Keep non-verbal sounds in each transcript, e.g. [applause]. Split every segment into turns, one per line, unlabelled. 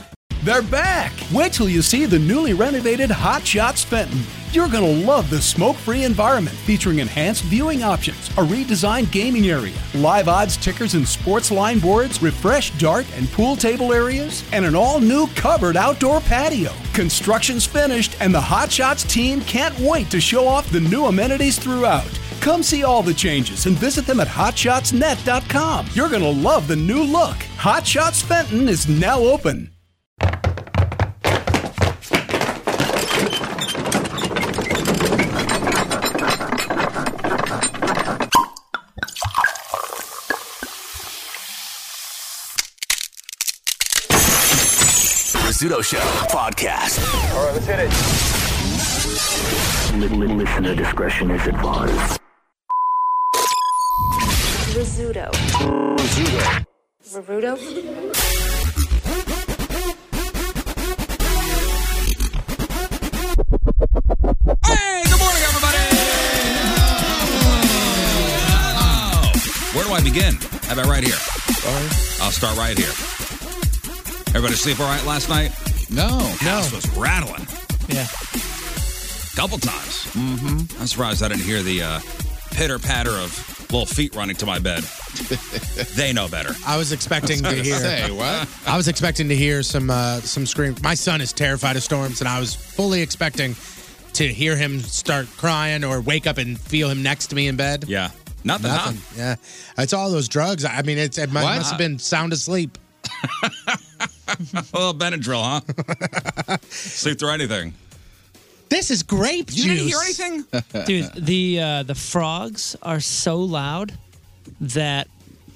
They're back! Wait till you see the newly renovated Hot Shots Fenton. You're going to love the smoke free environment featuring enhanced viewing options, a redesigned gaming area, live odds tickers and sports line boards, refreshed dart and pool table areas, and an all new covered outdoor patio. Construction's finished, and the Hot Shots team can't wait to show off the new amenities throughout. Come see all the changes and visit them at hotshotsnet.com. You're going to love the new look. Hot Shots Fenton is now open.
Rizzuto Show podcast.
All right, let's hit it.
Listener discretion is advised.
Rizzuto. Rizzuto.
Hey, good morning, everybody. Where do I begin? How about right here? I'll start right here. Everybody sleep all right last night? No. House was rattling.
Yeah.
Couple times. Mm-hmm. I'm surprised I didn't hear the uh, pitter patter of little feet running to
[laughs]
my bed. they know better. [laughs]
I was expecting to hear.
Say what?
[laughs] I was expecting to hear some uh, some scream. My son is terrified of storms, and I was fully expecting to hear him start crying or wake up and feel him next to me in bed.
Yeah. Nothing.
Nothing. Yeah. It's all those drugs. I mean, it's, it mu-
What?
must have been sound asleep.
A little Benadryl,
[laughs]
huh? sleep through anything.
This is grape
You didn't hear anything?
Dude, the uh, the frogs are so loud that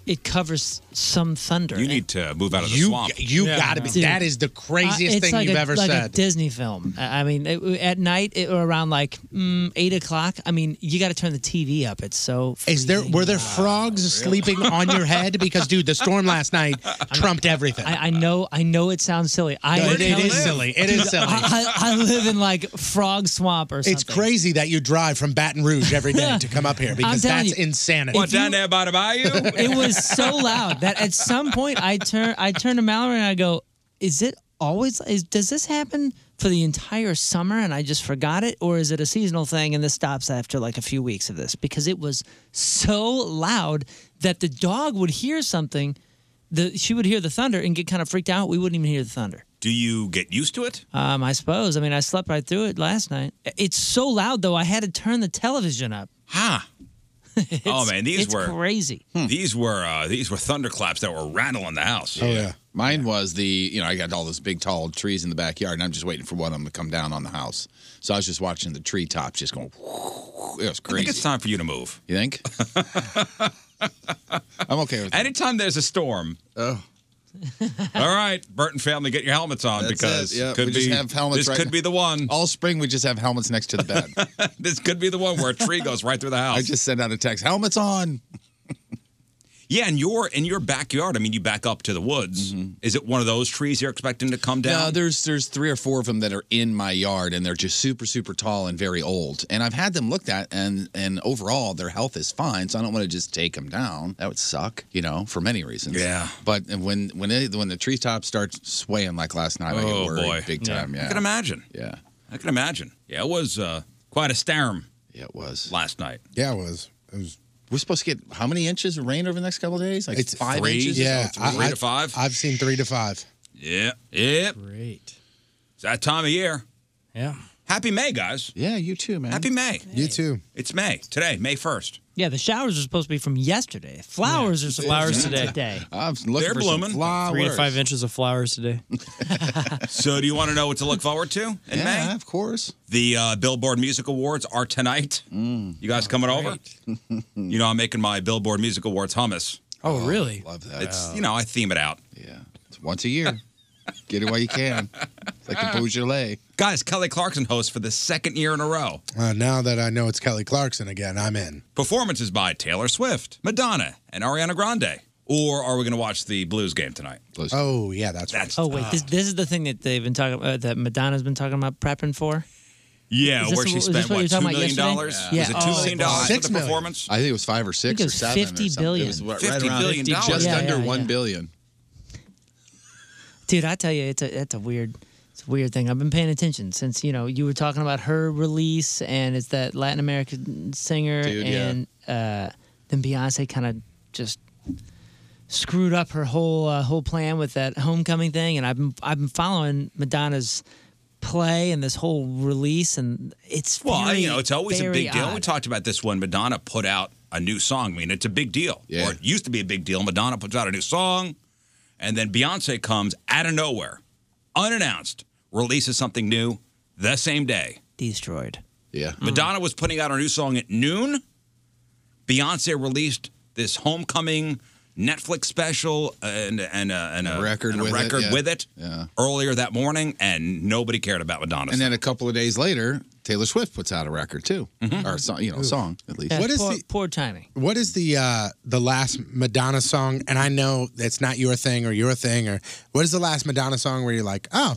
it covers some thunder.
You need to move out of the
You-
swamp.
you Yeah. gotta be- Dude. that is
the
Uh, it's like a, like A Disney film. I I mean, it, at night it, or around like mm, eight o'clock. I mean, you got to turn the TV up. It's so.
Is there were there frogs sleeping on your head? Because dude, the storm
[laughs]
last night trumped everything.
I, I know. I know it sounds silly. I
No,
am
it- it
telling
is
you.
silly. It is
[laughs] Dude,
silly.
I, I I live in like frog swamp or something.
It's crazy that you drive from Baton Rouge every day to come up
[laughs]
here because
telling
that's
you.
insanity.
What, If down you-
there by the bayou?
[laughs] it
[laughs]
was so loud that at some point I turn I turn to Mallory and I go, "Is it always? Is, does this happen for the entire summer and I just forgot it, or is it a seasonal thing and this stops after like a few weeks of this?" Because it was so loud that the dog would hear something. The, she would hear the thunder and get kind of freaked out. We wouldn't even hear the thunder.
Do you get used to it?
Um, I suppose. I mean, I slept right through it last night. It's so loud though. I had to turn the television up.
[laughs]
Ha! oh man, these
it's
were
crazy.
These were uh, these were thunderclaps that were rattling the house.
Oh Hmm. yeah. Mine was the you know I got all those big tall trees in the backyard and I'm just waiting for one of them to come down on the house. So I was just watching the treetops [laughs] just going. It was crazy.
I think it's time for you to move.
You
[laughs]
think? I'm okay with
Anytime there's a storm.
Oh.
All right, Burton family, get your helmets on
That's
because
it. Yeah,
could
we
be
just have helmets
this
right
could be the one.
All spring we just have helmets next to the bed.
[laughs] this could be the one where a tree goes right through the house.
I just sent out a text. Helmets on.
Yeah, and your in your backyard. I mean, you back up to the woods. Is it one of those trees you're expecting to come
Mm-hmm. No,
down?
there's there's three or four of them that are in my yard, and they're just super super tall and very old. And I've had them looked at, and and overall their health is fine. So I don't want to just take them down. That would suck, you know, for many reasons.
Yeah.
But when when they, when the treetop starts swaying like last night, I get
oh
worried
boy,
big time. Yeah.
I can imagine.
Yeah,
I can imagine. Yeah, it was uh, quite a storm.
Yeah, it was
last night.
Yeah, it was. It was. We're supposed to get how many inches of rain over the next couple of days? Like five inches?
Yeah,
Oh, three
I-
to five.
I've seen three to five.
Yeah. Yep. Great. It's that time of year.
Yeah.
Happy May, guys.
Yeah, you too, man.
Happy May.
You too.
It's May today, May first.
Yeah, the showers are supposed to be from yesterday. Flowers are supposed
Flowers
to be
today. [laughs]
I'm
They're blooming.
Three to five inches of flowers today.
so, do you want to know what to look forward to in
Yeah,
May?
of course.
The uh, Billboard Music Awards are tonight.
Mm.
You guys coming over?
[laughs]
you know, I'm making my Billboard Music Awards hummus.
Oh, really?
Love that.
It's you know, I theme it out. Yeah,
it's once a year. Get it while you can. It's like the Beaujolais.
Guys, Kelly Clarkson hosts for the second year in a row.
Uh, now that I know it's Kelly Clarkson again, I'm in.
Performances by Taylor Swift, Madonna, and Ariana Grande. Or are we going to watch the Blues game tonight?
Oh yeah, that's,
that's
Oh wait, this, this is the thing that they've been talking uh, that Madonna's been talking about prepping for.
Yeah,
Is this
where
the-
she
is this
spent
what you
what
were
two
talking about
million dollars?
yesterday? Yeah.
Was it two
Oh,
million
boy.
dollars for
Six
the
million.
performance?
I think it was five or
I think
six
it
or
was
seven. or
50
something.
billion.
It was what, right
50
around
billion
just
dollars. Yeah,
under
yeah,
one
yeah.
billion.
Dude, I tell you, it's a it's a weird it's a weird thing. I've been paying attention since you know you were talking about her release, and it's that Latin American singer,
Dude, yeah.
and uh, then Beyonce kind of just screwed up her whole uh, whole plan with that homecoming thing, and I've been I've been following Madonna's play and this whole release, and it's
Well, I-
very,
you know, it's always a
very
big deal.
odd.
We talked about this when Madonna put out a new song. I mean, it's a big deal. Or it used to be a big deal. Madonna puts out a new song, and then Beyonce comes out of nowhere, unannounced, releases something new the same day.
Destroyed. Mm.
Yeah.
Madonna was putting out her new song at noon. Beyonce released this homecoming Netflix special and and, uh, and a, record and a
with it,
record
yeah.
with it
Yeah.
earlier that morning, and nobody cared about Madonna.
And then a couple of days later, Taylor Swift puts out a record too,
Mm-hmm.
or a song, you know, a
Oof.
song at least.
Yeah, What is poor- the-
poor timing?
What is the uh the last Madonna song? And I know that's not your thing or your thing or what is the last Madonna song where you're like, oh,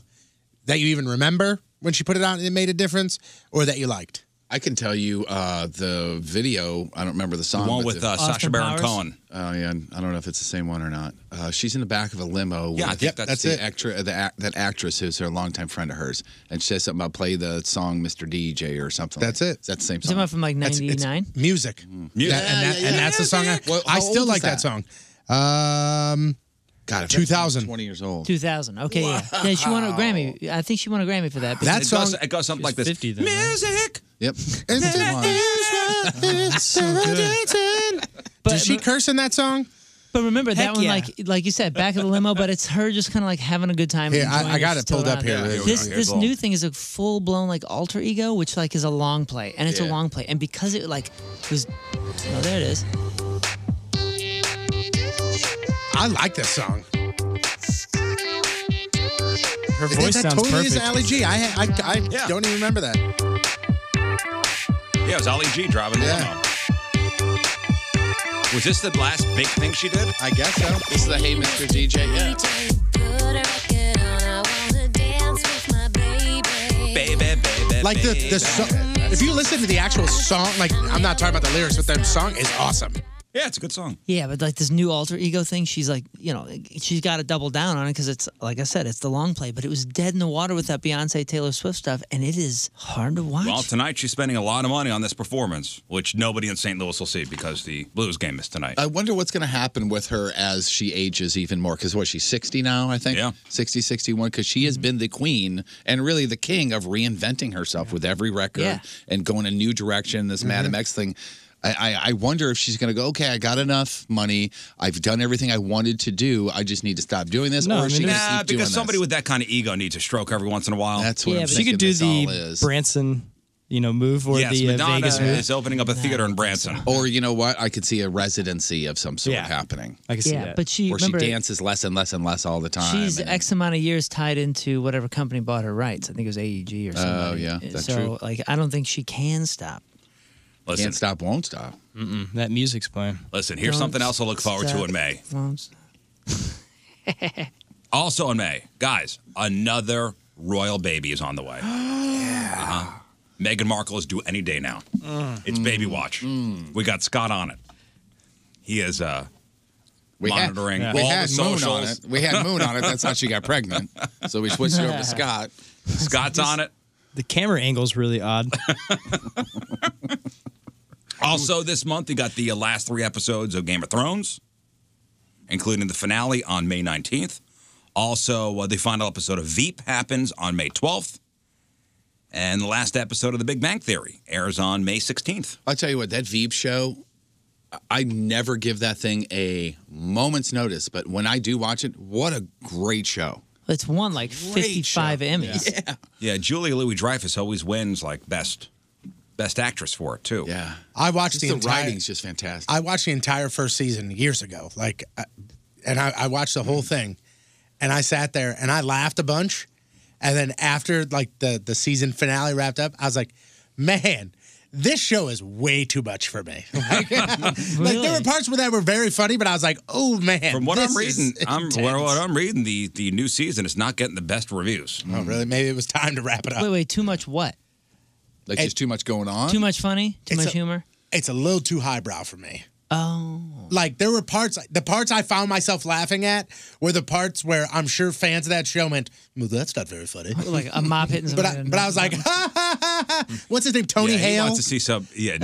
that you even remember when she put it out and it made a difference, or that you liked?
I can tell you uh, the video. I don't remember the song.
one
but
with,
the,
uh, Sacha Austin Baron Powers? Cohen.
Oh yeah, I don't know if it's the same one or not. Uh, she's in the back of a limo.
Yeah, I
with,
think that's
the
it.
actri- the act- that actress who's her longtime friend of hers, and she says something about play the song Mr. DJ or something. That's it. That's the same
You talking
song.
about from like '99?
Music.
Mm. Music.
That- and,
Yeah,
that,
yeah,
and
yeah.
that's the song I,
Well,
I
how
still
old
like
is
that?
that?
song. Um,
God, if that's
2000.
20 years old.
2000. Okay, yeah. yeah, she won a Grammy. I think she won a Grammy for that.
it goes, it goes something like this. Music.
Yep.
[laughs]
But-
Did she curse in that song?
But remember
Heck
that one,
yeah.
like like you said, back of the limo. But it's her just kind of like having a good time.
Here,
and
I-
enjoying
I got it
still
pulled up
around.
here. Yeah, here we
this
go.
this
Here's
new
all.
thing is a full blown like alter ego, which like is a long play, and it's a
Yeah.
long play, and because it like was, oh there it is.
I like this song.
Her
That-
voice
that
sounds
totally
perfect.
is Ali G. I I, I don't even remember that.
Yeah, it was Ali G driving the limo. Was this the last big thing she did?
I guess so. This is the Hey Mr. DJ. Yeah.
Baby, baby,
Like the the song. If you listen to the actual song, like I'm not talking about the lyrics, but the song is awesome.
Yeah, it's a good song.
Yeah, but like this new alter ego thing, she's like, you know, she's got to double down on it because it's like I said, it's the long play. But it was dead in the water with that Beyonce Taylor Swift stuff, and it is hard to watch.
Well, tonight she's spending a lot of money on this performance, which nobody in St. Louis will see because the Blues game is tonight.
I wonder what's going to happen with her as she ages even more. Because what, she's 60 now, I think? Yeah. 60, 61. Because she
Mm-hmm.
has been the queen and really the king of reinventing herself with every record
Yeah.
and going a new direction. This Madam
Mm-hmm.
X thing. I, I- I wonder if she's going to go, okay, I got enough money. I've done everything I wanted to do. I just need to stop doing this. or is she going to
nah,
keep doing
because
this?
somebody with that kind of ego needs a stroke every once in a while.
That's
yeah, but she could do the Branson, you know, move or
yes,
the uh,
Madonna
Vegas move.
is opening up a theater in Branson.
Or you know what? I could see a residency of some sort happening.
I
can see Yeah, that. but she-
where
remember-
she dances less and less and less all the time.
She's
and-
X amount of years tied into whatever company bought her rights. I think it was AEG or
Oh,
something.
yeah, that's
so
true.
like I don't think she can stop.
Listen.
Can't stop, won't stop.
Mm-mm, that music's playing.
Listen, here's
Don't
something else to look forward to
stop.
in
[laughs]
May. Also in May, guys, another royal baby is on
[gasps]
the way. uh-huh. Meghan Markle is due any day now.
Mm.
Mm-hmm.
It's baby watch.
Mm.
We got Scott on it. He is uh,
We had-
monitoring
we
all
had
the
Moon on
socials.
it. We had Moon on it. That's how she got pregnant. So we switched it
[laughs]
over to Scott.
Scott's on it.
The camera angle's
[laughs]
really odd.
Also this month, you got the uh, last three episodes of Game of Thrones, including the finale on May 19th. Also, uh, the final episode of Veep happens on May 12th. And the last episode of The Big Bang Theory airs on May 16th.
I'll tell you what, that Veep show, I- I never give that thing a moment's notice, but when I do watch it, what a great show.
It's won like 55 Emmys.
Yeah.
Yeah, Julia Louis Dreyfus always wins like best best actress for it too.
Yeah,
I watched the,
the
entire.
writing's just fantastic.
I watched the entire first season years ago, like, I- and I, I watched the
Mm.
whole thing, and I sat there and I laughed a bunch, and then after like the the season finale wrapped up, I was like, man. This show is way too much for me. [laughs]
[laughs]
Like, like, there were parts where that were very funny, but I was like, "Oh man!"
From what
this
I'm
is
reading, I'm what,
intense.
what I'm reading the the new season is not getting the best reviews.
Oh really? Maybe it was time to wrap it up.
Wait, wait, too much what?
Like
just
too much going on.
Too much funny? Too much humor?
It's a little too highbrow for me.
Oh.
Like there were parts, the parts I found myself laughing at were the parts where I'm sure fans of that show went, well, "That's not very [laughs] funny."
Like a mop hitting
but
somebody
I,
in the
but I was like, [laughs] ha ha ha ha. What's his name? Tony
yeah, He
Hale.
wants to see some.
[laughs]
Yeah,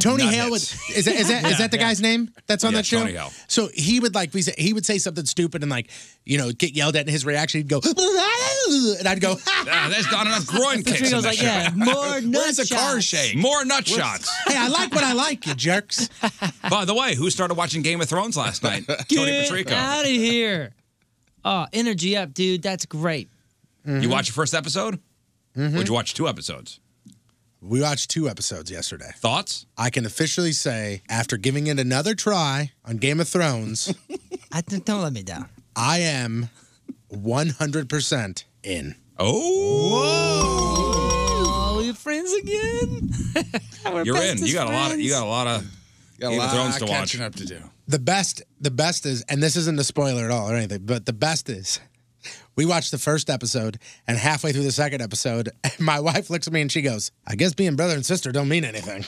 Tony
nut
Hale
hits.
was is that is that, is
Yeah,
that the
yeah.
guy's name that's on
Yeah,
that show?
Tony Hale.
So he would like we say, he would say something stupid and like you know get yelled at and his reaction he'd go [laughs] and I'd go [laughs]
Ah, there's not enough groin
That's
kicks.
what he
in
goes
that
like,
show.
yeah, more
[laughs] Where's
nut
the car
shots.
shake? More nut
Where's-
shots.
[laughs] hey I like what I like you jerks
[laughs] By the way, who started watching Game of Thrones last night? Tony
Get
Patrico.
out of here. Oh, energy up, dude. That's great.
You watched the first episode?
Mm-hmm.
Or did you watch two episodes?
we watched two episodes yesterday
Thoughts?
I can officially say after giving it another try on Game of Thrones
I th- don't let me down
I am 100 percent in
oh
Oh, you're friends again? We're
You're in.
bestest
You got a lot. Of, you got a lot of
Got a
Game of
lot
Thrones
of
to watch.
catching
up to do.
the best the best is and this isn't a spoiler at all or anything but the best is we watched the first episode and halfway through the second episode [laughs] my wife looks at me and she goes i guess being brother and sister don't mean anything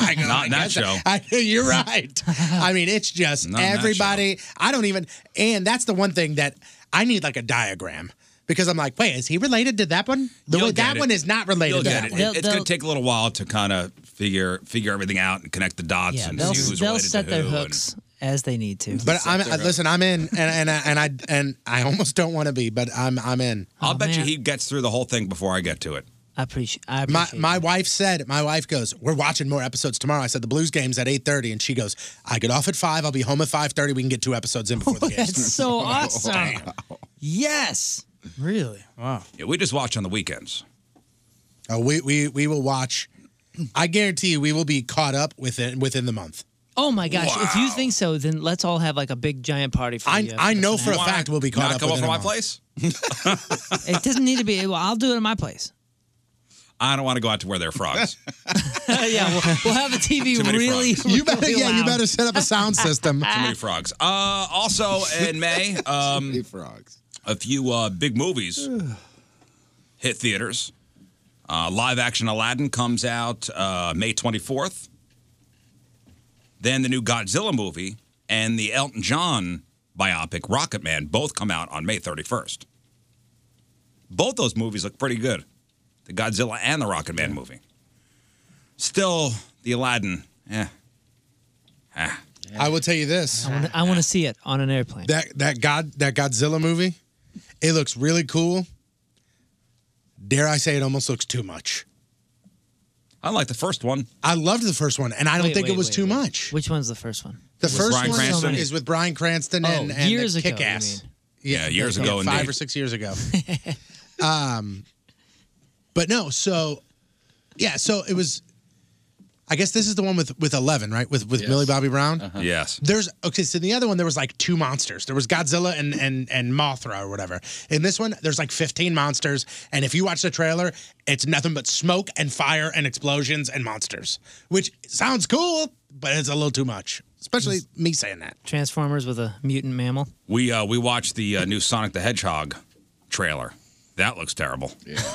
I go,
Not in
"I
that
guess-
show."
[laughs] I, you're right i mean it's
[laughs]
just
Not in that
everybody i don't even and that's the one thing that i need like a diagram because i'm like wait is he related to that one the
You'll
way, that
get it.
one is not related
You'll
to
get
that
it.
one
It- It's going to take a little while to kind of figure figure everything out and connect the dots
Yeah,
and
they'll,
see who's
they'll
related
set
to
their
who.
hooks as they need to.
But I'm I, listen. I'm in, and and I, and I and I almost don't want to be, but I'm I'm in.
I'll bet you he gets through the whole thing before I get to it.
Oh, I appreciate. I
my my wife said. My wife goes. We're watching more episodes tomorrow. I said the Blues game's at eight thirty, and she goes. I get off at five. I'll be home at five thirty. We can get two episodes in
[laughs]
before the game.
[laughs]
That's
Oh,
so awesome. yes. Really?
Wow.
Yeah, we just watch on the weekends.
Oh, we we we will watch. I guarantee you, we will be caught up within within the month.
Oh my gosh! If you think so, then let's all have like a big giant party for
I
you.
I know for a
Why
fact we'll be caught
not
up.
come
within
over
a
my
month.
place?
[laughs]
It doesn't need to be. Well, I'll do it at my place. [laughs]
I don't want to go out to where there are frogs.
yeah, we'll, we'll have a TV
Too many
[laughs] really.
frogs.
You better
really
yeah. You
loud.
better set up a
[laughs]
sound system.
Too many frogs. Uh, also in May, um,
frogs.
A few uh, big movies hit theaters. Uh, live action Aladdin comes out uh, May 24th. Then the new Godzilla movie and the Elton John biopic Rocket Man both come out on May 31st. Both those movies look pretty good the Godzilla and the Rocket Man movie. Still, the Aladdin, eh. Ah.
I will tell you this.
I wanna- I want to see it on an airplane.
That that God that Godzilla movie, it looks really cool. Dare I say it almost looks too much.
I like the first one.
I loved the first one, and I don't
Wait,
think
wait,
it was
wait,
too
wait.
much.
Which one's the first one?
The
With
first
Bryan
one
Cranston?
is with Brian Cranston and,
Oh,
and
years
the
ago, you
Kick Ass.
mean.
Yeah, years
like,
ago
yeah, five
indeed.
or six
[laughs]
years ago. um, but no, so yeah, so it was. I guess this is the one with with eleven, right? With with
Yes. Uh-huh.
Millie Bobby Brown.
Yes.
There's okay. So the other one there was like two monsters. There was Godzilla and and and Mothra or whatever. In this one, there's like 15 monsters. And if you watch the trailer, it's nothing but smoke and fire and explosions and monsters, which sounds cool, but it's a little too much. Especially me saying that.
Transformers with a mutant mammal.
We uh, we watched the uh, new Sonic the Hedgehog trailer. That looks terrible.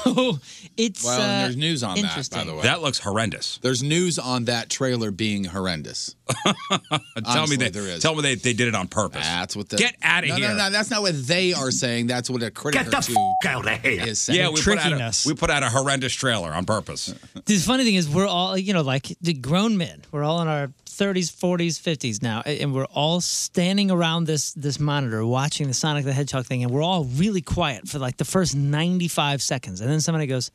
Oh, [laughs] it's
Well, and
uh,
there's news on that,
interesting.
by the way.
That looks horrendous.
There's news on that trailer being [laughs] horrendous.
tell me
Honestly,
they
there is.
tell me they, they did it on purpose.
That's what the
Get outta
no,
here.
No, no, that's not what they are saying. That's what a critic
Get the
to
f- outta
here. Is saying.
yeah, we put, out a, we put out a horrendous trailer on purpose.
The funny thing is, we're all, you know, like the grown men. We're all in our 30s, 40s, 50s now, a- and we're all standing around this this monitor watching the Sonic the Hedgehog thing, and we're all really quiet for like the first 95 seconds, and then somebody goes,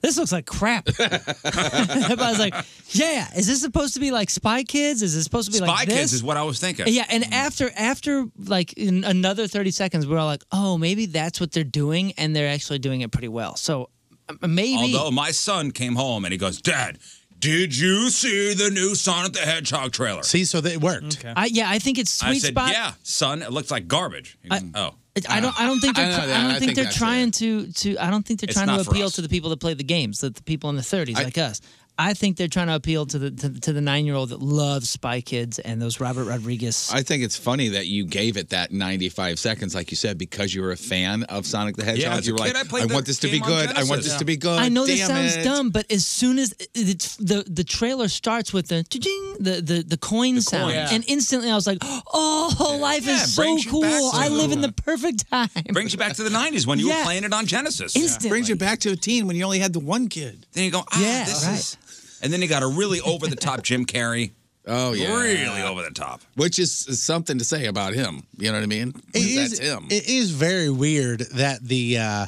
"This looks like crap." [laughs] Everybody's like, "Yeah, is this supposed to be like Spy Kids? Is it supposed to be
Spy
like this?"
Kids is what I was thinking.
Yeah, and after after like in another thirty seconds, we're all like, "Oh, maybe that's what they're doing, and they're actually doing it pretty well." So uh, maybe
Although my son came home and he goes, Dad, did you see the new Sonic the Hedgehog trailer?
See, so they worked.
I, yeah, I think it's sweet
I said,
spot.
yeah, son, it looks like garbage. He goes, oh.
It- I don't. I don't think they're.
I know
try- I,
that.
don't
I
think,
think
they're
that's
trying to. To. I don't think they're
It's
trying to
not for
appeal
us.
to the people that play the games, the, the people in the 30s like us. I think they're trying to appeal to the to, to the nine year old that loves Spy Kids and those Robert Rodriguez.
I think it's funny that you gave it that 95 seconds, like you said, because you were a fan of Sonic the Hedgehog.
Yeah, as a
you were
kid, I
like,
played
I,
that
want this to be
game on
good. I want
Genesis."
this
Yeah.
to be good.
I know this
Damn
sounds
it.
dumb, but as soon as it- it's the the trailer starts with the ding, the the the coin sound,
yeah.
and instantly I was like, [gasps] "Oh, life
Yeah, it
is so
brings you
cool!
back to
I
the-
live in the perfect time."
Brings you back to the 90s when you
Yeah.
were playing it on Genesis.
Instantly. Brings you
back to a teen when you only had the one kid. Then you go, ah,
Yeah,
this
right.
is. And then you got a really over the top Jim Carrey.
Oh, yeah.
Really over the top.
Which is something to say about him. You know what I mean?
It is.
That's him.
It is very weird that the uh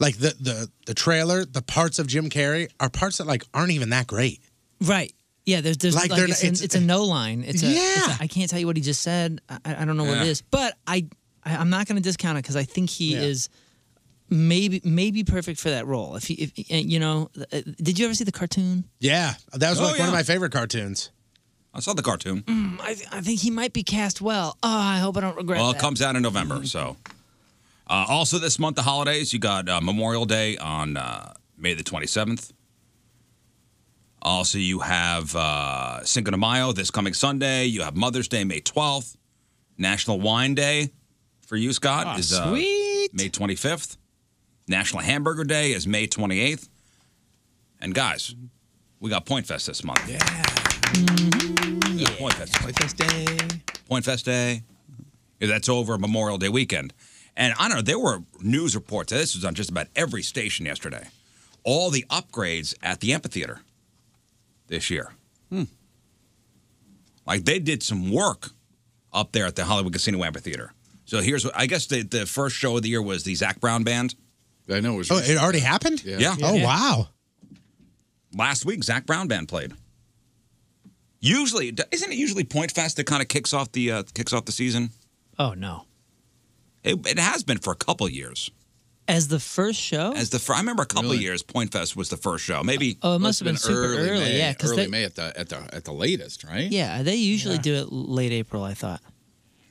like the the the trailer, the parts of Jim Carrey are parts that like aren't even that great.
Right? Yeah. There's there's
Like
like,
they're
it's,
not-
an-
it's-
it's, a no line. It's a, it's
Yeah.
a I can't tell you what he just said. I, I don't know what
Yeah.
it is, but I, I I'm not going to discount it because I think he
Yeah.
is. Maybe maybe perfect for that role. If, he, if he- you know, uh, did you ever see the cartoon?
Yeah, that was
Oh,
like one
yeah.
of my favorite cartoons.
I saw the cartoon.
Mm, I, th- I think he might be cast well. Oh, I hope I don't regret
Well,
that.
it comes out in November, so. Uh, also, this month, the holidays, you got uh, Memorial Day on uh, May the 27th. Also, you have uh, Cinco de Mayo this coming Sunday. You have Mother's Day, May 12th. National Wine Day for you, Scott,
Ah,
is uh,
sweet.
May 25th. National Hamburger Day is May 28th. And guys, we got Point Fest this month. Yeah.
Mm-hmm.
Point Fest. Point Fest Day. Point Fest Day. Yeah, that's over Memorial Day weekend. And I don't know, there were news reports. This was on just about every station yesterday. All the upgrades at the amphitheater this year.
Hmm.
Like they did some work up there at the Hollywood Casino Amphitheater. So here's what I guess the, the first show of the year was the Zach Brown Band. I know it was.
Oh, it already happened?
Yeah.
Oh wow.
Last week, Zach Brown Band played. Usually, isn't it usually Point Fest that kind of kicks off the uh, kicks off the season?
Oh no!
It, it has been for a couple years.
As the first show,
As the fir- I remember a couple years, Point Fest was the first show. Maybe
Oh, it must have been super early,
May,
yeah, 'cause
early
they-
May at the at the at the latest, right?
yeah, they usually
Yeah.
do it late April. I thought.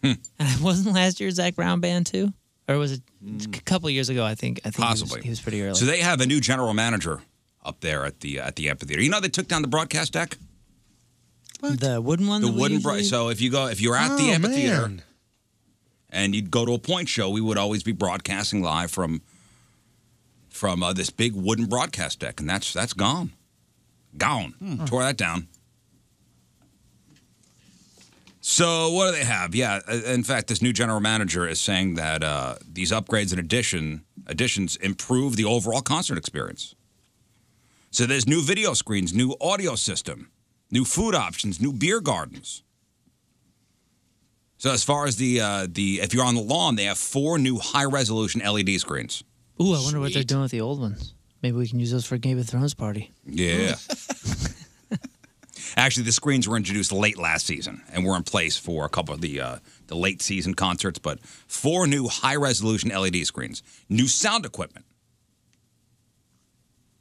Hmm.
[laughs] And wasn't last year Zach Brown band too, or was it
Hmm.
a couple years ago? I think. I think he was-
Possibly.
He was, pretty early.
So they have a new general manager up there at the at the amphitheater. You know they took down the broadcast deck,
the wooden one.
the
that we
wooden.
usually-
Bro- so if you go if you're at the
Oh,
amphitheater
man.
and you'd go to a point show, we would always be broadcasting live from from uh, this big wooden broadcast deck, and that's that's gone, gone.
Hmm.
Tore that down. So what do they have? Yeah, uh, in fact, this new general manager is saying that uh, these upgrades and addition additions improve the overall concert experience. So there's new video screens, new audio system, new food options, new beer gardens. So as far as the uh, the if you're on the lawn, they have four new high resolution LED screens.
Ooh, I wonder what they're doing with the old ones. Maybe we can use those for a Game of Thrones party.
[laughs]
Yeah. Actually, the screens were introduced late last season and were in place for a couple of the uh, the late season concerts. But four E new high resolution LED screens, new sound equipment.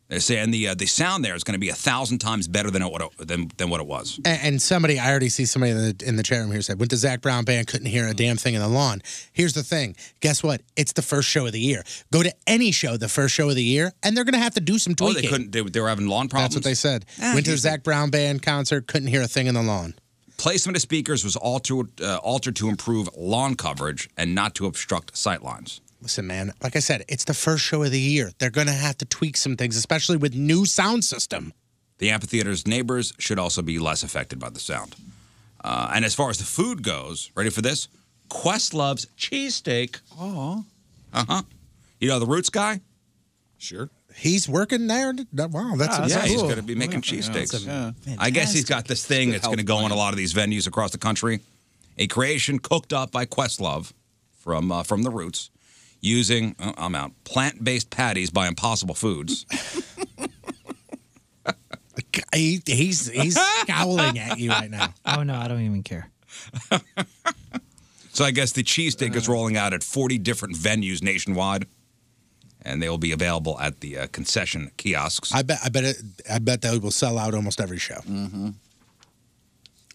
They say, and the uh, the sound there is going to be a thousand times better than it, what it- than than what it was.
And, and somebody, I already see somebody in the, in the chat room here said, went to Zach Brown band, couldn't hear
Mm.
a damn thing in the lawn. Here's the thing. Guess what? It's the first show of the year. Go to any show, the first show of the year, and they're going to have to do some
Oh,
tweaking.
they couldn't. They, they were having lawn problems.
That's what they said.
Ah,
went to a
here's the-
Zach Brown band concert, couldn't hear a thing in the lawn.
Placement of speakers was altered uh, altered to improve lawn coverage and not to obstruct sight lines.
Listen, man, like I said, it's the first show of the year. They're going to have to tweak some things, especially with new sound system.
The amphitheater's neighbors should also be less affected by the sound. Uh, and as far as the food goes, ready for this? Quest loves cheesesteak. Oh. Uh huh. You know the Roots guy? Sure.
He's working there. Wow, Oh, Ah, that's
yeah,
that's
he's
cool.
going to be making cheesesteaks.
Yeah.
I guess he's got this thing that's going to go on a lot of these venues across the country. A creation cooked up by Questlove from uh, from the Roots, using oh, I'm out plant based patties by Impossible
[laughs]
Foods.
He- he's
[laughs]
he's scowling at you right now.
Oh no, I don't even care.
So I guess the cheesesteak is rolling out at 40 different venues nationwide, and they will be available at the uh, concession kiosks.
I bet I bet it, I bet that will sell out almost every show.
Mm-hmm.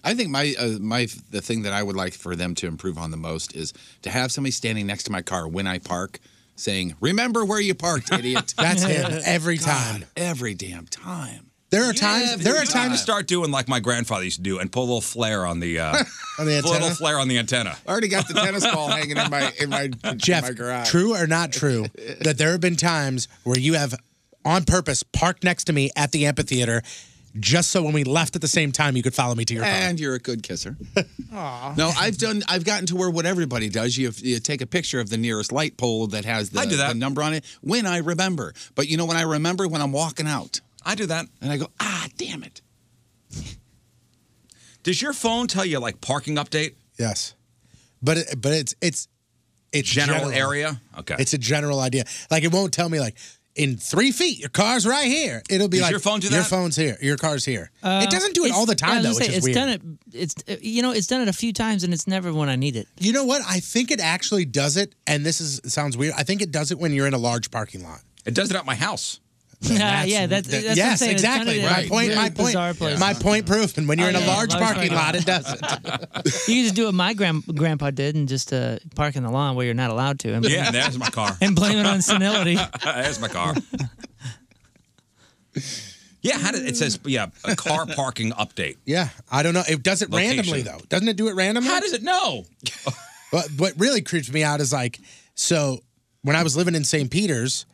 I think my uh, my the thing that I would like for them to improve on the most is to have somebody standing next to my car when I park, saying, "Remember where you parked,
[laughs]
idiot."
That's him
[laughs]
every
God,
time.
every damn time.
There are times.
Every
there are
Time to
times.
start doing like my grandfather used to do and put a little flare on the,
[laughs]
uh, put a
On the
little
antenna?
flare on the antenna.
I already got the tennis ball hanging in my
[laughs]
in my
Jeff,
in my garage.
true or
[laughs]
not true, that there have been times where you have on purpose parked next to me at the amphitheater just so when we left at the same time you could follow me to your car.
And you're a good kisser. [laughs] No, I've done. I've gotten to where what everybody does. You, you take a picture of the nearest light pole that has the,
I do that.
the number on it when I remember. But you know when I remember when I'm walking out.
I do that,
and I go, ah, damn it.
Does your phone tell you like parking update?
Yes. But it, but it's it's it's
General area? Okay.
It's a general idea. Like it won't tell me like in three feet your car's right here. It'll be
Does
like
your phone do
Your
that?"
phone's here. Your car's here.
Uh,
it doesn't do it
it's-
all the time
I
though,
was
which
gonna
is
say, it's
weird.
done it. It's uh, you know, it's done it a few times, and it's never when I need it.
You know what? I think it actually does it, and this is it sounds weird. I think it does it when you're in a large parking lot.
It does it at my house.
[laughs] Yeah, yeah, that's, that's what I'm
yes,
saying. It's done
exactly.
it in
My point,
really
my point,
bizarre places.
my point proven. When you're
Oh,
in a
yeah,
large, parking lot, it does.
[laughs]
you can just do what my grand, grandpa did and just uh, park in the lawn where you're not allowed to. And
Yeah, there's my car.
[laughs] And blame
[laughs]
it on senility.
there's my car. Yeah, how did, it says yeah, a car
[laughs]
parking update.
Yeah, I don't know. It does it
Location.
randomly though. Doesn't it do it randomly? How
does it know?
[laughs] but what really creeps me out is like, so when I was living in St. Peter's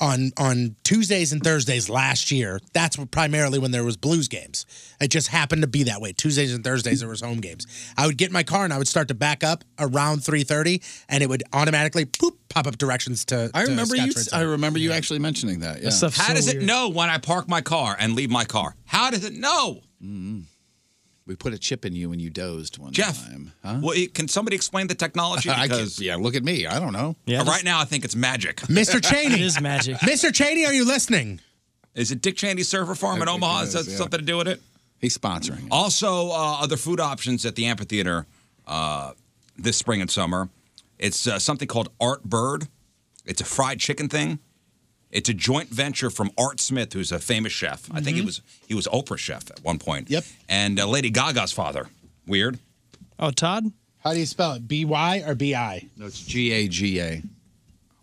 on on Tuesdays and Thursdays last year, that's what- primarily when there was Blues games. It just happened to be that way. Tuesdays and Thursdays there was home games. I would get in my car and I would start to back up around three thirty, and it would automatically poop pop up directions to.
I
to
remember you.
Scottsford
I
Center.
remember you actually mentioning that. Yeah.
How does it know when I park my car and leave my car? How does it know?
Mm-hmm.
We put a chip in you when you dozed one
Jeff,
time.
well, it- can somebody explain the
[laughs]
technology?
I
Because
yeah, look at me. I don't know.
Uh, right now, I think it's
[laughs]
magic. [laughs]
Mr. [laughs] Cheney. Mr. Cheney, are you listening?
Is it Dick Cheney's Server Farm in Omaha? Is that something to do with it?
He's sponsoring it.
Also, uh, other food options at the amphitheater uh, this spring and summer. It's uh, something called Art Bird. It's a fried chicken thing. It's a joint venture from Art Smith, who's a famous chef. I think he
Mhm.
was he was Oprah's chef at one point. Yep. And uh, Lady Gaga's father. Weird.
Oh, Todd. How do you spell it? B Y or B I?
No, it's G A G A.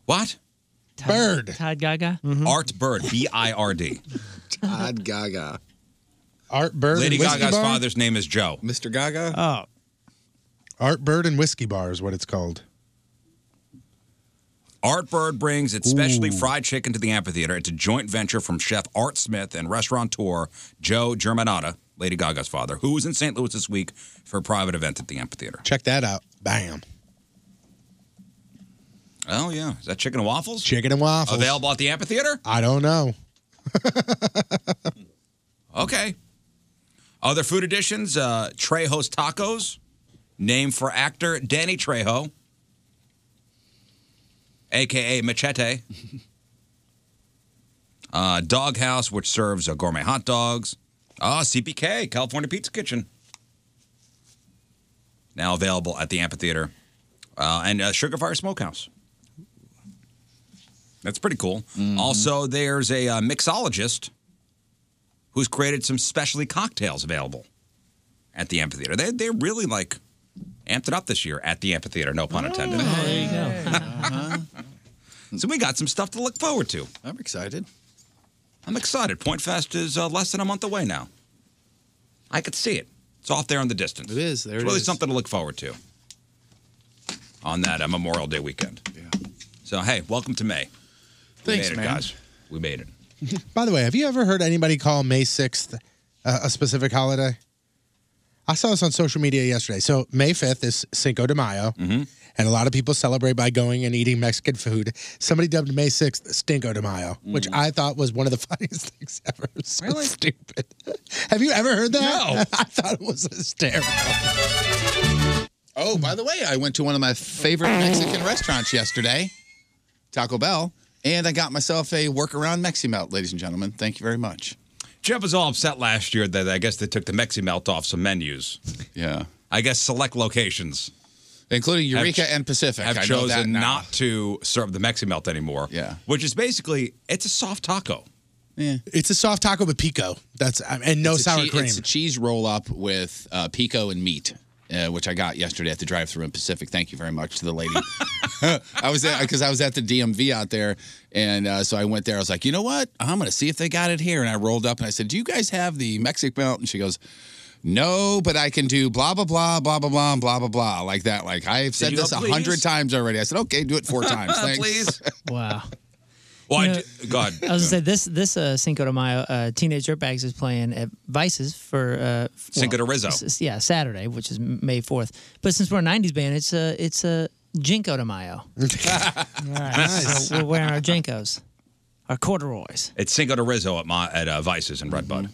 What?
Bird.
Todd Gaga.
Mm-hmm.
Art Bird. B I R D.
Todd Gaga.
Art Bird.
Lady
and Whiskey
Gaga's
Bar?
father's name is Joe. Uh,
Mr. Gaga.
Oh. Art Bird and Whiskey Bar is what it's called.
Art Bird brings its specially
Ooh.
fried chicken to the amphitheater. It's a joint venture from chef Art Smith and restaurateur Joe Germanotta, Lady Gaga's father, who was in St. Louis this week for a private event at the amphitheater.
Check that out. Bam.
Oh, yeah. Is that chicken and waffles?
Chicken and waffles.
Available at the amphitheater?
I don't know. [laughs]
Okay. Other food additions uh, Trejo's Tacos, name for actor Danny Trejo, aka Machete. [laughs] uh, Doghouse, which serves uh, gourmet hot dogs. Ah, CPK, California Pizza Kitchen. Now available at the amphitheater. Uh, and uh, Sugar Fire Smokehouse. That's pretty cool. Also, there's a uh, mixologist who's created some specialty cocktails available at the amphitheater. They they really like amped it up this year at the amphitheater. No pun intended.
There you go.
[laughs]
So we got some stuff to look forward to. I'm excited. I'm excited. Point Fest is uh, less than a month away now. I could see it. It's off there in the distance. It is. There it's
it
really
is.
something to look forward to on that uh, Memorial Day weekend. Yeah. So hey, welcome to May.
Thanks,
we made it,
man.
guys. We made it.
By the way, have you ever heard anybody call May 6th uh, a specific holiday? I saw this on social media yesterday. So May 5th is Cinco de Mayo, and a lot of people celebrate by going and eating Mexican food. Somebody dubbed May 6th Stinko de Mayo, which I thought was one of the [laughs] funniest things ever. It's So really? stupid. Have you ever heard that? No. I thought it was hysterical.
Oh, by the way, I went to one of my favorite Mexican restaurants yesterday, Taco Bell, and I got myself a workaround Mexi Melt, ladies and gentlemen. Thank you very much.
Jeff was all upset last year that I guess they took the Mexi Melt off some menus.
Yeah.
I guess select locations.
Including Eureka and Pacific.
Have
I know that
chosen
now.
not to serve the Mexi Melt anymore. Yeah. Which is basically it's a soft taco.
Yeah.
It's a soft taco with pico. That's I- and no
It's a
sour
chee-
cream.
It's a cheese roll up with uh, pico and meat, uh, which I got yesterday at the drive thru in Pacific. Thank you very much to the
[laughs]
lady. I was at because I was at the DMV out there, and uh, so I went there. I was like, you know what? I'm going to see if they got it here. And I rolled up and I said, "Do you guys have the Mexican melt?" And she goes. No, but I can do blah blah blah blah blah blah blah blah blah like that. Like I've said
you
this
go,
a
"Please?"
hundred times already. I said, okay, do
[laughs]
it four times. Thanks. [laughs]
Please.
Wow.
Well,
You
I
know-
d- God.
I was gonna say this this uh, Cinco de Mayo, uh, Teenage Dirtbags is playing at Vices for uh, f-
Cinco de Rizzo.
s- s- yeah, Saturday, which is M- May fourth. But since we're a '90s band, it's a it's a Jinko de
[laughs]
Mayo.
Nice.
So we're wearing our Jinkos, our corduroys.
It's Cinco de Rizzo at my at uh, Vices in
Mm-hmm.
Redbud.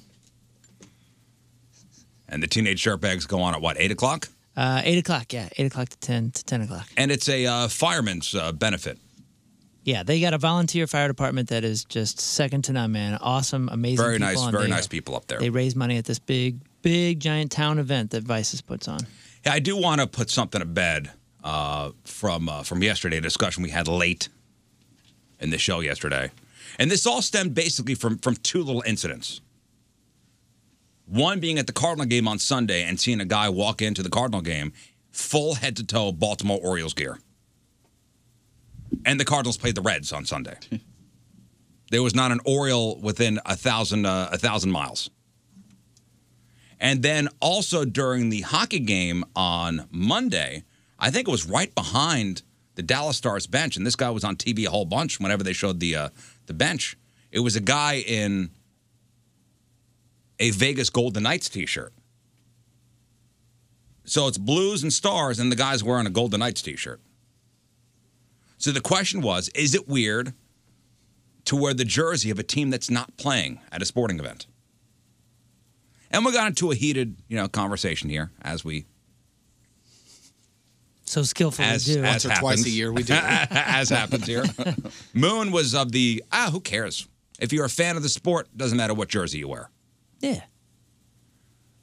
And the teenage dirtbags go on at what eight o'clock,
Uh, eight o'clock, yeah, eight o'clock to ten to ten o'clock.
and it's a uh, fireman's uh, benefit.
Yeah, they got a volunteer fire department that is just second to none, man. Awesome, amazing.
Very
people,
nice,
and
very
they-
nice people up there.
They raise money at this big, big, giant town event that Vices puts on.
Yeah, I do want to put something to bed uh, from uh, from yesterday a discussion we had late in the show yesterday, and this all stemmed basically from from two little incidents. One being at the Cardinal game on Sunday and seeing a guy walk into the Cardinal game full head to toe Baltimore Orioles gear, and the Cardinals played the Reds on Sunday. there was not an Oriole within a thousand uh, a thousand miles. And then also during the hockey game on Monday, I think it was right behind the Dallas Stars bench, and this guy was on TV a whole bunch whenever they showed the uh, the bench. It was a guy in a Vegas Golden Knights t-shirt. So it's Blues and Stars, and the guy's wearing a Golden Knights t-shirt. So the question was, is it weird to wear the jersey of a team that's not playing at a sporting event? And we got into a heated, you know, conversation here as we
So skillful
as,
do.
as happens. [laughs] as happens
[laughs]
here. Moon was of the ah, who cares? If you're a fan of the sport, doesn't matter what jersey you wear.
Yeah.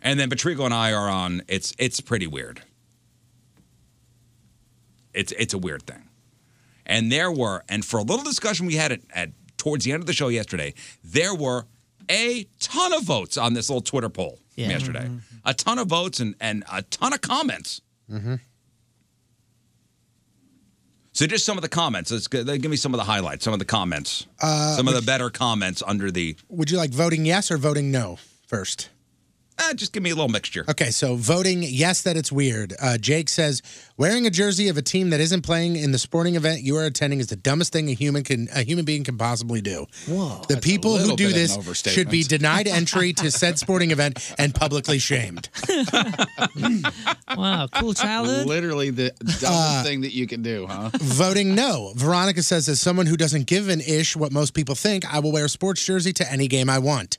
And then Patrico and I are on. It's it's pretty weird. It's it's a weird thing. And there were, and for a little discussion we had at, at towards the end of the show yesterday, there were a ton of votes on this little Twitter poll from
Yeah.
yesterday.
Mm-hmm.
A ton of votes and and a ton of comments.
Mm-hmm.
So just some of the comments. Let's go, give me some of the highlights, some of the comments,
Uh,
some of the better comments under the.
Would you like voting yes or voting no first?
Eh, just give me a little mixture.
Okay, so voting yes that it's weird. Uh, Jake says wearing a jersey of a team that isn't playing in the sporting event you are attending is the dumbest thing a human can a human being can possibly do.
Whoa.
The people who
little
do
bit of an
this should be
overstatement.
denied entry to said sporting event and publicly shamed.
wow, cool childhood.
Literally
[laughs]
the dumbest
Uh,
thing that you can do, huh?
Voting no. Veronica says, as someone who doesn't give an ish what most people think, I will wear a sports jersey to any game I want.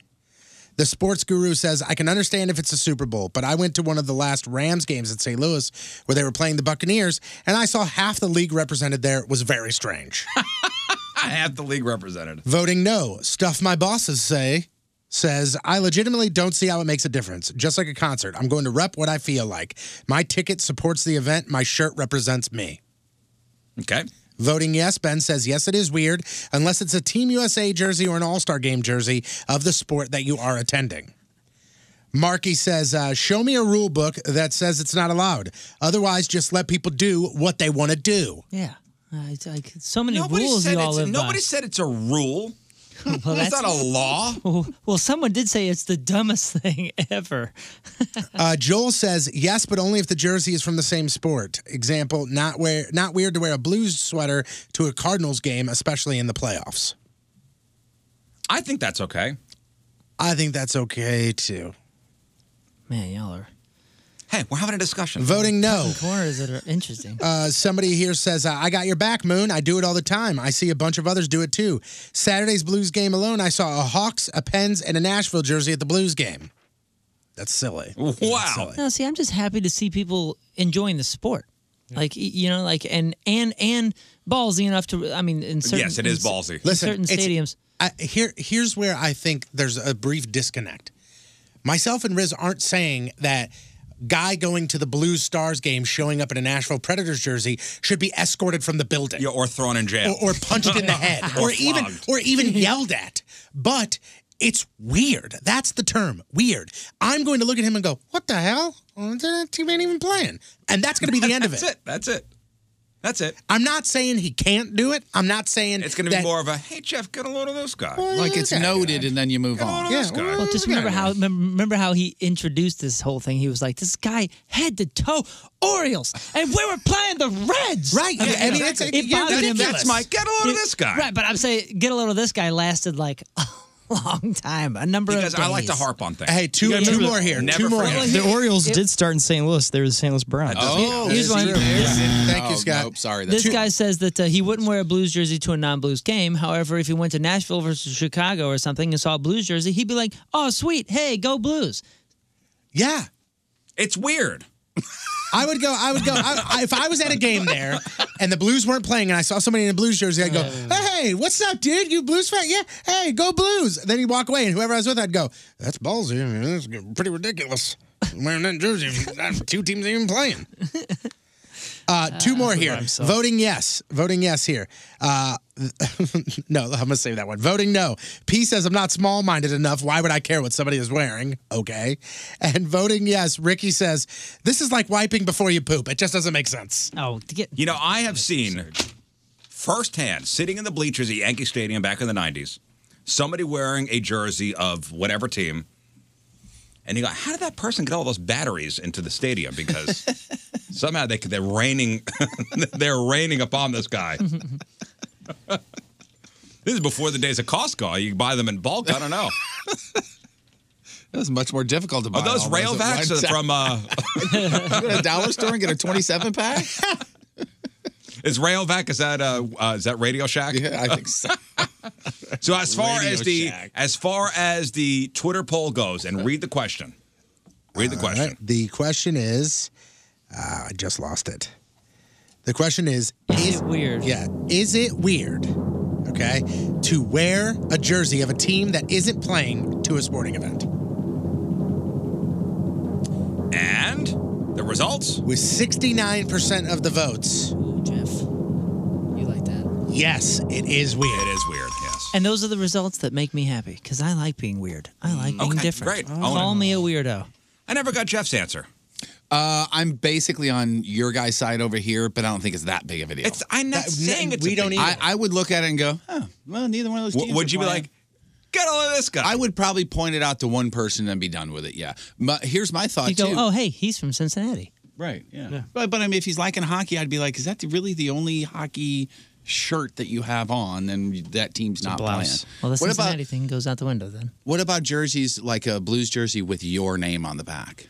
The sports guru says, I can understand if it's a Super Bowl, but I went to one of the last Rams games at St. Louis where they were playing the Buccaneers, and I saw half the league represented there. It was very strange.
I have the league represented.
Voting no. Stuff my bosses say says, I legitimately don't see how it makes a difference. Just like a concert, I'm going to rep what I feel like. My ticket supports the event, my shirt represents me.
Okay.
Voting yes, Ben says, yes, it is weird, unless it's a Team USA jersey or an All Star Game jersey of the sport that you are attending. Marky says, uh, show me a rule book that says it's not allowed. Otherwise, just let people do what they want to do.
Yeah. Uh, it's like so many
Nobody
rules
said
you all
it's-
live by.
nobody
said it's a rule.
[laughs] well,
It's not a law.
Well, well, someone did say it's the dumbest [laughs] thing ever.
Uh, Joel says yes, but only if the jersey is from the same sport. Example: not wear not weird to wear a Blues sweater to a Cardinals game, especially in the playoffs.
I think that's okay.
I think that's okay too.
Man, y'all are.
Hey, we're having a discussion.
Voting no.
Corners that are interesting.
Uh, somebody here says, I I got your back, Moon. I do it all the time. I see a bunch of others do it too. Saturday's Blues game alone, I saw a Hawks, a Pens, and a Nashville jersey at the Blues game. That's silly.
Wow.
No, see, I'm just happy to see people enjoying the sport. Like y- you know, like and and and ballsy enough to. I mean, in certain
Yes, it is
in cer-
ballsy.
in certain
it's-
stadiums.
I, here, here's where I think there's a brief disconnect. Myself and Riz aren't saying that guy going to the Blues Stars game showing up in a Nashville Predators jersey should be escorted from the building.
or thrown in jail.
Or, or
[laughs]
punched in the head.
Or
or even
flogged. [laughs]
or even yelled at. But it's weird. That's the term. Weird. I'm going to look at him and go, what the hell? Well, That team ain't even playing. And that's going to be the end of it.
[laughs] That's it. That's it. That's it.
I'm not saying he can't do it. I'm not saying
It's going to be more of a [laughs] hey Jeff, get a load of this guy.
like it's noted and then you move on.
Yeah, this guy.
Well, just remember how mem- remember how he introduced this whole thing. He was like, "This guy head to toe Orioles, and we were playing the Reds."
Right.
mean,
I mean,
you know,
it's-
it
you're
bothered him.
ridiculous. That's my, "Get a load of this guy."
Right, but I'm saying get a load of this guy lasted like [laughs] a long time, a number
Because
of.
I like to
days.
harp on things.
Hey, two,
Yeah,
two
remember-
more here.
Never
two more.
forget. Oh,
here.
The Orioles
it-
did start in St. Louis. They were the St. Louis Browns.
Here's one. This-
Thank you, Scott.
Oh, sorry.
This guy says that uh, he wouldn't wear a Blues jersey to a non-Blues game. However, if he went to Nashville versus Chicago or something and saw a Blues jersey, he'd be like, "Oh, sweet, hey, go Blues!"
Yeah.
It's weird.
I would go. I would go. I, I- if I was at a game there and the Blues weren't playing, and I saw somebody in a Blues jersey, I'd go,
Uh.
"Hey, what's up, dude? You Blues fan? Yeah. Hey, go Blues!" And then he'd walk away, and whoever I was with, I'd go, "That's ballsy. I mean, that's pretty ridiculous. I'm wearing that jersey. if I'm- Two teams ain't even playing." Uh, two more here. Voting yes. Voting yes here. Uh, [laughs] no, I'm going to save that one. Voting no. P says, I'm not small minded enough. Why would I care what somebody is wearing? Okay. And voting yes, Ricky says, this is like wiping before you poop. It just doesn't make sense.
Oh, get
You know, I have seen firsthand, sitting in the bleachers at Yankee Stadium back in the 90s, somebody wearing a jersey of whatever team. And you go, how did that person get all those batteries into the
[laughs]
stadium? Because somehow they, they're raining, [laughs] they're raining upon
[laughs]
this guy. this is before the days of Costco. You buy them in bulk. I
[laughs]
don't know.
It was much more difficult to buy.
Are those
all
rail
those at
backs
one time.
from? Uh,
you go to a dollar store and get a 27 pack?
is Railback? Is that uh, uh, is that Radio Shack? Yeah, I think so. [laughs] so as far
Radio
as the
Shack.
as far as the Twitter poll goes, and read the question. Read the
All
question.
right. The question is uh, I just lost it. The question is Is
it weird?
Yeah. Is it weird, okay, to wear a jersey of a team that isn't playing to a sporting event?
And the results?
With 69% of the votes,
Ooh, Jeff, you like that?
yes, it is weird.
It is weird. Yes.
And those are the results that make me happy because I like being weird. I like
Mm,
being
Okay,
different.
great. I
Call
wanna-
me a weirdo.
I never got Jeff's answer.
Uh, I'm basically on your guy's side over here, but I don't think it's that big of a deal.
It's, I'm not saying it's. a big-
I, I would look at it and go, huh, well, neither one of those.
W-
teams
would
are
you be
playing.
like, get all of this guy?
I would probably point it out to one person and be done with it. Yeah. But here's my thought
You go,
too.
oh hey, he's from Cincinnati.
Right. Yeah. But, but I mean, if he's liking hockey, I'd be like, is that really the only hockey shirt that you have on? And that team's not
blouse.
playing.
Well, the
what
Cincinnati
about
thing goes out the window then.
what about jerseys like a Blues jersey with your name on the back?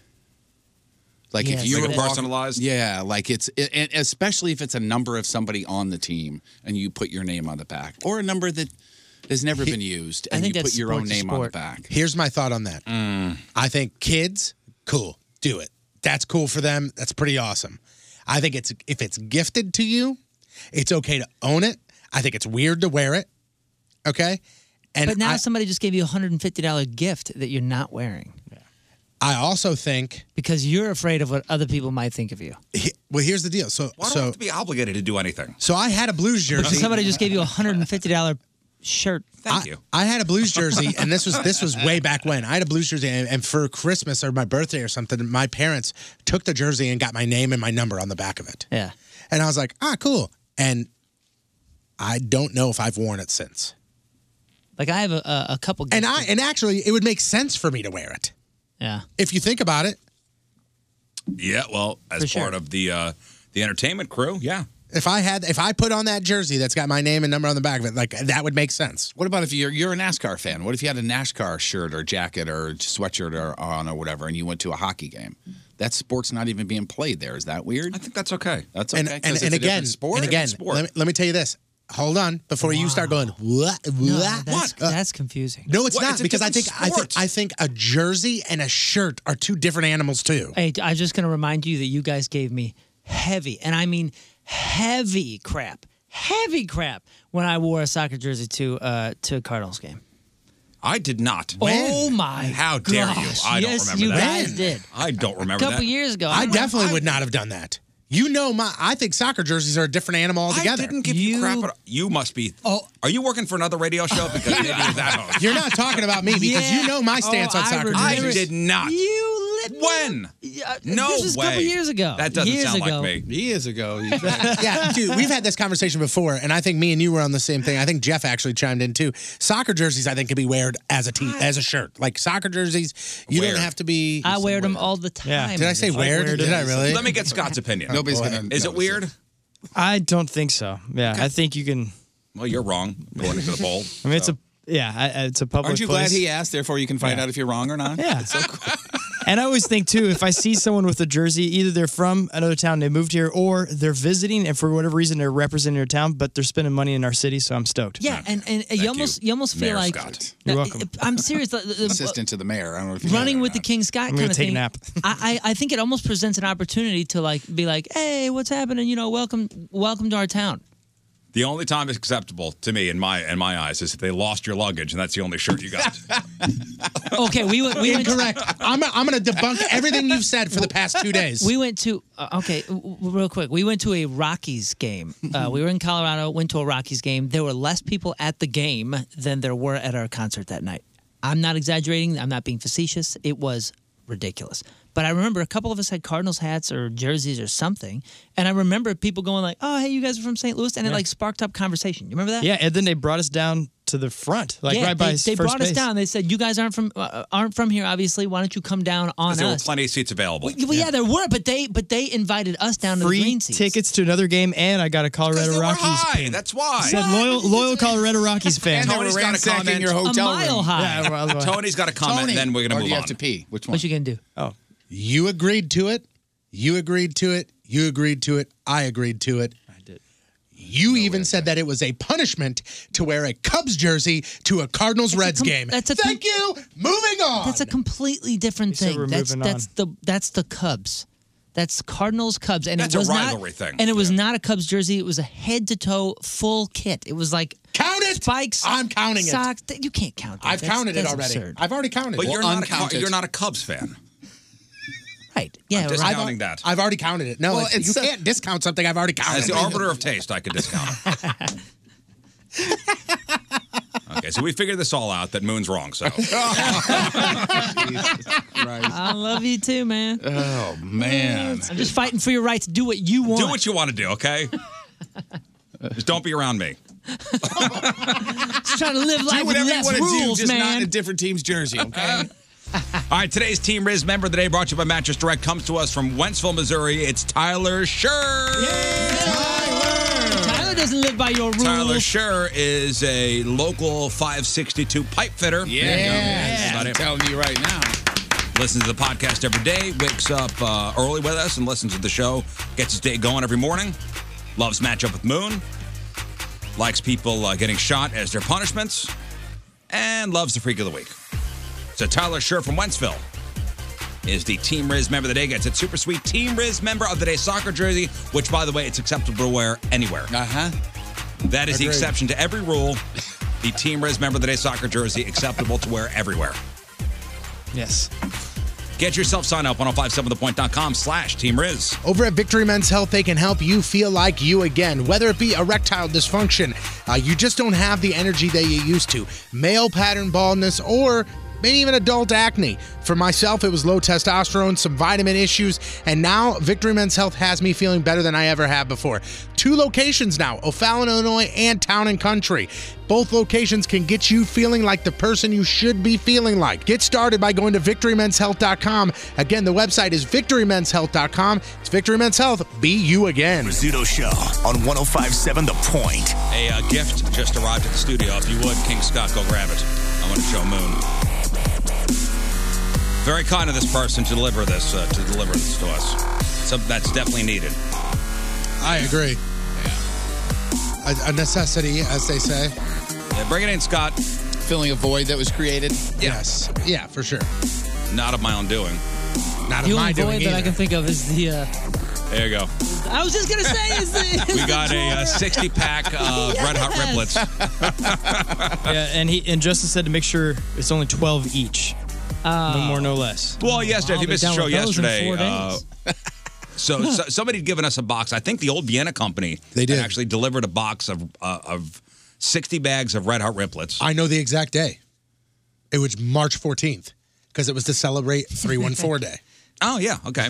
Like
Yes.
if you
Like
were
a
walk-
personalized?
yeah. Like it's it, and especially if it's a number of somebody on the team and you put your name on the back, or a number that has never been used
I
and
think
you
that's
put your own
sport to
name on the
sport.
back.
Here's my thought on that.
Mm.
I think kids, cool, do it. That's cool for them. That's pretty awesome. I think it's if it's gifted to you, it's okay to own it. I think it's weird to wear it. Okay. And
but now
I-
somebody just gave you a hundred and fifty dollar gift that you're not wearing.
I also think
because you're afraid of what other people might think of you.
Well, here's the deal. So,
Why do I
so,
have to be obligated to do anything?
so I had a Blues jersey.
Somebody just gave you a hundred and fifty dollar shirt.
Thank you. I had a Blues jersey, and this was this was way back when. I had a Blues jersey, and, and for Christmas or my birthday or something, my parents took the jersey and got my name and my number on the back of it.
Yeah.
And I was like, ah, cool. And I don't know if I've worn it since.
Like I have a, a, a couple.
And I and actually, it would make sense for me to wear it
Yeah.
if you think about it.
Yeah, well, as
For sure.
part of the uh, the entertainment crew, yeah.
If I had, if I put on that jersey that's got my name and number on the back of it, like that would make sense.
What about if you're you're a NASCAR fan? What if you had a NASCAR shirt or jacket or sweatshirt or on or whatever, and you went to a hockey game? That sport's not even being played there. Is that weird? I
think that's okay.
That's okay.
And
'cause
and,
it's
and
a
again,
different sport.
and again, let me, let me tell you this. Hold on before you start going. What? what?
That's, that's confusing.
No, it's not because I think I think I think a jersey and a shirt are two different animals too.
Hey, I'm just going to remind you that you guys gave me heavy, and I mean heavy crap, heavy crap when I wore a soccer jersey to uh, to a Cardinals game.
I did not.
Oh my!
How dare you?
gosh.
I don't
yes,
remember
you
that.
guys did.
I don't remember
couple
that.
years ago.
I,
I
definitely would not have done that. You know, my I think soccer jerseys are a different animal altogether.
I didn't give you, crap. At all. You must be. Oh, are you working for another radio show? Because maybe you're that host.
You're not talking about me because you know my stance on soccer
I,
jerseys.
did not.
You
when? no
uh, this was a
way.
couple years ago.
That doesn't
Years
sound
ago.
like me. Years ago.
[laughs]
[laughs]
yeah, dude, [laughs] we've had this conversation before, and I think me and you were on the same thing. I think Jeff actually chimed in too. Soccer jerseys, I think, can be weared as a tee, as a shirt. Like soccer jerseys, you
Wear.
don't have to be.
I wear them all the time.
Did I say wear? Did I really?
Let me get Scott's opinion.
Nobody's Oh, boy. gonna
Is it weird?
I don't think so. Yeah, I think you can.
Well, you're wrong. According to the poll.
I mean, it's a yeah, I, I- it's a public.
Aren't you
place.
glad he asked? Therefore, you can find
Yeah.
out if you're wrong or not.
Yeah. [laughs] And I always think too, if I see someone with a jersey, either they're from another town, they moved here, or they're visiting, and for whatever reason they're representing their town, but they're spending money in our city, so I'm stoked.
Yeah, and, and you almost you, almost feel
Mayor
like
Scott.
No,
You're welcome.
I- I'm serious. The- the- the-
Assistant to the mayor. I don't know if you
running with the King Scott
I'm gonna
kind of
take a
thing.
nap.
I, I I think it almost presents an opportunity to like be like, hey, what's happening? You know, welcome welcome to our town.
The only time it's acceptable to me in my in my eyes is if they lost your luggage and that's the only shirt you
[laughs]
got.
Okay, we went. We went
Incorrect. I'm, I'm going to debunk everything you've said for the past two days.
We went to uh, okay, w- w- real quick. We went to a Rockies game. Uh, we were in Colorado. Went to a Rockies game. There were less people at the game than there were at our concert that night. I'm not exaggerating. I'm not being facetious. It was ridiculous. But I remember a couple of us had Cardinals hats or jerseys or something, and I remember people going like, "Oh, hey, you guys are from St. Louis," and it
Yeah.
like sparked up conversation. You remember that?
Yeah, and then they brought us down to the front, like
Uh, Yeah,
right by
they, they
first
brought us
base.
down. They said, "You guys aren't from uh, aren't from here, obviously. Why don't you come down on
there were
us?"
plenty of seats available.
Well, yeah. there were, but they but they invited us down to the
Free
green seats.
tickets to another game, and I got a Colorado Rockies.
high.
pin.
That's why.
Said loyal, loyal
[laughs]
Colorado Rockies fan.
Tony's got a comment.
Yeah, well, well.
Tony's got a comment.
Tony,
then we're
or
gonna
do
move
you
on.
have to pee?
Which
What you gonna do?
Oh,
you agreed to it. You agreed to it. You agreed to it. I agreed to it. I did. You even said that it was a punishment to wear a Cubs jersey to a Cardinals Reds
com-
game.
that's a com-
Thank you. Moving on.
That's a completely different
said
thing.
we're
that's
moving
that's the that's the Cubs. That's Cardinals Cubs, and
That's
it
a
was
rivalry
not,
thing.
And it was not a Cubs jersey. It was a head to toe full kit. It was like
count it.
Spikes.
I'm counting it.
socks. Th- You can't count. That.
I've
That's-
counted it
that's
already.
absurd.
I've already counted.
But
it.
you're not, a, Cub- you're not a Cubs fan.
Right. Yeah.
I'm
I've,
discounting
al-
that.
I've already counted it. No,
Well,
it's, you
it's, uh,
can't discount something I've already counted.
As the arbiter of taste, I could discount.
[laughs]
it. okay, so we figured this all out that Moon's wrong.
[laughs]
So
I love you too,
[laughs]
man.
Oh man.
I'm just fighting for your right to do what you want.
do what you want to do.
[laughs]
Okay. Just don't be around me.
Just trying to live life with less rules, man.
different team's jersey,
[laughs]
okay? All right, today's Team Riz member of the day brought to you by Mattress Direct comes to us from Wentzville, Missouri. It's Tyler Scher.
Tyler doesn't live by your rules.
Tyler Scher is a local 562 pipe fitter.
Yeah. Yeah. I'm telling
you right now. Listens to the podcast every day, wakes up uh, early with us and listens to the show, gets his day going every morning, loves matchup with Moon, likes people uh, getting shot as their punishments, and loves the Freak of the Week. So Tyler Scher from Wentzville is the Team Riz member of the day. Gets it super sweet Team Riz member of the day soccer jersey, which by the way, it's acceptable to wear anywhere. Uh huh. That is the
Agreed.
exception to every rule. The Team Riz member of the day soccer jersey acceptable to wear everywhere.
Yes.
Get yourself signed up 1057thepoint.com slash Team Riz.
Over at Victory Men's Health, they can help you feel like you again, whether it be erectile dysfunction, uh, you just don't have the energy that you used to, male pattern baldness, or maybe even adult acne. For myself, it was low testosterone, some vitamin issues, and now Victory Men's Health has me feeling better than I ever have before. Two locations now O'Fallon, Illinois, and Town and Country. Both locations can get you feeling like the person you should be feeling like. Get started by going to victorymenshealth.com. Again, the website is victorymenshealth.com. It's Victory Men's Health. Be you again.
Rizzuto Show on 1057 The Point.
A uh, gift just arrived at the studio. If you would, King Scott, go grab it. I want to show Moon. Very kind of this person to deliver this uh, to deliver this to us. Something that's definitely needed.
I agree. A, a necessity, as they say.
Yeah, bring it in, Scott.
Filling a void that was created.
Yes. Yeah, for sure.
Not of my own doing.
Not
the only void that I can think of is the. Uh,
There
[laughs]
you go.
I was just gonna say is the.
[laughs] We got a 60 pack
uh,
[laughs]
[laughs]
of Red Hot Riblets. [laughs]
yeah, and he and Justin said to make sure it's only twelve each.
Oh.
no more, no less.
Well, yesterday, if
I'll
you
be
missed the
done
show
with those in
yesterday, uh,
four
[laughs] so, so somebody had given us a box. I think the old Vienna company they did actually delivered a box of uh, of 60 bags of Red Heart Riplets.
I know the exact day. It was March 14th because it was to celebrate 314 Day.
Oh yeah, okay.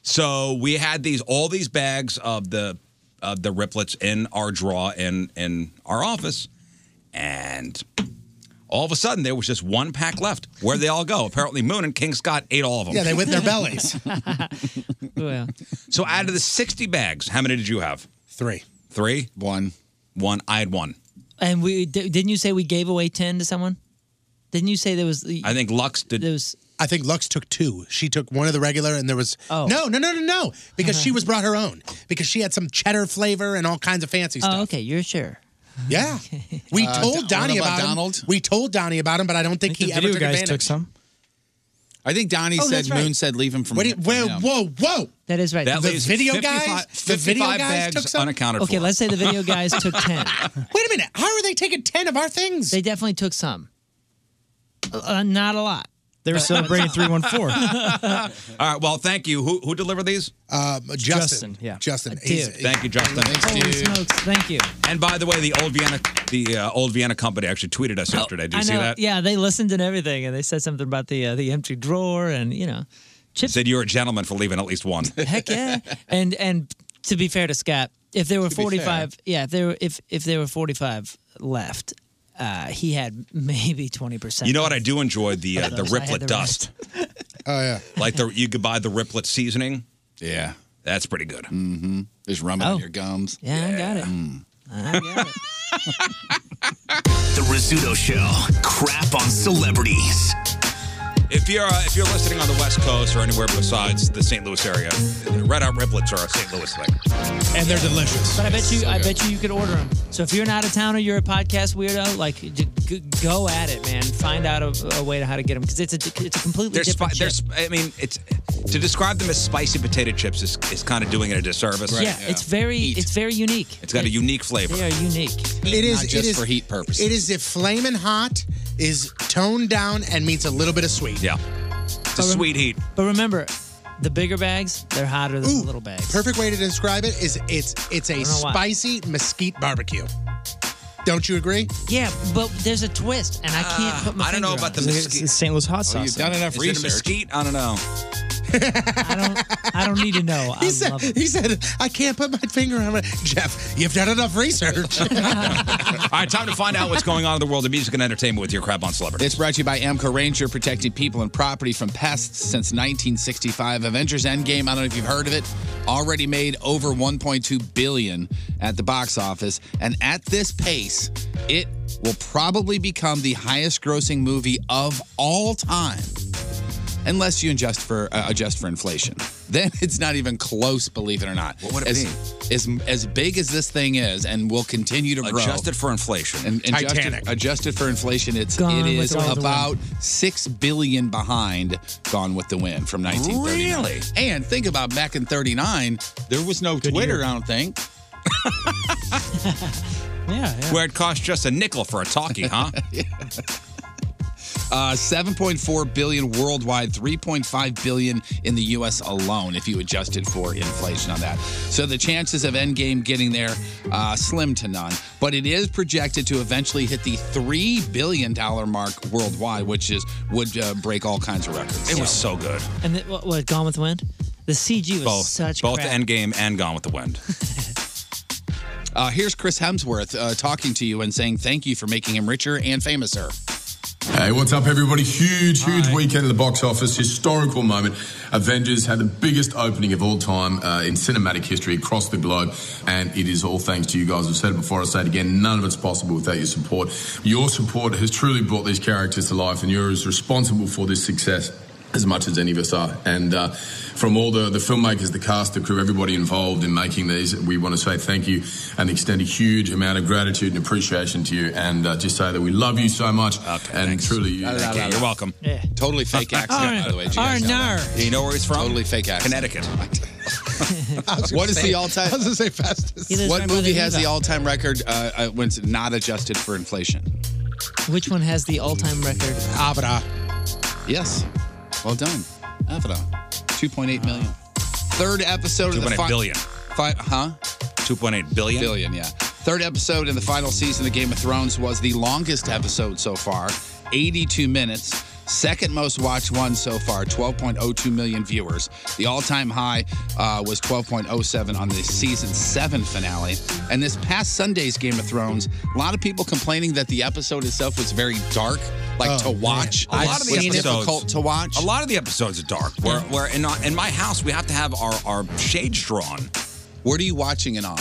so we had these all these bags of the of the Riplets in our draw in in our office, and all of a sudden there was just one pack left. Where they all go? Apparently Moon and King Scott ate all of them.
Yeah,
[laughs]
they went in
[laughs]
their bellies.
yeah.
So out of the 60 bags, how many did you have?
Three.
Three? One. One. I had one.
And we di- didn't you say we gave away ten to someone? Didn't you say there was?
I think Lux did.
I think Lux took two. She took one of the regular, and there was
Oh. Uh-huh.
no, no, no, no, no, because she was brought her own because she had some cheddar flavor and all kinds of fancy stuff.
Oh, okay, you're sure. [laughs]
Yeah, we
Uh,
told
Don-
Donnie
what about
about,
Donald?
him. We told Donnie about him, but I don't think, he ever took advantage.
some.
I think Donnie
Oh,
said
that's right.
Moon said leave him from.
What do you- whoa, whoa, whoa!
That is right.
That
the
leaves
video
55
guys, the video
55
guys
bags
took some.
unaccounted
Okay, let's say the video guys
[laughs]
took ten.
Wait a minute. How are they taking ten of our things?
They definitely took some. Uh, not a lot.
They
[laughs]
were celebrating 314.
all right. Well, thank you. Who who delivered these?
Uh, Justin.
Justin. Yeah.
Justin.
Dude. Thank you, Justin.
Holy smokes! Thank you.
And by the way, the old Vienna the uh, old Vienna company actually tweeted us yesterday. Did you
Oh, I
see
know.
that?
Yeah, they listened and everything, and they said something about the uh, the empty drawer, and you know,
Said you're a gentleman for leaving at least
[laughs]
one.
heck yeah. and and to be fair to Scott, if there were
To be fair.
forty five, yeah, if there were, if if there were forty five left, uh, he had maybe twenty percent.
You know what I do enjoy the uh, the
Those, I had
riplet
the
dust.
Oh yeah.
[laughs]
Like the you could buy the riplet seasoning.
Yeah.
That's pretty good. Mm-hmm.
There's rum
Oh.
in your gums.
Yeah, I got it.
Mm.
I got it.
[laughs]
The Rizzuto Show. Crap on celebrities.
If you're uh, if you're listening on the West Coast or anywhere besides the St. Louis area, uh, Red Hot Riplets are a St. Louis thing.
And they're delicious.
But I bet you,
So
I
good.
bet you, you could order them. So if you're not out of town or you're a podcast weirdo, like j- g- go at it, man. Find out a, a way to how to get them because it's a it's a completely
They're, spi-
different.
they're
chip.
sp- I mean, it's to describe them as spicy potato chips is, is kind of doing it a disservice.
yeah, it's very it's very unique.
it's got a unique flavor.
They are unique.
It is
Not
it
just
is-
for heat purposes.
It is if flaming hot is toned down and means a little bit of sweet.
Yeah. It's
a But rem-
sweet
[laughs]
heat.
But remember, the bigger bags they're hotter than the little bags.
Perfect way to describe it is it's it's a
don't know why.
spicy mesquite barbecue. Don't you agree?
Yeah, but there's a twist, and I can't
Uh,
Ah,
put my.
I don't know about the
finger on it.
mesquite. It's- it's St. Louis hot Oh, sauce. you've done enough
Is It a
research.
mesquite? I don't know.
I don't need to know. I
[laughs] he said
love
he said I can't put my finger on it. Jeff, you've done
[laughs]
enough research.
All right, time to find out what's going on in the world of music and entertainment with your crap on celebrity.
It's brought to you by Amco Ranger, protecting people and property from pests since 1965. Avengers Endgame, I don't know if you've heard of it, already made over 1.2 billion at the box office, and at this pace, it will probably become the highest-grossing movie of all time. Unless you adjust for uh, adjust for inflation, [laughs] then it's not even close. Believe it or not, what
would it
as,
be?
As as big as this thing is, and will continue to grow.
Adjusted for inflation.
And, and adjusted- Adjusted, for inflation, it's
Gone
it
with
is
the Wind.
about six billion behind Gone with the Wind from 1939.
Really?
And think about back in '39, there was no Twitter.
year.
I don't think.
[laughs]
yeah, [laughs]
Where it cost just a nickel for a talkie, huh?
Uh, 7.4 billion worldwide, 3.5 billion in the U.S. alone, if you adjusted for inflation on that. So the chances of Endgame getting there uh, slim to none. But it is projected to eventually hit the three billion dollar mark worldwide, which is would uh, break all kinds of records.
It was so good.
And the, what, what? Gone with the Wind. The CG was
Both.
such
Both
crap.
and-
Endgame and Gone with the
[laughs]
Wind.
Uh, here's Chris Hemsworth uh, talking to you and saying thank you for making him richer and famouser.
Hey, what's up, everybody? Huge, huge weekend at the box office. Historical moment. Avengers had the biggest opening of all time uh, in cinematic history across the globe, and it is all thanks to you guys. I've said it before, I say it again. None of it's possible without your support. Your support has truly brought these characters to life, and you're as responsible for this success as much as any of us are. And uh, from all the, the filmmakers, the cast, the crew, everybody involved in making these, we want to say thank you and extend a huge amount of gratitude and appreciation to you and uh, just say that we love you so much. and truly, you,
Thank you. You're
welcome.
Yeah.
Totally [laughs] fake accent, by the way. Do you guys know
Arnar.
that?
Do you know where he's from?
Totally fake accent.
Connecticut.
What is the all-time? I was gonna say fastest. What movie has the all-time record uh, uh, when it's not adjusted for inflation?
Which one has the all-time record?
Abra. Yes. Well done. Avada. 2.8 million. Third episode of the
2.8
fi-
billion.
Fi- huh?
2.8 billion?
Billion, yeah. Third episode in the final season of Game of Thrones was the longest episode so far, 82 minutes. Second most watched one so far, 12.02 million viewers. The all time high uh, was 12.07 on the season seven finale. And this past Sunday's Game of Thrones, a lot of people complaining that the episode itself was very dark, like to watch.
A lot of the
was
episodes
difficult to watch.
A lot of the episodes are dark. Where, where in, our- in my house we have to have our, our shades drawn.
What are you watching it on?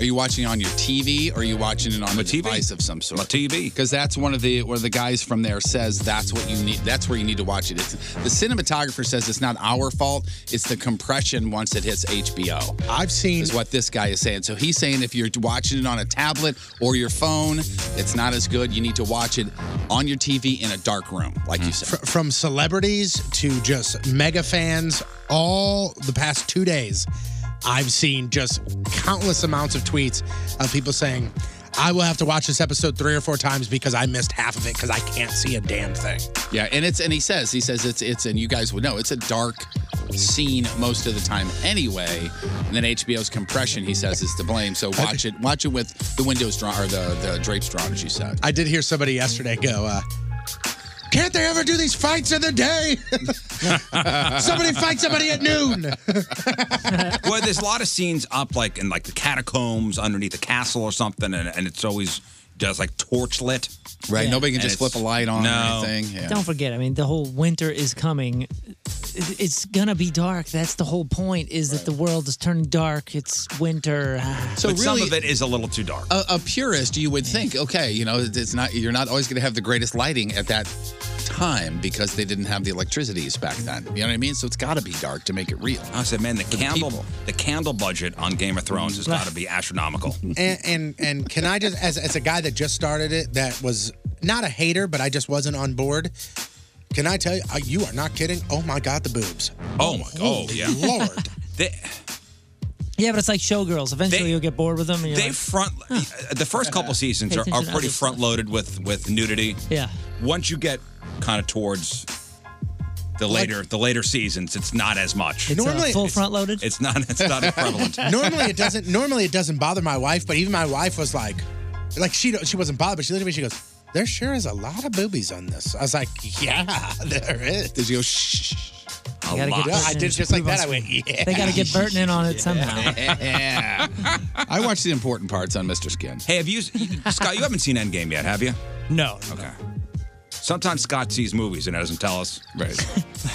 Are you watching it on your TV or are you watching it on a, device of some sort? A
TV.
Because that's one of the one of the guys from there says that's what you need. That's where you need to watch it. It's, the cinematographer says it's not our fault. It's the compression once it hits HBO.
I've seen
is what this guy is saying. So he's saying if you're watching it on a tablet or your phone, it's not as good. You need to watch it on your TV in a dark room, like you said.
Fr- from celebrities to just mega fans all the past two days i've seen just countless amounts of tweets of people saying i will have to watch this episode three or four times because i missed half of it because i can't see a damn thing
Yeah, and it's and he says he says it's it's and you guys would know it's a dark scene most of the time anyway. And then HBO's compression he says is to blame. So watch it watch it with the windows drawn or the the drapes drawn as you said.
i did hear somebody yesterday go uh, can't they ever do these fights in the day [laughs] somebody fight somebody at noon
well, there's a lot of scenes up like in like the catacombs underneath the castle or something, and, and it's always just like torch lit.
Right, Yeah. nobody can
And
just
it's-
flip a light on or
no.
anything,
Don't forget, I mean, the whole winter is coming. It- It's gonna be dark. That's the whole point. Is that the world is turning dark? It's winter.
So
but some
really-
of it is a little too dark.
A, a purist, you would think, okay, you know, it's not you're not always going to have the greatest lighting at that time because they didn't have the electricities back then. You know what I mean? So it's got to be dark to make it real.
I said, man, the candle the candle budget on Game of Thrones has got to be
[laughs]
astronomical.
and and and can I just as as a guy that just started it that was not a hater but I just wasn't on board. Can I tell you? uh, You are not kidding. Oh my God, the boobs.
Oh my, oh
Holy
yeah,
Lord.
They,
Yeah, but it's like showgirls. Eventually, you'll get bored with them. And you're
they
like,
front Uh, the first couple seasons
Pay
are, are
attention to
pretty
other
front loaded with with nudity.
[laughs] yeah.
Once you get kind of towards the later the later seasons, it's not as much.
It's, uh, Normally- full front
loaded.
It's not it's [laughs] not
[laughs]
as prevalent.
normally it doesn't. Normally it doesn't bother my wife, but even my wife was like, like she don't- she wasn't bothered. But she looked at me. She goes, "There sure is a lot of boobies on this." I was like, "Yeah, [laughs] there is." Did
you go shh?
A lot. Yeah, I did just like that. I went, "Yeah."
They gotta get Burton in on it somehow.
Yeah. I watched the important parts on Mr. Skin.
Hey, have you, Scott? You haven't seen Endgame yet, have you?
No.
Okay. Sometimes Scott sees movies and doesn't tell us.
Right.
[laughs]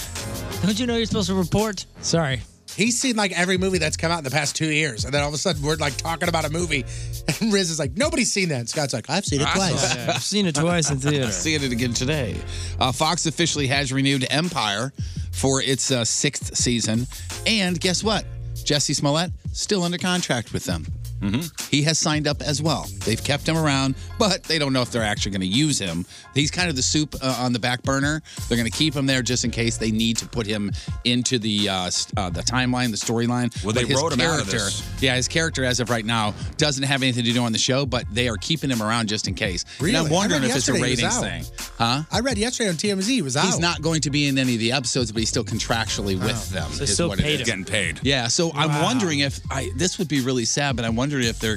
Don't you know you're supposed to report? Sorry.
He's seen like every movie that's come out in the past two years, and then all of a sudden we're like talking about a movie, [laughs] and Riz is like, "Nobody's seen that." And Scott's like, "I've seen it twice."
I've seen it twice in [laughs] theater. Seeing it again today. Uh, Fox officially has renewed Empire for its uh, sixth season, and guess what? Jesse Smollett still under contract with them.
Mm-hmm.
He has signed up as well. They've kept him around, but they don't know if they're actually going to use him. He's kind of the soup uh, on the back burner. They're going to keep him there just in case they need to put him into the uh, s- uh, the timeline, the storyline.
Well,
But
they
his
wrote him out of
character-
this.
Yeah, his character as of right now doesn't have anything to do on the show, but they are keeping him around just in case. And
Really?
I'm
I
wondering
read
if it's a
yesterday he was
ratings
out.
thing, huh?
I read yesterday on TMZ he was out.
He's not going to be in any of the episodes, but he's still contractually with
Oh.
them.
So
is
still
what it
paid
is.
him. Getting
paid.
Yeah. So I'm
Wow.
wondering if I this would be really sad, but I'm wondering if they're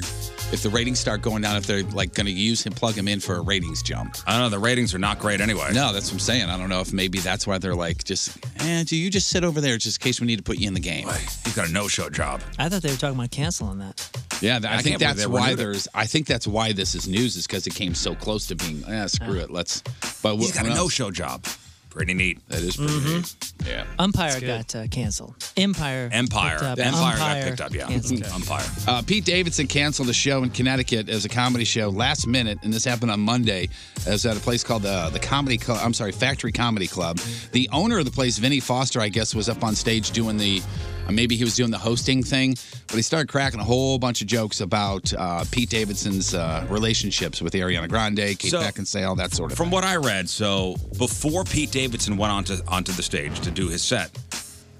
if the ratings start going down, if they're like going to use him, plug him in for a ratings jump.
I don't know. The ratings are not great anyway.
No, that's what I'm saying. I don't know if maybe that's why they're like, just, eh, do you just sit over there just in case we need to put you in the game?
He's got a no-show job.
I thought they were talking about canceling that.
Yeah, th-
I
I, think
can't believe
that's
they
why
renewed it.
there's. I think that's why this is news is because it came so close to being. Ah, screw it. Let's. But
He's got a
no-show job.
Pretty neat. Mm-hmm.
That is pretty neat. Yeah.
Umpire got uh, canceled. Empire.
Empire.
picked up.
The Empire got
Umpire
picked up, yeah.
canceled.
Okay. Uh, Pete Davidson canceled a show in Connecticut as a comedy show last minute, and this happened on Monday. As at a place called uh, the the Comedy Club. I'm sorry, Factory Comedy Club. The owner of the place, Vinny Foster, I guess, was up on stage doing the. uh, Maybe he was doing the hosting thing, but he started cracking a whole bunch of jokes about uh, Pete Davidson's uh, relationships with Ariana Grande, Kate
So-
Beckinsale, that sort of
From what I read, so before Pete Davidson went onto onto the stage to do his set,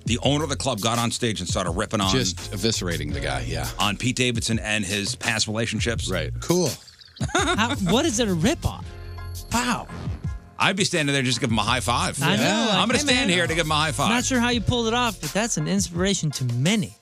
the owner of the club got on stage and started ripping on
Just eviscerating the guy. Yeah,
on Pete Davidson and his past relationships. Right.
Cool.
[laughs] How, what is it a rip on? Wow.
I'd be standing there just give him a high five.
I know. like,
I'm gonna
hey,
stand
man,
here to give him a high five.
Not sure how you pulled it off, but that's an inspiration to many.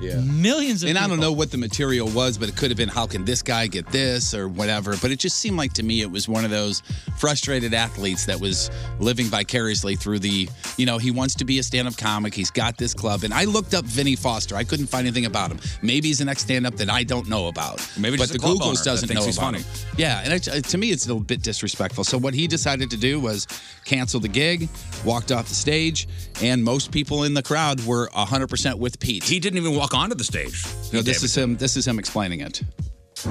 Yeah.
Millions of
And I don't
people.
know what the material was, but it could have been how can this guy get this or whatever. But it just seemed like to me it was one of those frustrated athletes that was living vicariously through the, you know, he wants to be a stand up comic. He's got this club. And I looked up Vinny Foster. I couldn't find anything about him. Maybe he's an ex stand up that I don't know about.
Maybe
but
just a
the
club owner
Googles
that
doesn't
thinks
know
he's
about
funny.
him. Yeah, and it, to me, it's a little bit disrespectful. So what he decided to do was cancel the gig, walked off the stage, and most people in the crowd were 100% with Pete. He
didn't even walk onto the stage.
No, this is him. This is him explaining it.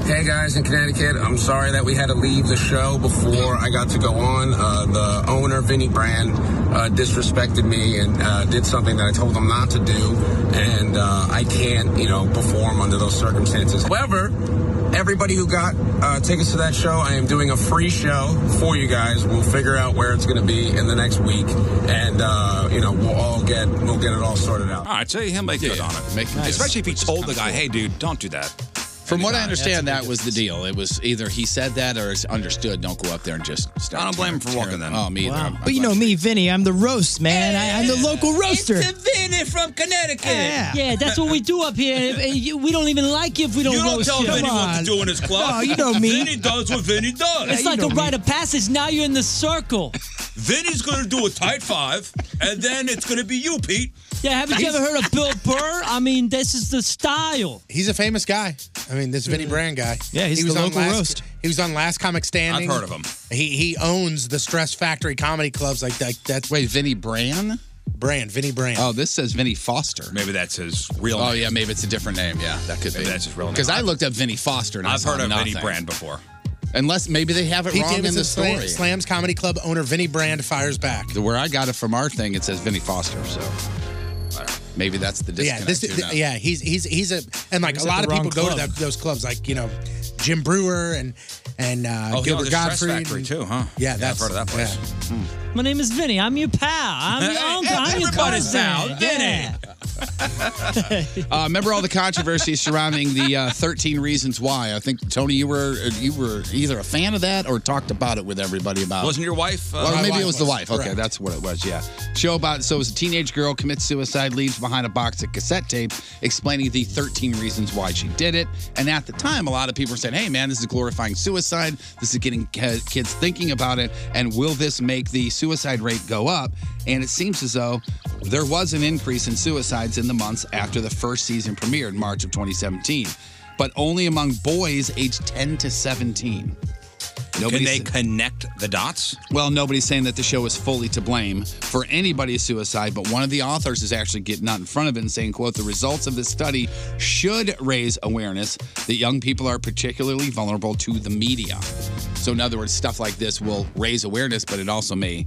Hey guys in Connecticut, I'm sorry that we had to leave the show before I got to go on. Uh, the owner, Vinny Brand, uh, disrespected me and uh, did something that I told him not to do, and uh, I can't, you know, perform under those circumstances. However, everybody who got uh, tickets to that show, I am doing a free show for you guys. We'll figure out where it's going to be in the next week, and uh, you know, we'll all get we'll get it all sorted out.
All right, so he'll make good on it.
Make
Nice.
Especially if he told the guy, hey, dude, don't do that.
From what I understand, that was the deal. It was either he said that or it's understood. Don't go up there and just. Stop I don't blame him for walking then. Oh, me either. I'm-
But you know me, Vinny. I'm the roast man. I, I'm the local roaster.
Vinny from Connecticut.
Yeah.
Yeah, that's what we do up here. If- if you- we don't even like you if we don't
You don't
roast
tell
you.
Vinny
Come
what to
on.
do in his club.
Oh, you know me.
Vinny does what Vinny does.
It's like a rite of passage. Now you're in
[laughs]
the circle.
Vinny's going to do a tight five, and then it's going to be you, Pete.
Yeah,
[laughs]
haven't you ever heard of Bill Burr? I mean, this is the style.
He's a famous guy. [laughs] I mean, this Vinny Brand guy.
Yeah, he's
he was
the
on
local
last,
roast.
He was on Last Comic Standing.
I've heard of him.
He he owns the Stress Factory comedy clubs. Like that. That's
wait, Vinny Brand.
Brand, Vinny Brand.
Oh, this says Vinny Foster.
Maybe that's his real
Oh,
name.
yeah, maybe it's a different name. Yeah, that could
Maybe
be.
that's his real name.
Because I looked up Vinny Foster and I
I've
saw
heard of Vinny
nothing.
Brand before.
Unless maybe they have it
Pete
wrong in the
Davidson
story.
Slam- slams comedy club owner Vinny Brand fires back.
Where I got it from our thing, it says Vinny Foster. So I don't know. maybe that's the disconnect.
yeah, this
Who knows?
yeah, he's he's he's a and like
He's
a
at the
lot of people
wrong
go to
club.
that, those clubs like you know Jim Brewer and and uh,
oh,
Gilbert
Gilbert
Godfrey.
Factory,
and-
too, huh?
Yeah, that's
I've heard of that place.
My name is Vinny. I'm your pal. I'm your
Hey,
uncle. I'm your
everybody's
cousin.
now Vinny.
Uh, remember all the
[laughs]
controversy surrounding the uh, 13 Reasons Why? I think Tony, you were uh, you were either a fan of that or talked about it with everybody about.
Uh, Wasn't your wife?
Well, maybe it was the wife. Okay,
Correct.
that's what it was. Yeah. Show about so it was a teenage girl commits suicide, leaves behind a box of cassette tape explaining the 13 reasons why she did it. And at the time, a lot of people were saying, "Hey, man, this is glorifying suicide. This is getting ki- kids thinking about it. And will this make the suicide rate go up?" And it seems as though there was an increase in suicides in the months after the first season premiered in March of 2017, but only among boys aged 10 to 17.
Can
Nobody's-
they connect the dots?
well, nobody's saying that the show is fully to blame for anybody's suicide, but one of the authors is actually getting out in front of it and saying, quote, the results of this study should raise awareness that young people are particularly vulnerable to the media. So in other words, stuff like this will raise awareness, but it also may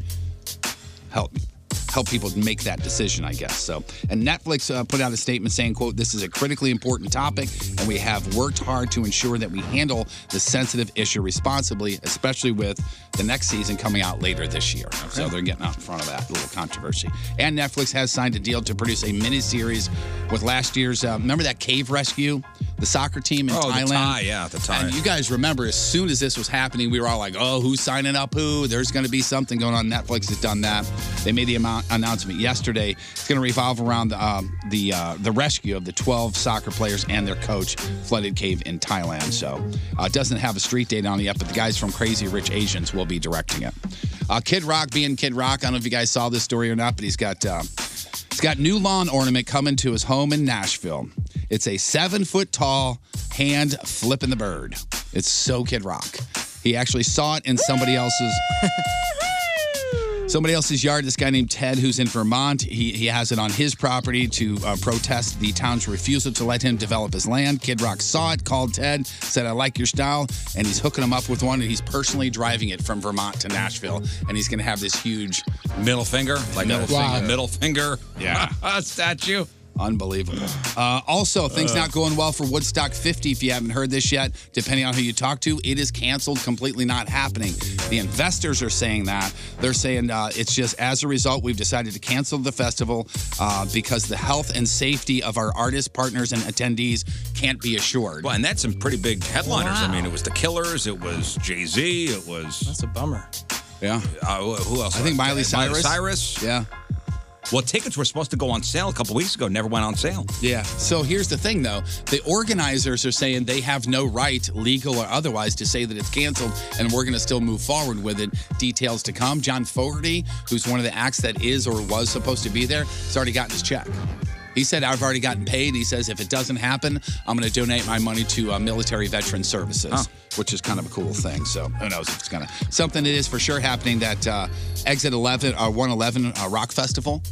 help help people make that decision, I guess. So, and Netflix uh, put out a statement saying, "quote This is a critically important topic, and we have worked hard to ensure that we handle the sensitive issue responsibly, especially with the next season coming out later this year." So they're getting out in front of that little controversy. And Netflix has signed a deal to produce a miniseries with last year's. Uh, remember that cave rescue, the soccer team in
Oh, the
Thailand.
Thai, yeah, the Thai.
And you guys remember, as soon as this was happening, we were all like, "Oh, who's signing up? Who? There's going to be something going on." Netflix has done that. They made the amount announcement yesterday. It's going to revolve around the um, the, uh, the rescue of the 12 soccer players and their coach flooded cave in Thailand. So uh, it doesn't have a street date on it yet, but the guys from Crazy Rich Asians will be directing it. Uh, Kid Rock being Kid Rock. I don't know if you guys saw this story or not, but he's got. Uh, He's got new lawn ornament coming to his home in Nashville. It's a seven foot tall hand flipping the bird. It's so Kid Rock. He actually saw it in somebody else's. Somebody else's yard. This guy named Ted, who's in Vermont, he, he has it on his property to uh, protest the town's refusal to let him develop his land. Kid Rock saw it, called Ted, said, I like your style, and he's hooking him up with one, and he's personally driving it from Vermont to Nashville, and he's going to have this huge
middle finger, like
middle
a
finger.
middle finger.
[laughs] Yeah.
statue.
Unbelievable. Uh, also, things
Ugh.
not going well for Woodstock 50. If you haven't heard this yet, depending on who you talk to, it is canceled, completely not happening. The investors are saying that. They're saying uh, it's just as a result, we've decided to cancel the festival uh, because the health and safety of our artists, partners, and attendees can't be assured.
Well, and that's some pretty big headliners. I mean, it was The Killers, it was Jay Z, it was. That's a bummer.
Yeah.
Uh, wh- who else?
I think Miley Cyrus.
Cyrus.
Yeah.
Well, tickets were supposed to go on sale a couple weeks ago. Never went on sale.
Yeah. So here's the thing, though. The organizers are saying they have no right, legal or otherwise, to say that it's canceled and we're going to still move forward with it. Details to come. John Fogerty, who's one of the acts that is or was supposed to be there, has already gotten his check. He said, I've already gotten paid. He says, if it doesn't happen, I'm going to donate my money to uh, military veteran services, which is kind of a cool thing. So who knows if it's going to. Something that is for sure happening that uh, Exit 11, uh, 111 uh, Rock Festival.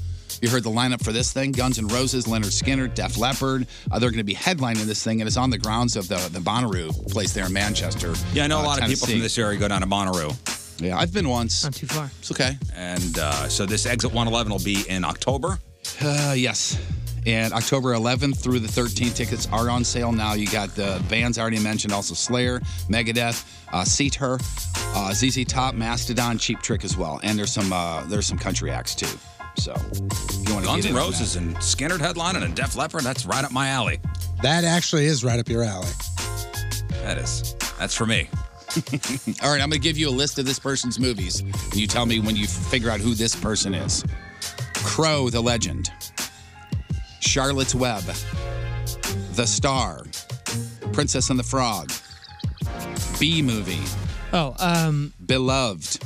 You heard the lineup for this thing Guns N' Roses, Leonard Skinner, Def Leppard. Uh, they're going to be headlining this thing, and it's on the grounds of the, the Bonnaroo place there in Manchester.
Yeah, I know a
uh,
lot of people
Tennessee.
from this area go down to Monterey.
Yeah, I've been once.
Not too far.
It's okay.
And uh, so this exit 111 will be in October.
Uh, yes. And October 11th through the 13th, tickets are on sale now. You got the bands I already mentioned, also Slayer, Megadeth, uh, Seat Her, uh, ZZ Top, Mastodon, Cheap Trick as well. And there's some uh, there's some country acts too. So if you want to
Guns
get in on
N' Roses and Skinner headlining and Def Leppard. That's right up my alley.
That actually is right up your alley.
That is. That's for me.
that. [laughs] All right, I'm going to give you a list of this person's movies. And you tell me when you figure out who this person is. Crow, the legend. Charlotte's Web. The Star. Princess and the Frog. B movie.
Oh, um,
Beloved.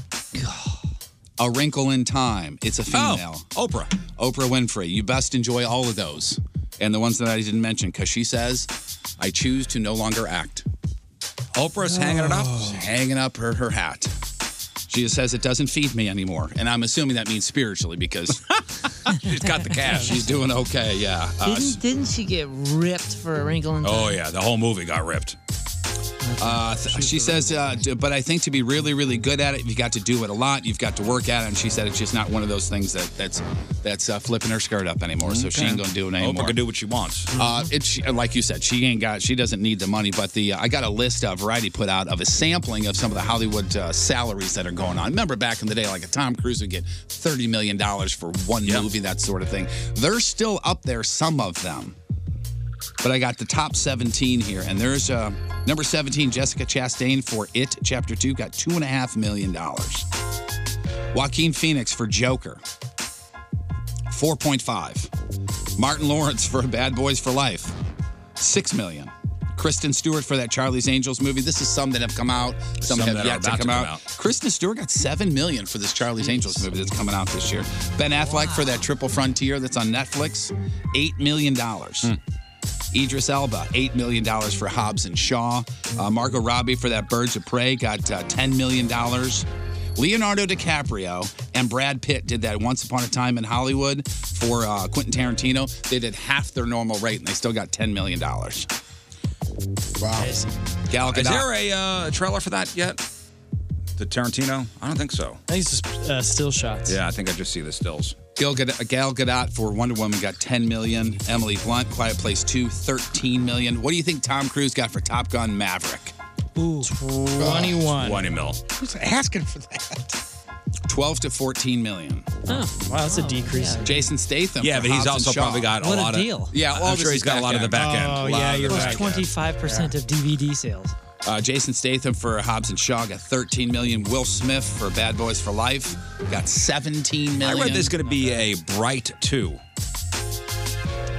A Wrinkle in Time. It's a female.
Oh, Oprah.
Oprah Winfrey. You best enjoy all of those. And the ones that I didn't mention, because she says, I choose to no longer act. Oh.
Oprah's hanging it up.
Hanging up her, her hat. She just says it doesn't feed me anymore. And I'm assuming that means spiritually because
she's got the cash.
She's doing okay, yeah. Uh,
didn't didn't she get ripped for a wrinkle in time?
Oh yeah, the whole movie got ripped.
Uh, th- she says, uh, d- but I think to be really, really good at it, you've got to do it a lot. You've got to work at it. And she said it's just not one of those things that that's that's uh, flipping her skirt up anymore. So she
Okay.
ain't gonna do it
Oprah
anymore.
can do what she wants.
Uh, it's like you said, she ain't got, she doesn't need the money. But the uh, I got a list uh, Variety put out of a sampling of some of the Hollywood uh, salaries that are going on. Remember back in the day, like a Tom Cruise would get thirty million dollars for one movie, that sort of thing. They're still up there, some of them. But I got the top 17 here, and there's uh, number 17, Jessica Chastain for It Chapter Two, got two and a half million dollars. Joaquin Phoenix for Joker, four point five. Martin Lawrence for Bad Boys for Life, six million. Kristen Stewart for that Charlie's Angels movie. This is some that have come out, some,
Some
have
that are
yet to
about
come,
to come
out.
out.
Kristen Stewart got seven million for this Charlie's Angels movie that's coming out this year. Ben Affleck for that Triple Frontier that's on Netflix, eight million dollars.
Hmm.
Idris Elba, $8 million for Hobbs and Shaw. Uh, Margot Robbie for that Birds of Prey got uh, $10 million. Leonardo DiCaprio and Brad Pitt did that Once Upon a Time in Hollywood for uh, Quentin Tarantino. They did half their normal rate and they still got $10 million. Wow. Gal Gadot.
Is there a uh, trailer for that yet? The Tarantino? I don't think so.
I think it's just uh, still shots.
Yeah, I think I just see the stills.
Gal Gadot, Gal Gadot for Wonder Woman got 10 million. Emily Blunt, Quiet Place 2, 13 million. What do you think Tom Cruise got for Top Gun Maverick?
Ooh, 21.
20 mil.
Who's asking for that?
12 to 14 million.
wow, that's a decrease.
Jason Statham.
Yeah,
for
but
Hobbs
he's
and
also
Shaw.
probably got a What a lot of-
Oh.
deal.
Yeah,
I'm
all
sure
this
he's
is
got a
back
lot of the back end. Oh,
A lot
yeah,
of
you're
the
right.
back end.
Twenty-five percent of DVD sales.
Uh, Jason Statham for Hobbs and Shaw got 13 million. Will Smith for Bad Boys for Life got 17
I
million.
read there's going to be a Bright 2.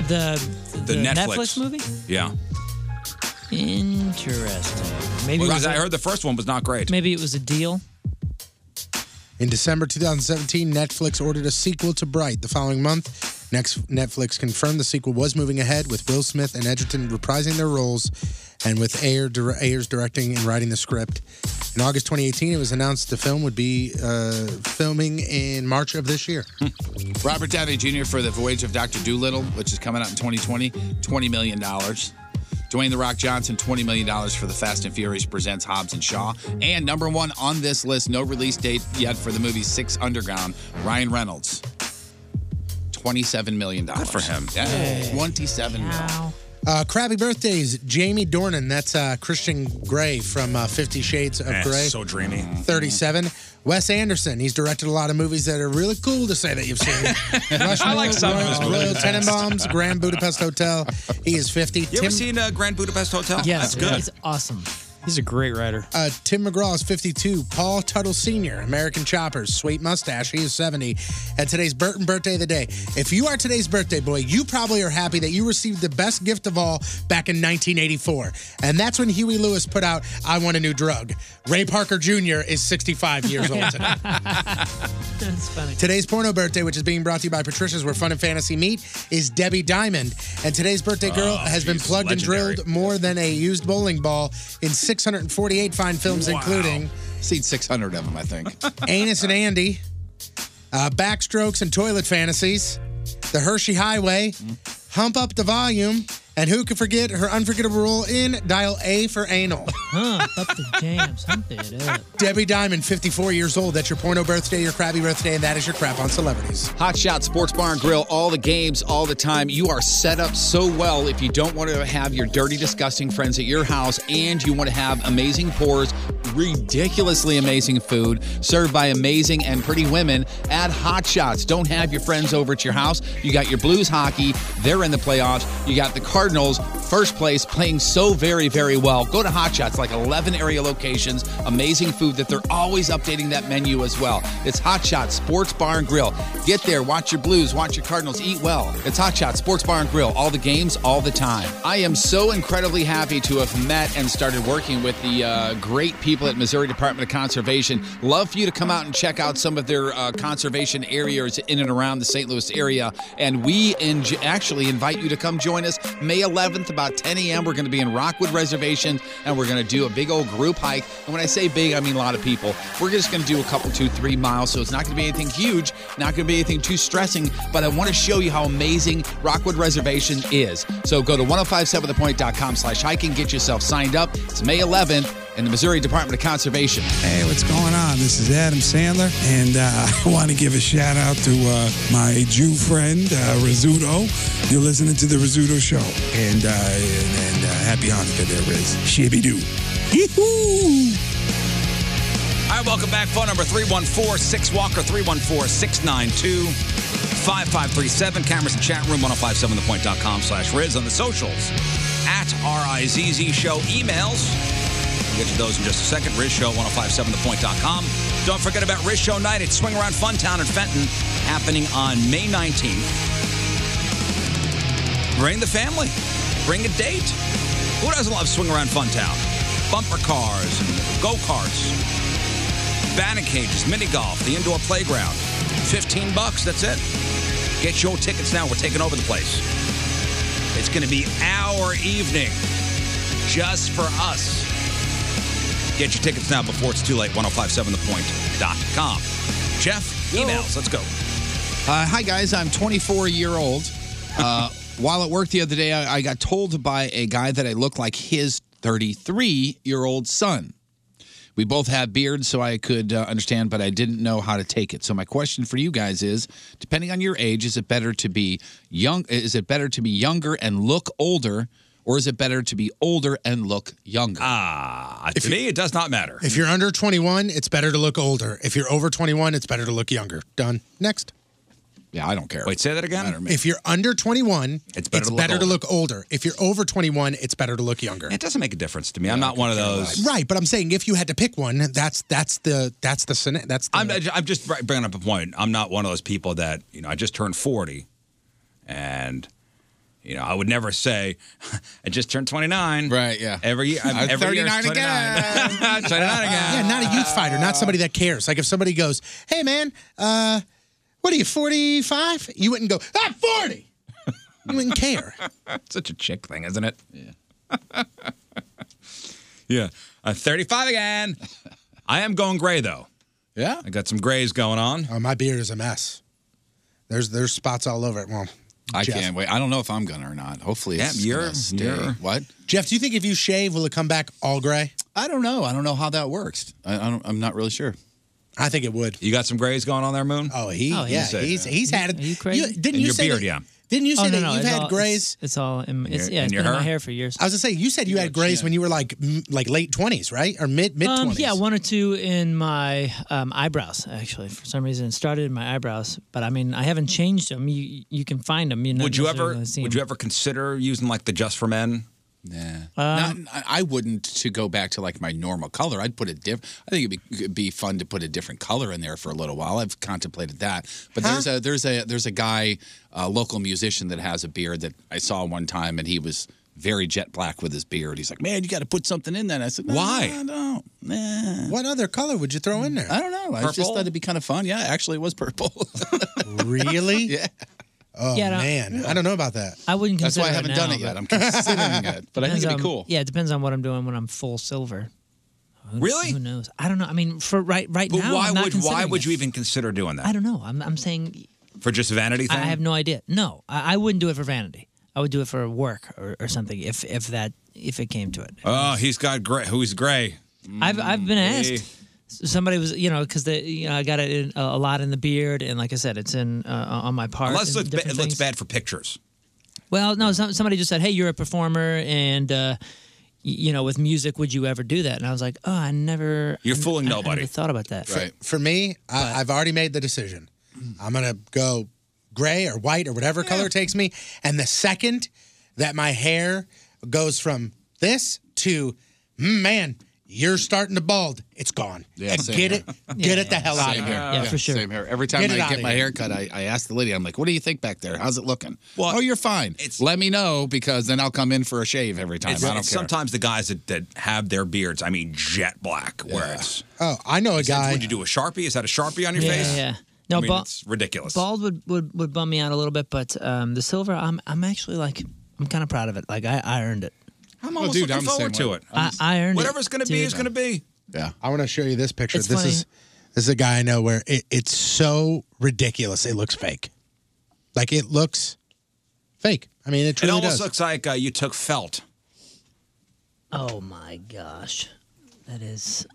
The
The Netflix.
movie.
Yeah. [laughs]
Interesting. Maybe
Because
it was
I
a-
heard the first one was not great.
Maybe it was a deal.
In December 2017, Netflix ordered a sequel to Bright. The following month, next Netflix confirmed the sequel was moving ahead with Will Smith and Edgerton reprising their roles and with Ayer, dir- Ayers directing and writing the script. In August 2018, it was announced the film would be uh, filming in March of this year.
Hmm.
Robert Downey Jr. for The Voyage of Dr. Doolittle, which is coming out in 2020, $20 million. Dwayne The Rock Johnson, $20 million for The Fast and Furious Presents Hobbs and Shaw. And number one on this list, no release date yet for the movie Six Underground, Ryan Reynolds. $27 million. Good for him. Yeah,
Hey.
$27 million.
Uh, Krabby Birthdays, Jamie Dornan. That's uh, Christian Grey from uh, Fifty Shades of
Eh,
Grey.
so dreamy.
37. Wes Anderson. He's directed a lot of movies that are really cool to say that you've seen.
[laughs] I like some of his
Royal
movies.
Tenenbaums, Grand Budapest Hotel. He is 50.
You ever seen uh, Grand Budapest Hotel? That's good.
awesome.
He's a great writer.
Uh, Tim McGraw is 52. Paul Tuttle Sr., American Choppers, Sweet Mustache, he is 70. At today's Burton Birthday of the Day. If you are today's birthday boy, you probably are happy that you received the best gift of all back in 1984. And that's when Huey Lewis put out I Want a New Drug. Ray Parker Jr. is 65 years old today.
That's funny.
Today's porno birthday, which is being brought to you by Patricia's Where Fun and Fantasy Meet, is Debbie Diamond. And today's birthday girl
Oh,
has been
she's
plugged
legendary.
and drilled more than a used bowling ball in 648 fine
[laughs]
films, including
Seen 600 of them, I think.
Anus and Andy, uh, Backstrokes and Toilet Fantasies, The Hershey Highway, Hump Up the Volume, and who could forget her unforgettable role in Dial A for Anal?
Huh? Up the jams. Hump it up.
Debbie Diamond, 54 years old. That's your porno birthday, your crabby birthday, and that is your crap on celebrities.
Hot Shot Sports Bar and Grill, all the games, all the time. You are set up so well if you don't want to have your dirty, disgusting friends at your house and you want to have amazing pours, ridiculously amazing food served by amazing and pretty women at Hot Shots. Don't have your friends over at your house. You got your Blues hockey, they're in the playoffs. You got the Cardinals, first place, playing so very, very well. Go to Hot Shots, like 11 area locations, amazing food that they're always updating that menu as well. It's Hot Shots Sports Bar and Grill. Get there, watch your Blues, watch your Cardinals, eat well. It's Hot Shots Sports Bar and Grill, all the games, all the time. I am so incredibly happy to have met and started working with the uh, great people at Missouri Department of Conservation. Love for you to come out and check out some of their uh, conservation areas in and around the St. Louis area. And we in- actually invite you to come join us May 11th, about 10 a.m. We're going to be in Rockwood Reservation and we're going to do a big old group hike. And when I say big, I mean a lot of people. We're just going to do a couple, two, three miles. So it's not going to be anything huge, not going to be anything too stressing, but I want to show you how amazing Rockwood Reservation is. So go to 1057thepoint.com slash hike and get yourself signed up. It's May 11th in the Missouri Department of Conservation.
Hey, what's going on? This is Adam Sandler, and uh, [laughs] I want to give a shout out to uh, my Jew friend, uh, Rizzuto. You're listening to The Rizzuto Show, and, uh, and, and uh, happy Hanukkah there, Riz. Shibby doo. Yee-hoo!
All right, welcome back. Phone number 314 6 Walker, 314 692 5537. Cameras and chat room, 1057thepoint.com slash Riz on the socials at RIZZ Show. Emails, we'll get to those in just a second. Riz Show, 1057thepoint.com. Don't forget about Riz Show Night at Swing Around Funtown in Fenton, happening on May 19th. Bring the family, bring a date. Who doesn't love Swing Around Funtown? Bumper cars and go karts batting cages, mini golf, the indoor playground. 15 bucks, that's it. Get your tickets now. We're taking over the place. It's going to be our evening just for us. Get your tickets now before it's too late. 1057thepoint.com. Jeff, emails. Let's go.
Uh, hi, guys. I'm 24 year old.
[laughs]
Uh, while at work the other day, I, I got told by a guy that I look like his 33 year old son. We both have beards, so I could uh, understand, but I didn't know how to take it. So my question for you guys is: depending on your age, is it better to be young? Is it better to be younger and look older, or is it better to be older and look younger?
Ah, to me, it does not matter.
If you're under 21, it's better to look older. If you're over 21, it's better to look younger. Done. Next.
Yeah, I don't care.
Wait, say that again.
If you're under 21,
It's better to look older.
older. If you're over 21, it's better to look younger.
It doesn't make a difference to me. I'm not one of those.
Right, but I'm saying if you had to pick one, that's that's the that's the scenario. That's the,
I'm, I'm just br- bringing up a point. I'm not one of those people that, you know, I just turned 40 and, you know, I would never say, [laughs] I just turned 29. Right, yeah. Every year. I'm,
I'm
every year it's
39
[laughs]
again.
29. 29 again.
yeah, not a youth fighter, not somebody that cares. Like if somebody goes, "Hey man, uh, what are you 45?" You wouldn't go, "I'm 40." You wouldn't care. [laughs]
Such a chick thing, isn't it? Yeah. yeah. I'm 35 again. I am going gray, though.
Yeah.
I got some grays going on.
Oh, my beard is a mess. There's there's spots all over it. Well,
I
Jeff.
can't wait. I don't know if I'm gonna or not. Hopefully, it's
Yeah, you're-
gonna stay.
you're-
what?
Jeff, do you think if you shave, will it come back all gray?
I don't know. I don't know how that works. I, I don't, I'm not really sure.
I think it would.
You got some grays going on there, Moon?
Oh, he, yeah, he's he's had it.
Are you crazy?
didn't you say that- Didn't you say
Oh, no,
that
no,
you've
it's
had
all-
grays?
It's, it's all in, it's,
your-
yeah,
in
it's
your
been in my
hair?
hair for years.
I was gonna say you said you had grays when you were like m- like late 20s, right, or mid mid 20s.
Um, yeah, one or two in my um, eyebrows. Actually, for some reason, it started in my eyebrows. But I mean, I haven't changed them. You you can find them. You know,
Would you ever would you ever consider using like the just for men?
Nah.
Uh,
Not- I- I wouldn't to go back to like my normal color. I'd put a diff. I think it'd be, it'd be fun to put a different color in there for a little while. I've contemplated that, but there's a there's a there's a guy, a local musician that has a beard that I saw one time, and he was very jet black with his beard. He's like, man, you got to put something in that. And I said, "No,
Why?
I don't. Nah.
What other color would you throw in there?
I don't know. I just
Purple?
thought it'd be kind of fun. Yeah, actually, it was purple. [laughs]
really?
yeah.
Oh
Yeah, I don't-
man, I don't know about that.
I wouldn't
That's
consider.
why I haven't
it
done
now,
it yet. I'm
but-
considering it, but I think
Depends
it'd be
on-
cool.
Yeah, it depends on what I'm doing when I'm full silver. Who-
Really?
Who knows? I don't know. I mean, for right right
But
now,
why
I'm not
would why
considering
would
it.
you even consider doing that?
I don't know. I'm I'm saying
For just vanity
I
thing?
I have no idea. No, I, I wouldn't do it for vanity. I would do it for work or, or something. If if that if it came to it.
Oh, he's got gray. Who's gray?
I've I've been
Mm,
asked. Somebody was, you know, because you know, I got it in, a lot in the beard, and like I said, it's in uh, on my part.
Unless it
and
looks, ba-
different
it looks
things.
bad for pictures.
Well, no, some, somebody just said, "Hey, you're a performer, and uh, y- you know, with music, would you ever do that?" And I was like, "Oh, I never."
You're
I-
fooling
I- I never
nobody.
thought about that.
For, for me, I, I've already made the decision. I'm gonna go gray or white or whatever color it takes me. And the second that my hair goes from this to "Mm, man, you're starting to bald, it's gone.
Yeah,
And
same
get
here.
it, get it the hell out
Same
of here.
here. Same here. Every time
Get it
I
outta
get my
here.
hair cut, I, I ask the lady, I'm like, what do you think back there? How's it looking? oh, you're fine. Let me know because then I'll come in for a shave every time.
It's-
I don't care.
it's sometimes the guys that, that have their beards, I mean, jet black, where it's.
Oh, I know a guy.
Would you do a sharpie? Is that a sharpie on your
Yeah,
face?
yeah. No,
I mean,
but-
it's ridiculous.
Bald would, would would bum me out a little bit, but um, the silver, I'm I'm actually like I'm kind of proud of it. Like I, I earned it.
I'm almost dude, looking I'm the forward same way. to it.
I, I earned it.
Whatever's going to be
dude.
is going to be.
Yeah.
I want to show you this picture.
It's
this
funny.
is this is a guy I know where it, it's so ridiculous. It looks fake. Like it looks fake. I mean, it
it
truly
almost
does.
looks like uh, you took felt.
Oh my gosh, that is.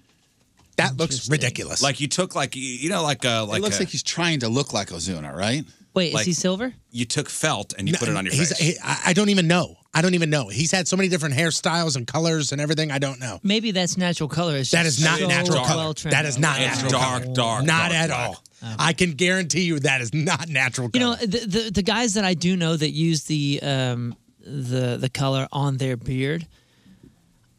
That looks ridiculous.
Like you took like you- you know like a like
looks
a-
like he's trying to look like Ozuna, right?
Wait,
Like-
is he silver?
you took felt and you put it on your
He's-
face.
he- I I don't even know. I don't even know. He's had so many different hairstyles and colors and everything. I don't know.
Maybe that's natural color. It's
That
just
is not
so
natural
well
color.
trimmed. Oh.
That is not
It's
natural.
dark,
color.
dark,
Not
dark,
at
dark.
all. I can guarantee you that is not natural
You
color.
know, the, the the guys that I do know that use the um the the color on their beard.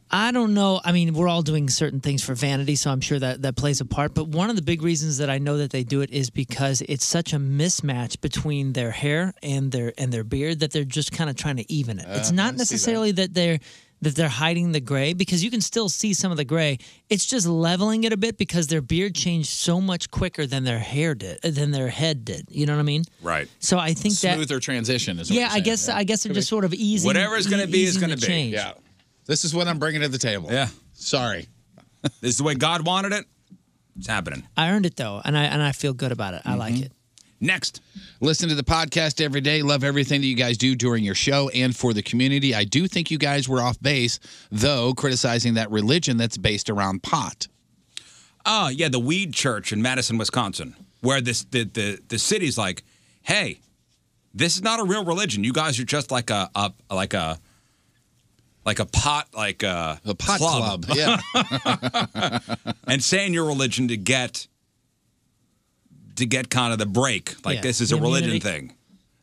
I don't know. I mean, we're all doing certain things for vanity, so I'm sure that that plays a part. But one of the big reasons that I know that they do it is because it's such a mismatch between their hair and their and their beard that they're just kind of trying to even it. it's
Uh,
not
I see that.
necessarily that they're that they're hiding the gray because you can still see some of the gray. It's just leveling it a bit because their beard changed so much quicker than their hair did, uh, than their head did. You know what I mean?
Right.
So I think that
Smoother transition is what
yeah,
you're
I
saying,
guess
yeah.
I guess I'm just sort of easing
Whatever's gonna
e-
be is
easing
gonna
the
be.
change.
Yeah. This is what I'm bringing to the table.
Yeah.
[laughs] Sorry.
this is the way God wanted it. It's happening.
I earned it though, and I and I feel good about it. I
Mm-hmm.
like it.
Next.
Listen to the podcast every day. Love everything that you guys do during your show and for the community. I do think you guys were off base, though, criticizing that religion that's based around pot.
Oh, yeah, the weed church in Madison, Wisconsin, where this the the, the city's like, hey, this is not a real religion. You guys are just like a, a like a like a pot like a, a
pot club,
yeah. [laughs] and saying your religion to get to get kind of the break, like
Yeah,
this is a
the
religion
immunity.
thing.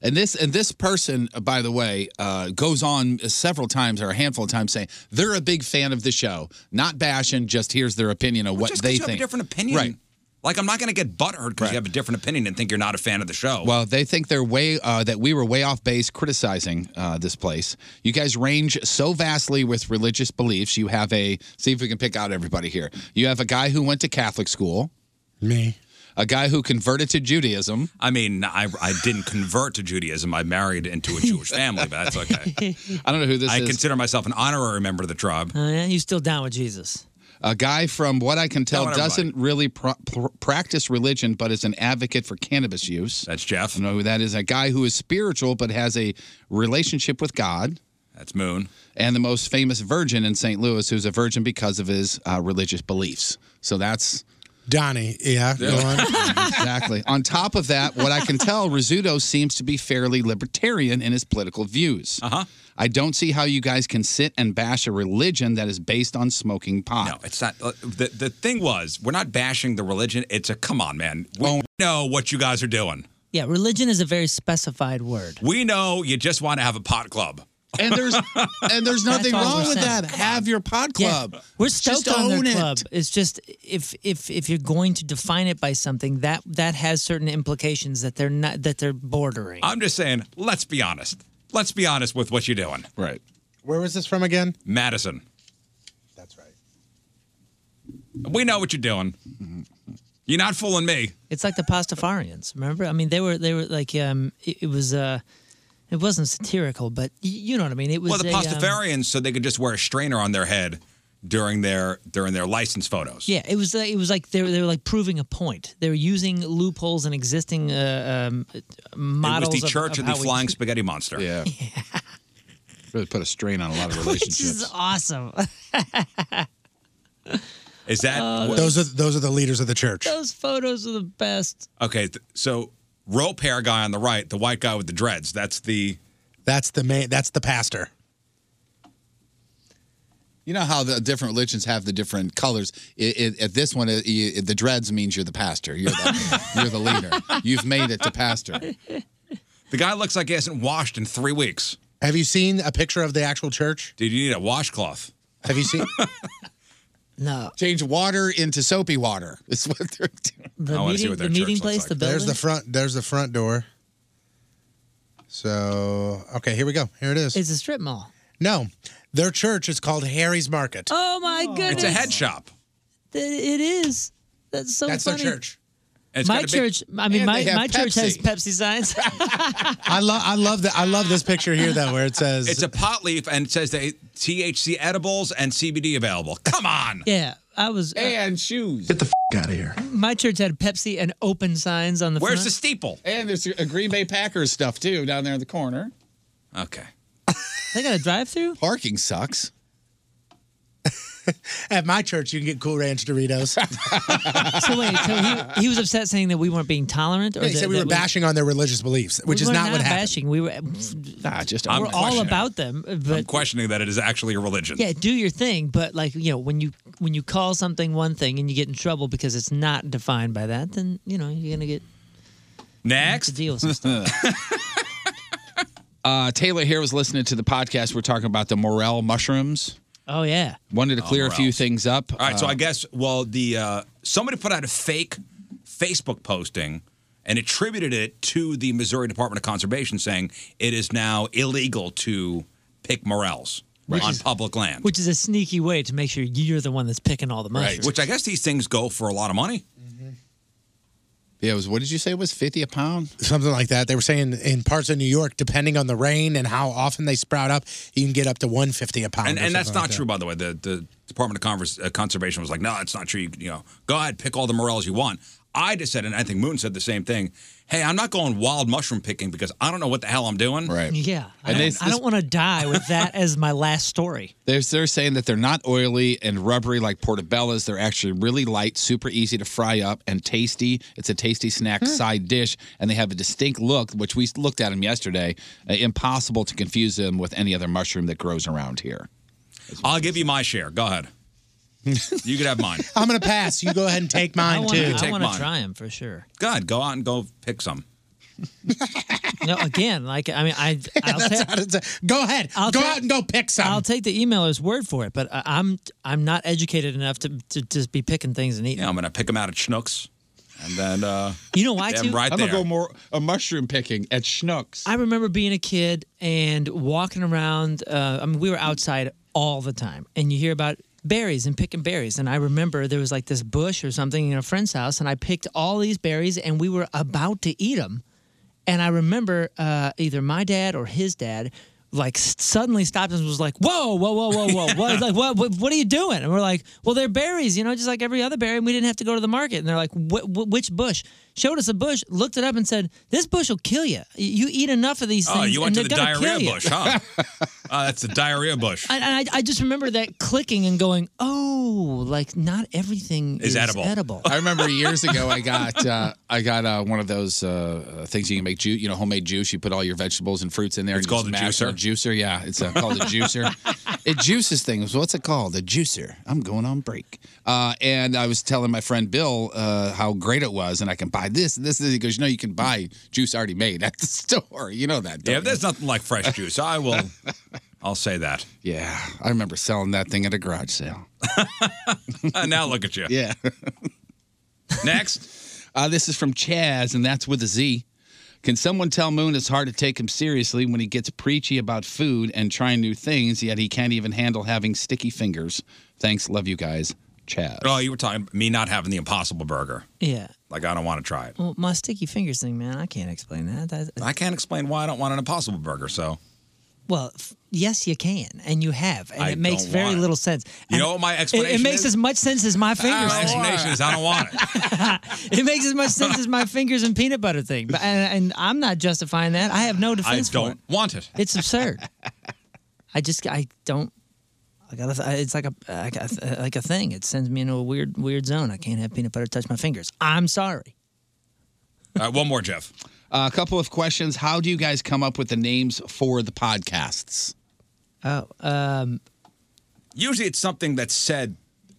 And this and this person, uh, by the way, uh, goes on several times or a handful of times saying they're a big fan of the show, not bashing. Just here's their opinion of what
just 'cause
they
you
think.
have a different opinion.
right?
Like I'm not going to get butthurt because you have a different opinion and think you're not a fan of the show.
Oh. Well, they think they're way uh, that we were way off base criticizing uh, this place. You guys range so vastly with religious beliefs. You have a see if we can pick out everybody here. You have a guy who went to Catholic school,
me,
a guy who converted to Judaism.
I mean, I, I didn't convert to Judaism. I married into a Jewish family, but that's okay.
I don't know who this
I
is.
consider myself an honorary member of the tribe.
Oh, yeah, you still down with Jesus?
A guy from what I can tell
Tell everybody.
doesn't really pro- pr- practice religion, but is an advocate for cannabis use.
That's Jeff.
I don't know who that is. A guy who is spiritual but has a relationship with God.
That's Moon.
And the most famous virgin in St. Louis, who's a virgin because of his uh, religious beliefs. So that's
Donnie. Yeah,
[laughs]
[laughs]
go on.
exactly. On top of that, what I can tell, Rizzuto seems to be fairly libertarian in his political views. Uh-huh. I don't see how you guys can sit and bash a religion that is based on smoking pot.
No, it's not. uh, The, the thing was, we're not bashing the religion. It's a come on, man. We
Oh.
know what you guys are doing.
Yeah, religion is a very specified word.
We know you just want to have a pot club.
And
[laughs]
there's and there's
That's
nothing
all
wrong
we're
with
saying.
that. Have your pod
Yeah,
club.
We're
Just
stoked on their
own it.
club. It's just if if if you're going to define it by something that that has certain implications that they're not that they're bordering.
I'm just saying, let's be honest. Let's be honest with what you're doing.
Right.
Where was this from again?
Madison. That's right. We know what you're doing.
Mm-hmm.
You're not fooling me.
It's like the Pastafarians. Remember? I mean, they were they were like um it, it was uh it wasn't satirical, but y- you know what I mean. It was
Well, the
a, um,
Pastafarians, so they could just wear a strainer on their head during their during their license photos.
Yeah, it was. uh, It was like they were, they were like proving a point. They were using loopholes and existing uh, um, models.
it was the
of-
Church
of
of,
how
the
we-
Flying Spaghetti Monster.
[laughs]
Yeah. really put a strain on a lot of
Which is awesome. [laughs]
Is that
uh,
those are those are the leaders of the church.
Those photos are the best.
okay? Th- so rope hair guy on the right, the white guy with the dreads. That's the
That's the main. That's the pastor.
You know how the different religions have the different colors. It, it, at this one, it, it, the dreads means you're the pastor. You're the, [laughs] you're the leader. You've made it to pastor.
the guy looks like he hasn't washed in three weeks.
Have you seen a picture of the actual church?
Dude, you need a washcloth.
Have you seen?
[laughs] No.
Change water into soapy water. It's what they're doing.
The I
Oh,
wanna see meeting- what their the church meeting looks place, like. the
There's the
building?
front. There's the front door. So okay, here we go. Here it is.
It's a strip mall.
No, their church is called Harry's Market.
Oh my goodness!
It's a head shop.
Th- It is. That's so
That's their
funny.
church.
And it's
my
got a big-
church. I mean,
And
my,
they have
my church has
Pepsi.
Pepsi signs.
[laughs] I love. I love that. I love this picture here though, where it says
[laughs] It's a pot leaf and it says they THC edibles and CBD available. Come on.
yeah, I was.
And shoes.
Get the
Out of here.
My church had Pepsi and open signs on the.
Where's
front.
the
steeple?
And there's a Green Bay Packers stuff too down there in the corner.
Okay.
They got a drive-through.
Parking sucks.
at my church. You can get Cool Ranch Doritos.
so wait, so he, he was upset saying that we weren't being tolerant, or
Yeah, he
that-
said we
that
were bashing on their religious beliefs, which
we
is
were
not what happened.
bashing. We were.
Nah, just
I'm
we're all
questioning.
about them,
I'm
but
questioning that it is actually a religion.
yeah, do your thing. But like you know, when you when you call something one thing and you get in trouble because it's not defined by that, then you know you're gonna get
Next.
deal
[laughs] Uh, Taylor here was listening to the podcast. We're talking about the morel mushrooms.
oh yeah.
Wanted to clear a few things up.
All right, so
Uh,
I guess well the uh, somebody put out a fake Facebook posting and attributed it to the Missouri Department of Conservation, saying it is now illegal to pick morels
Which
on
is-
public land.
Which is a sneaky way to make sure you're the one that's picking all the mushrooms.
Which I guess these things go for a lot of money.
Mm-hmm. Yeah, it was. What did you say? It was fifty a pound?
Something like that. They were saying in parts of New York, depending on the rain and how often they sprout up, you can get up to 150 a pound.
And,
or
and that's
something
not
like that.
true, by the way. The the Department of Converse, uh, Conservation was like, no, it's not true. You, you know, go ahead, pick all the morels you want. I just said, and I think Moon said the same thing. Hey, I'm not going wild mushroom picking because I don't know what the hell I'm doing. Right.
Yeah. I
And they-
don't, I
this-
don't want to die with that [laughs] as my last story.
They're, they're saying that they're not oily and rubbery like portobellas. They're actually really light, super easy to fry up, and tasty. It's a tasty snack side dish, and they have a distinct look, which we looked at them yesterday. Uh, impossible to confuse them with any other mushroom that grows around here.
I'll give you my share. Go
[laughs]
ahead. you could have mine.
I'm gonna pass. You go ahead and
[laughs]
take
I
mine
wanna-
too.
I want to try them for sure.
God, go out and go pick some.
No, again, like I mean, I I'll
That's how go ahead, Go out and go pick some.
I'll take the emailer's word for it, but I, I'm I'm not educated enough to to just be picking things and eating.
Yeah, I'm gonna pick them out at Schnucks, and then uh,
You know why,
them
too?
Right
I'm
there.
gonna go
more a mushroom picking at Schnucks.
I remember being a kid and walking around. Uh, I mean, we were outside all the time, and you hear about berries and picking berries. And I remember there was like this bush or something in a friend's house, and I picked all these berries, and we were about to eat them. And I remember uh, either my dad or his dad. Like s- suddenly stopped and was like, "Whoa, whoa, whoa, whoa, whoa! What, like, what, what, what are you doing?" And we're like, "Well, they're berries, you know, just like every other berry." And we didn't have to go to the market. And they're like, "Wh- wh- "Which bush?" Showed us a bush, looked it up, and said, "This bush will kill you. You eat enough of these
Oh,
things,
you went to
and
the
they're gonna kill
diarrhea
you."
bush, huh? uh, that's the diarrhea bush.
[laughs] And and I, I just remember that clicking and going, "Oh, like not everything is,
I remember years ago, I got uh, I got uh, one of those uh, uh, things you can make juice, you know, homemade juice. You put all your vegetables and fruits in there.
It's
and
called
you
a
smash it. Juicer, yeah, it's uh, called
[laughs]
a juicer. it juices things. What's it called? A juicer. I'm going on break. Uh, and I was telling my friend Bill uh, how great it was, and I can buy this and this. And this. He goes, you know, you can buy juice already made at the [laughs] store. You know that.
Yeah, there's nothing like fresh juice. I will. I'll say that. [laughs]
Yeah, I remember selling that thing at a garage sale.
Uh, now look at you.
Yeah.
Next.
[laughs] Uh, this is from Chaz, and that's with a Z. Can someone tell Moon it's hard to take him seriously when he gets preachy about food and trying new things, yet he can't even handle having sticky fingers? Thanks. Love you guys. Chaz.
Oh, you were talking me not having the Impossible Burger.
Yeah.
Like I don't want to try it.
Well, my sticky fingers thing, man, I can't explain that. that
I can't explain why I don't want an Impossible Burger. So
well, f- yes, you can, and you have, and
I
it makes
don't
very
want it.
little sense.
you know what my
It, it
explanation.
makes
is? Ah,
as much sense as my fingers.
My
do.
explanation is I don't want
[laughs]
it.
[laughs] it makes as much sense as my fingers and peanut butter thing. But and, and I'm not justifying that. I have no
I
defense.
don't
for
want it.
it. It's absurd. I just I don't. I gotta. th- It's like a I got- like a thing. It sends me into a weird weird zone. I can't have peanut butter touch my fingers. I'm sorry.
All right, one more, Jeff.
Uh, a couple of questions. How do you guys come up with the names for the podcasts?
Oh, um,
Usually it's something that's said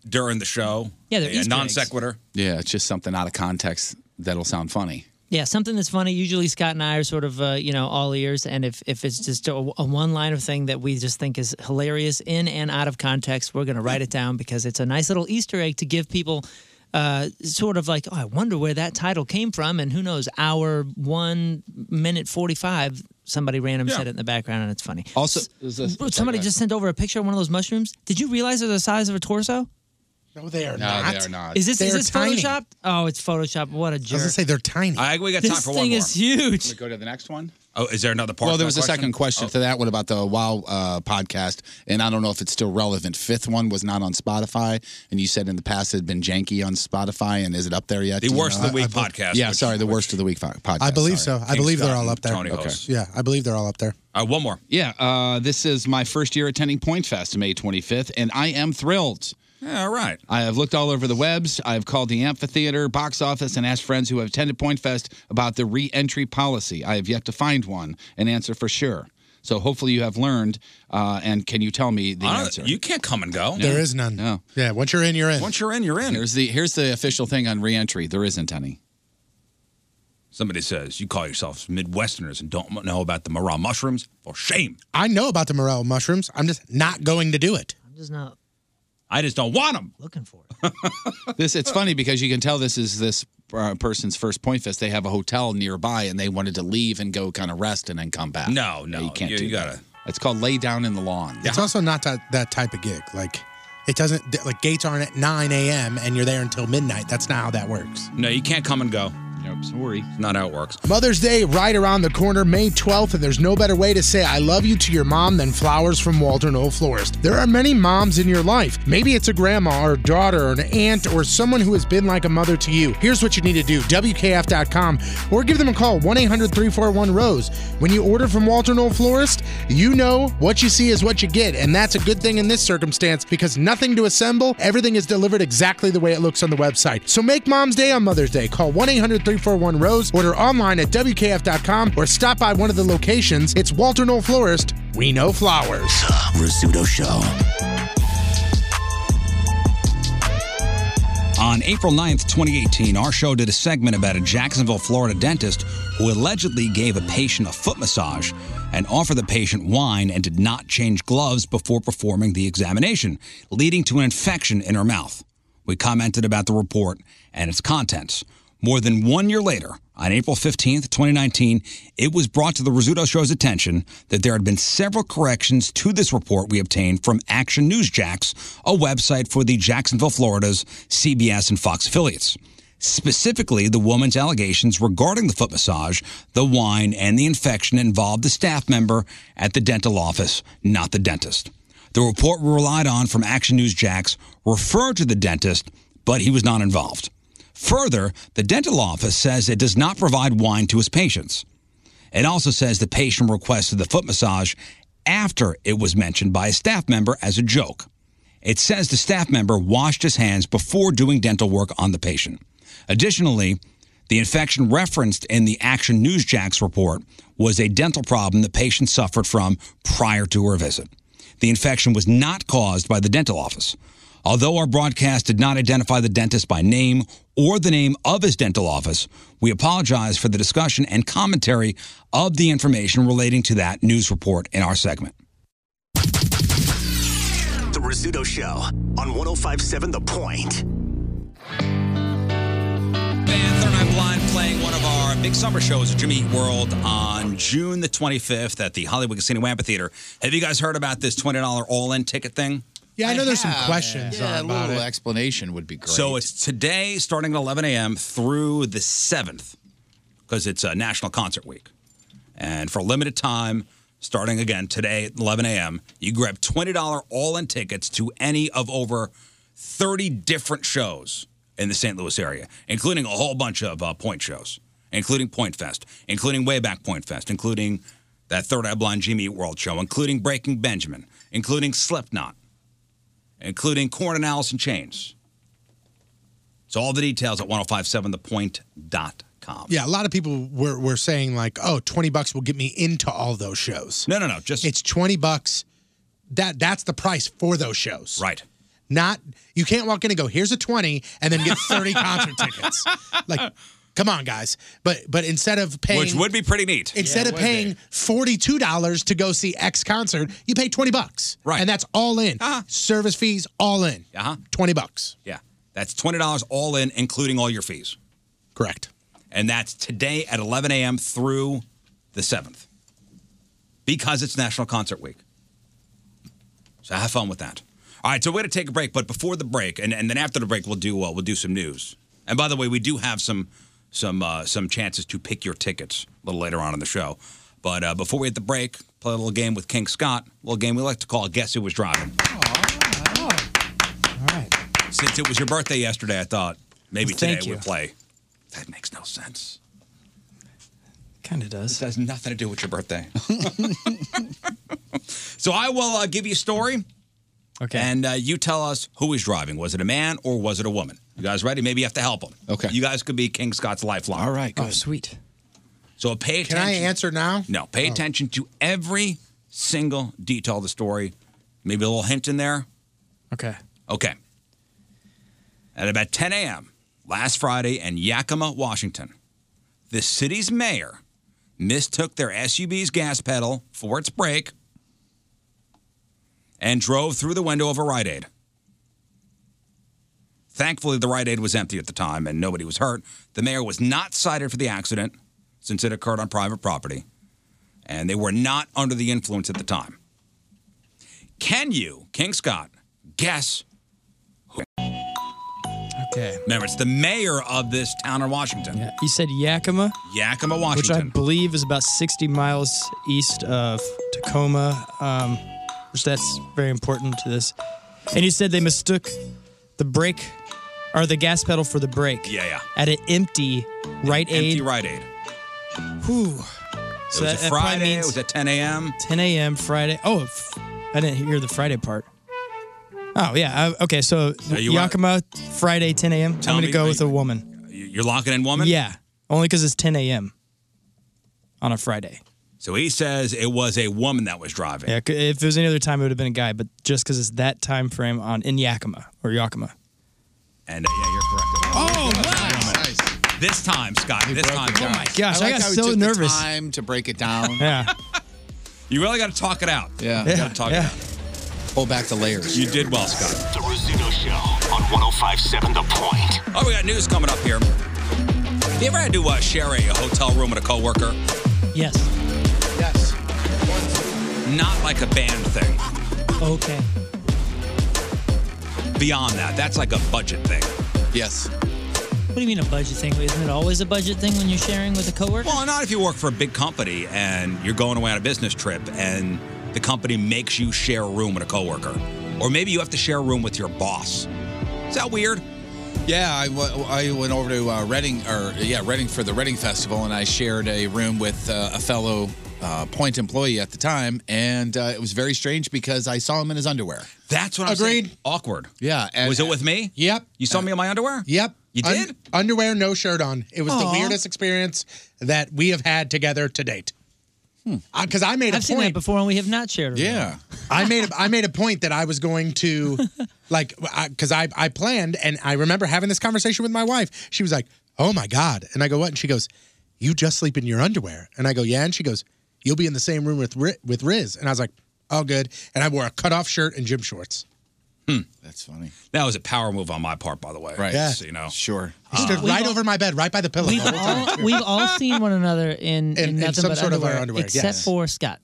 during the show.
Yeah, they're Easter
non
eggs.
sequitur.
Yeah, it's just something out of context that'll sound funny.
Yeah, something that's funny. Usually Scott and I are sort of, uh, you know, all ears. And if, if it's just a, a one line of thing that we just think is hilarious in and out of context, we're going to write it down because it's a nice little Easter egg to give people uh, sort of like, oh, I wonder where that title came from. And who knows, hour one minute 45, somebody random said it in the background and it's funny.
Also,
somebody just sent over a picture of one of those mushrooms. Did you realize they're the size of a torso?
No, they are
No,
not.
they are not.
Is this
They're
is this
tiny.
photoshopped? Oh, it's photoshopped. What a jerk!
gonna say
they're tiny.
I we got
This
time for one
thing
more.
is huge.
go to the next one.
Oh, is there another part?
well,
to
there
that
was a
question? Oh.
second question to that one about the WoW uh, podcast, and I don't know if it's still relevant. Fifth one was not on Spotify, and you said in the past it had been janky on Spotify, and is it up there yet?
The
Do you
worst
know?
of the week podcast.
Yeah,
which-
sorry, the worst of the week fo- podcast.
I believe
sorry.
so. I believe they're all up there.
Tony Host.
Yeah, I believe they're all up there.
All right, one more.
Yeah, uh, this is my first year attending Point Fest, May 25th, and I am thrilled.
Yeah, all right.
I have looked all over the webs. I have called the amphitheater, box office, and asked friends who have attended Point Fest about the re entry policy. I have yet to find one, an answer for sure. So hopefully you have learned, uh, and can you tell me the
I don't-
answer?
You can't come and go.
There
is none.
No.
Yeah, once you're in, you're in.
Once you're in, you're in.
Here's the here's the official thing on reentry. There isn't any.
Somebody says you call yourselves Midwesterners and don't know about the Marah mushrooms. For shame.
I know about the morel mushrooms. I'm just not going to do it.
I'm just [laughs] not
I just don't want them.
looking for
[laughs] This it's funny because you can tell this is this uh, person's first point fest. They have a hotel nearby and they wanted to leave and go kind of rest and then come back.
No, no,
you can't
you-
do
you
that. It's called lay down in the lawn.
It's also not that, that type of gig. Like, it doesn't, th- like, gates aren't at 9 a.m. and you're there until midnight. That's not how that works.
No, you can't come and go. Nope, sorry. Not how it works.
Mother's Day right around the corner, May 12th, and there's no better way to say I love you to your mom than flowers from Walter Noel Florist. There are many moms in your life. Maybe it's a grandma or a daughter or an aunt or someone who has been like a mother to you. Here's what you need to do WKF.com or give them a call 1 800 341 Rose. When you order from Walter Noel Florist, you know what you see is what you get, and that's a good thing in this circumstance because nothing to assemble, everything is delivered exactly the way it looks on the website. So make Mom's Day on Mother's Day. Call 1 800 341 Rose, order online at WKF.com, or stop by one of the locations. It's Walter Noel Florist. We know flowers.
Rizzuto Show.
On April 9th, 2018, our show did a segment about a Jacksonville, Florida dentist who allegedly gave a patient a foot massage and offered the patient wine and did not change gloves before performing the examination, leading to an infection in her mouth. We commented about the report and its contents. More than one year later, on April 15th, 2019, it was brought to the Rizzuto Show's attention that there had been several corrections to this report we obtained from Action News Jax, a website for the Jacksonville, Florida's CBS and Fox affiliates. Specifically, the woman's allegations regarding the foot massage, the wine, and the infection involved the staff member at the dental office, not the dentist. The report we relied on from Action News Jax referred to the dentist, but he was not involved. Further, the dental office says it does not provide wine to its patients. It also says the patient requested the foot massage after it was mentioned by a staff member as a joke. It says the staff member washed his hands before doing dental work on the patient. Additionally, the infection referenced in the Action News Jacks report was a dental problem the patient suffered from prior to her visit. The infection was not caused by the dental office. Although our broadcast did not identify the dentist by name or the name of his dental office, we apologize for the discussion and commentary of the information relating to that news report in our segment.
The Rizzuto Show on 1057 The Point.
Third Eye Blind playing one of our big summer shows at Jimmy Eat World on June the 25th at the Hollywood Casino Amphitheater. Have you guys heard about this $20 all-in ticket thing?
Yeah, I know there's some questions
Yeah,
on
a
about
little
it.
explanation would be great.
So it's today, starting at 11 a.m. through the 7th, because it's uh, National Concert Week. And for a limited time, starting again today at 11 a.m., you grab $20 all in tickets to any of over 30 different shows in the St. Louis area, including a whole bunch of uh, point shows, including Point Fest, including Wayback Point Fest, including that Third Eye Blind Jimmy Eat World show, including Breaking Benjamin, including Slipknot, including Corn and Alice in Chains. So all the details at 1057thepoint.com.
Yeah, a lot of people were, were saying like, "Oh, 20 bucks will get me into all those shows."
No, no, no, just
It's 20 bucks. That that's the price for those shows.
Right.
Not you can't walk in and go, "Here's a 20" and then get
[laughs]
30 concert tickets. Like come on, guys. But but instead of paying
Which would be pretty neat.
Instead of paying forty-two dollars to go see X concert, you pay twenty bucks, right? And that's all in service fees, all in,
Uh-huh.
twenty bucks.
Yeah. That's $20 all in, including all your fees.
Correct.
And that's today at 11 a.m. through the 7th because it's National Concert Week. So have fun with that. All right, so we're going to take a break, but before the break, and, and then after the break, we'll do uh, we'll do some news. And by the way, we do have some some uh, some chances to pick your tickets a little later on in the show. But uh, before we hit the break, play a little game with King Scott, a little game we like to call Guess Who Was Driving.
Oh.
Since it was your birthday yesterday, I thought maybe
Well,
today
thank
we
you.
play. That makes no sense.
Kind of does.
This has nothing to do with your birthday. [laughs] So I will uh, give you a story. Okay. And uh, you tell us who is driving. Was it a man or was it a woman? You guys ready? Maybe you have to help them. Okay. You guys could be King Scott's lifeline. All right.
good. Oh,
sweet. So pay attention.
Can I answer now?
No. Pay
Oh.
attention to every single detail of the story. Maybe a little hint in there.
Okay.
Okay. At about 10 a.m. last Friday in Yakima, Washington, the city's mayor mistook their SUV's gas pedal for its brake and drove through the window of a Rite Aid. Thankfully, the Rite Aid was empty at the time and nobody was hurt. The mayor was not cited for the accident since it occurred on private property, and they were not under the influence at the time. Can you, King Scott, guess
Okay.
Remember, it's the mayor of this town in Washington.
You said Yakima,
Yakima,
which I
Washington.
believe is about 60 miles east of Tacoma, um, which that's very important to this. And you said they mistook the brake or the gas pedal for the brake.
yeah, yeah.
At an empty right aid.
Empty Rite Aid.
Whew.
It was a
probably
Friday. It was at 10 a.m.
10 a.m. Friday. Oh, f- I didn't hear the Friday part. Oh yeah. I, okay, so
Now you want-
Yakima Friday 10 a.m.
Tell
I'm
me
gonna go
that
with a woman.
You- You're locking in woman?
Yeah, only because it's 10 a.m. on a Friday.
So he says it was a woman that was driving.
Yeah, c- if it was any other time, it would have been a guy. But just because it's that time frame on in Yakima or Yakima.
And uh, yeah, you're correct.
Oh,
nice. This time, Scott. this time.
it down.
Scott.
gosh, I
like
got
how it
so
took the
nervous.
time to break it down.
yeah.
[laughs] You really got to talk it out.
Yeah.
You got to talk
Yeah.
it out.
Pull back the layers.
You did well, Scott.
The Rizzuto Show on 1057 The Point.
Oh, we got news coming up here. You ever had to uh, share a hotel room with a coworker?
Yes.
Yes.
Not like a band thing.
[laughs] Okay.
Beyond that, that's like a budget thing.
Yes.
What do you mean a budget thing? Isn't it always a budget thing when you're sharing with a coworker?
Well, not if you work for a big company and you're going away on a business trip and the company makes you share a room with a coworker. Or maybe you have to share a room with your boss. Is that weird?
Yeah, I, w- I went over to uh, Reading, or yeah, Reading for the Reading Festival, and I shared a room with uh, a fellow uh, Point employee at the time, and uh, it was very strange because I saw him in his underwear.
That's what I'm
Agreed.
saying. Awkward.
Yeah. and-
Was it with me?
Yep.
You saw me in my underwear?
Yep.
You
Un-
did?
Underwear, no shirt on. It was
Aw.
the weirdest experience that we have had together to date. Because I made a
I've
point.
seen that before, and we have not shared. a room.
I made a, I made a point that I was
[laughs]
going to, like, because I, I planned and I remember having this conversation with my wife. She was like, "Oh my god," and I go, "What?" And she goes, "You just sleep in your underwear," and I go, "Yeah," and she goes, "You'll be in the same room with Ri- with Riz," and I was like, "Oh good," and I wore a cutoff shirt and gym shorts.
That's funny.
Hmm. That was a power move on my part, by the way.
Right.
Yeah.
So, you know. Uh,
Sure.
He stood
We've
Uh, right
all-
over my bed, right by the pillow.
We've
the whole time.
all, we've all seen one another in, in,
[laughs] in
nothing
some
but
sort of our
underwear,
underwear,
except
yes.
for Scott.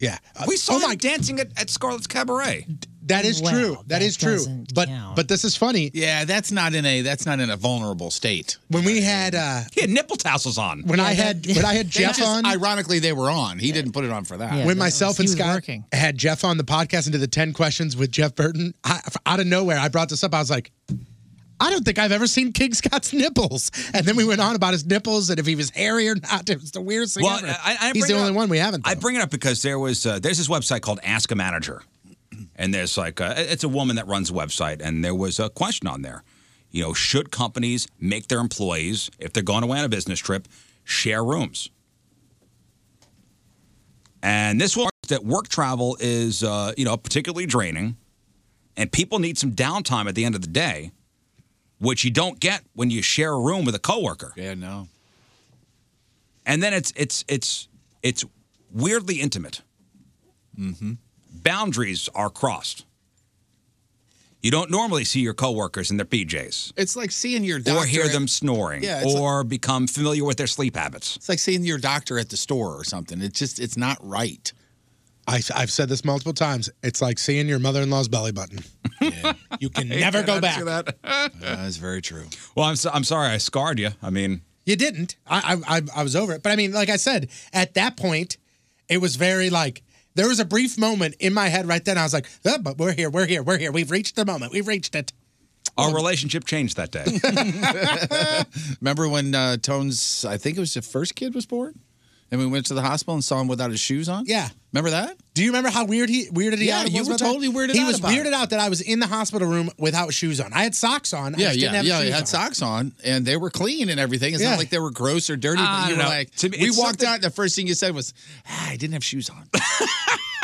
yeah, Uh,
We saw
oh
him dancing at, at Scarlett's Cabaret.
That is
Well,
true.
that
that is true.
doesn't
But
count.
but this is funny.
Yeah, that's not in a that's not in a vulnerable state.
When we had uh
He had nipple tassels on.
when I had when I had
They
Jeff
just-
on
Ironically, they were on. He didn't put it on for that.
Yeah.
when
that was-
myself
he
and
was
Scott
working.
had Jeff on the podcast and did the 10 questions with Jeff Burton, I, f- out of nowhere, I brought this up. I was like, I don't think I've ever seen King Scott's nipples. And then we went on about his nipples and if he was hairy or not. [laughs] It was the weirdest thing
Well,
ever.
I- I- I
He's
bring
the
it
only
up-
one we haven't.
I bring it up because there was uh, there's this website called Ask a Manager, and there's like uh it's a woman that runs a website, and there was a question on there. You know, should companies make their employees if they're going away on a business trip share rooms? And this one that work travel is uh, you know particularly draining, and people need some downtime at the end of the day, which you don't get when you share a room with a coworker
Yeah, no.
and then it's it's it's it's weirdly intimate. Mm-hmm. Boundaries are crossed. You don't normally see your coworkers in their PJs,
It's like seeing your doctor
or hear
at-
them snoring,
Yeah, it's
or become familiar with their sleep habits.
It's like seeing your doctor at the store or something. It's just it's not right.
I, have said this multiple times. It's like seeing your mother in law's belly button.
[laughs]
you can never go back.
[laughs] That's very true.
Well, I'm so, I'm sorry I scarred you. I mean,
You didn't. I, I I I was over it. But I mean, like I said, at that point, it was very like there was a brief moment in my head right then. I was like, "Ah, but we're here, we're here, we're here. We've reached the moment. We've reached it. Um,
our relationship changed that day.
Remember when uh, Tone's I think it was the first kid was born, and we went to the hospital and saw him without his shoes on.
Yeah.
Remember that?
[laughs] Do you remember how weird he weirded he
Yeah,
out?
you
was
were
with that?
totally weirded
he
out
was
about
weirded
it.
out that I was in the hospital room without shoes on. I had socks on. I
Yeah,
just
yeah,
didn't have
yeah.
Shoes
He had
on.
socks on, and they were clean and everything. It's
Yeah.
not like they were gross or dirty.
I
But you were
don't know.
like,
To me,
we
it's
walked
something-
out, and the first thing you said was, ah, "I didn't have shoes on."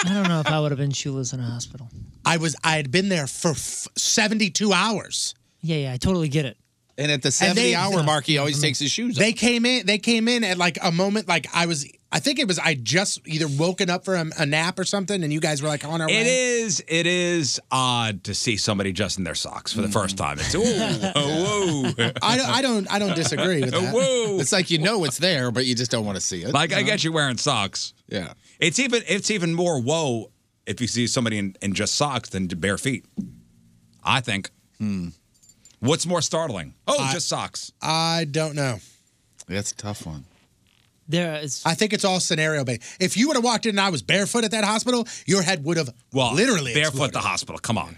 I don't know if I would have been shoeless in a hospital.
I was. I had been there for f- seventy-two hours.
Yeah, yeah, I totally get it.
and at the
And they-
seventy-hour mark, he always takes his shoes off.
They came in. They came in at like a moment. Like I was. I think it was. I just either woken up for a, a nap or something, and you guys were like on our way.
It is it is odd to see somebody just in their socks for the
Mm.
first time.
[laughs]
It's ooh, whoa, whoa.
I don't, I don't, I don't
[laughs]
disagree with that.
whoa.
It's like you know it's there, but you just don't want to see it.
Like I get you wearing socks.
yeah.
It's even it's even more woe
Hmm.
if you see somebody in, in just socks than bare feet. I think. What's more startling? Oh, just socks.
I don't know.
That's a tough one.
There is.
I think it's all scenario based. If you would have walked in and I was barefoot at that hospital, your head would have
Well,
literally
barefoot
exploded.
at the hospital. Come on.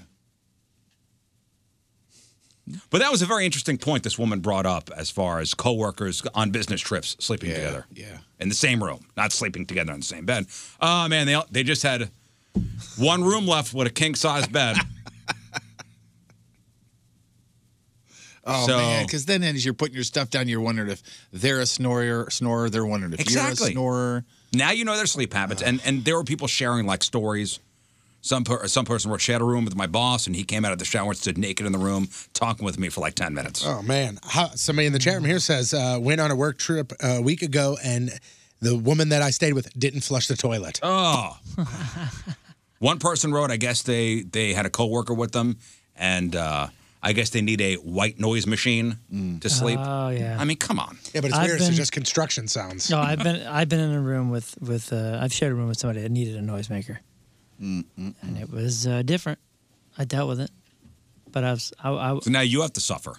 But that was a very interesting point this woman brought up as far as coworkers on business trips sleeping together. Yeah. In the same room, not sleeping together in the same bed. Oh man, they they just had one room left with a king size bed.
Oh
So-
man, because then as you're putting your stuff down, you're wondering if they're a snorer, snorer. They're wondering if you're a
Exactly.
snorer.
Now you know their sleep habits, and and there were people sharing like stories. Some per, some person wrote, "Shadow room with my boss," and he came out of the shower and stood naked in the room, talking with me for like ten minutes.
[laughs] Oh man, How, somebody in the chat room here says uh, went on a work trip a week ago, and the woman that I stayed with didn't flush the toilet.
Oh. One person wrote, I guess they they had a coworker with them, and uh, I guess they need a white noise machine
Mm.
to sleep.
Oh, yeah.
I mean, come on.
Yeah, but it's
I've
weird.
been-
it's just construction sounds.
No, I've been I've been in a room with with uh, I've shared a room with somebody that needed a noisemaker, and it was uh, different. I dealt with it, but I was I, I
So now you have to suffer.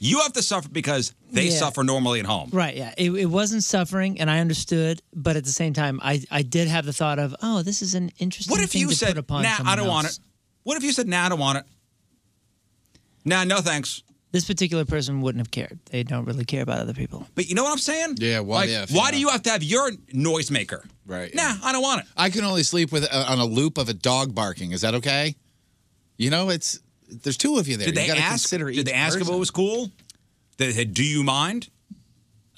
You have to suffer because they
Yeah.
suffer normally at home.
right. Yeah, it, it wasn't suffering, and I understood, but at the same time, I I did have the thought of oh, this is an interesting.
What if
thing
you
to
said,
put
"Nah,
upon
I
someone
don't want
else."
it." What if you said, "Nah, I don't want it." Nah, no thanks.
This particular person wouldn't have cared. They don't really care about other people.
But you know what I'm saying? Yeah.
what
Like,
if,
Why
yeah.
do you have to have your noisemaker?
Right.
Nah, I don't want it.
I can only sleep with uh, on a loop of a dog barking. Is that okay? You know, it's there's two of you there.
Did
You
they
gotta
ask?
Consider
Did they
each
ask if it
person.
was cool? They said, "Do you mind?"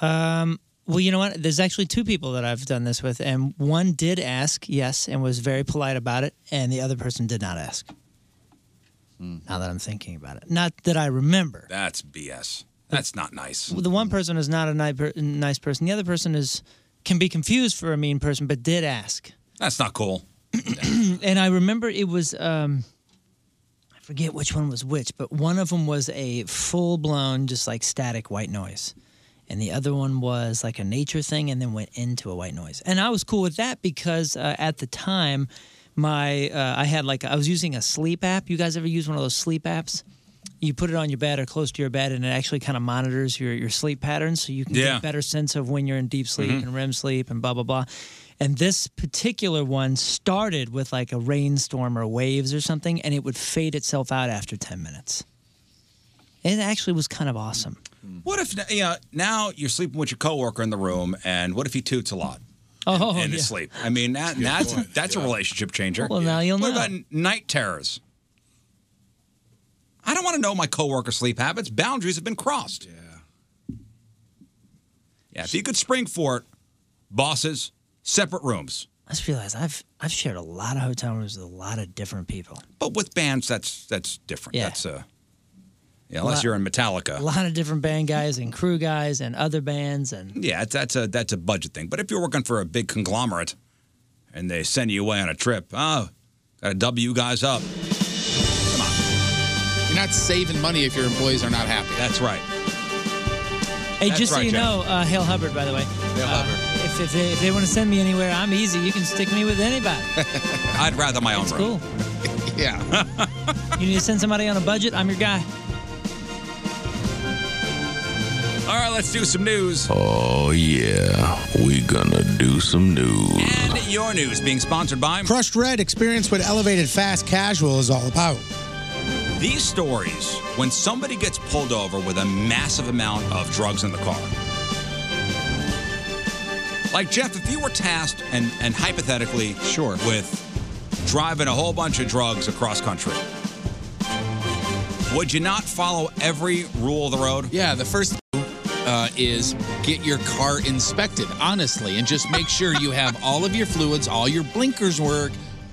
Um, well, you know what? There's actually two people that I've done this with, and one did ask yes and was very polite about it, and the other person did not ask. Now that I'm thinking about it, not that I remember.
That's BS. That's not nice.
The one person is not a ni- per- nice person. The other person is can be confused for a mean person, but did ask.
That's not cool.
[clears throat] and I remember it was um, I forget which one was which, but one of them was a full blown just like static white noise, and the other one was like a nature thing, and then went into a white noise. And I was cool with that because uh, at the time, my uh, I had like I was using a sleep app. You guys ever use one of those sleep apps? You put it on your bed or close to your bed, and it actually kind of monitors your, your sleep patterns, so you can get
Yeah.
a better sense of when you're in deep sleep
Mhm.
and REM sleep and blah blah blah. And this particular one started with like a rainstorm or waves or something, and it would fade itself out after 10 minutes. And it actually was kind of awesome.
Hmm.
What if you know, now you're sleeping with your coworker in the room, and what if he toots a lot?
Oh,
in
yeah.
his sleep. I mean, that, that's that's a relationship changer.
Well, now you'll
what
know.
about night terrors? I don't want to know my coworker sleep habits. Boundaries have been crossed. Yeah. Yeah. If you could spring for it, bosses, separate rooms.
I just realized I've I've shared a lot of hotel rooms with a lot of different people.
But with bands, that's that's different.
Yeah.
That's uh, yeah. Unless
Lot-
you're in Metallica.
A lot of different band guys and crew guys and other bands and
Yeah, it's- that's a that's a budget thing. But if you're working for a big conglomerate and they send you away on a trip, oh, gotta double you guys up.
You're not saving money if your employees are not happy.
That's right.
Hey, just so you know, uh, Hale Hubbard, by the way. Hale Hubbard. If, if they, if they want to send me anywhere, I'm easy. You can stick me with
[laughs]
anybody.
[laughs] I'd rather my own room. [laughs]
yeah.
[laughs] you need to send somebody on a budget, I'm your guy.
All right, let's do some news.
Oh, yeah. We gonna do some news.
And your news being sponsored by
Crushed Red experience with elevated fast casual is all about.
these stories when somebody gets pulled over with a massive amount of drugs in the car. Like Jeff, if you were tasked and and hypothetically sure with driving a whole bunch of drugs across country, would you not follow every rule of the road?
Yeah, the first uh, is get your car inspected, honestly, and just make sure you have all of your fluids, all your blinkers work,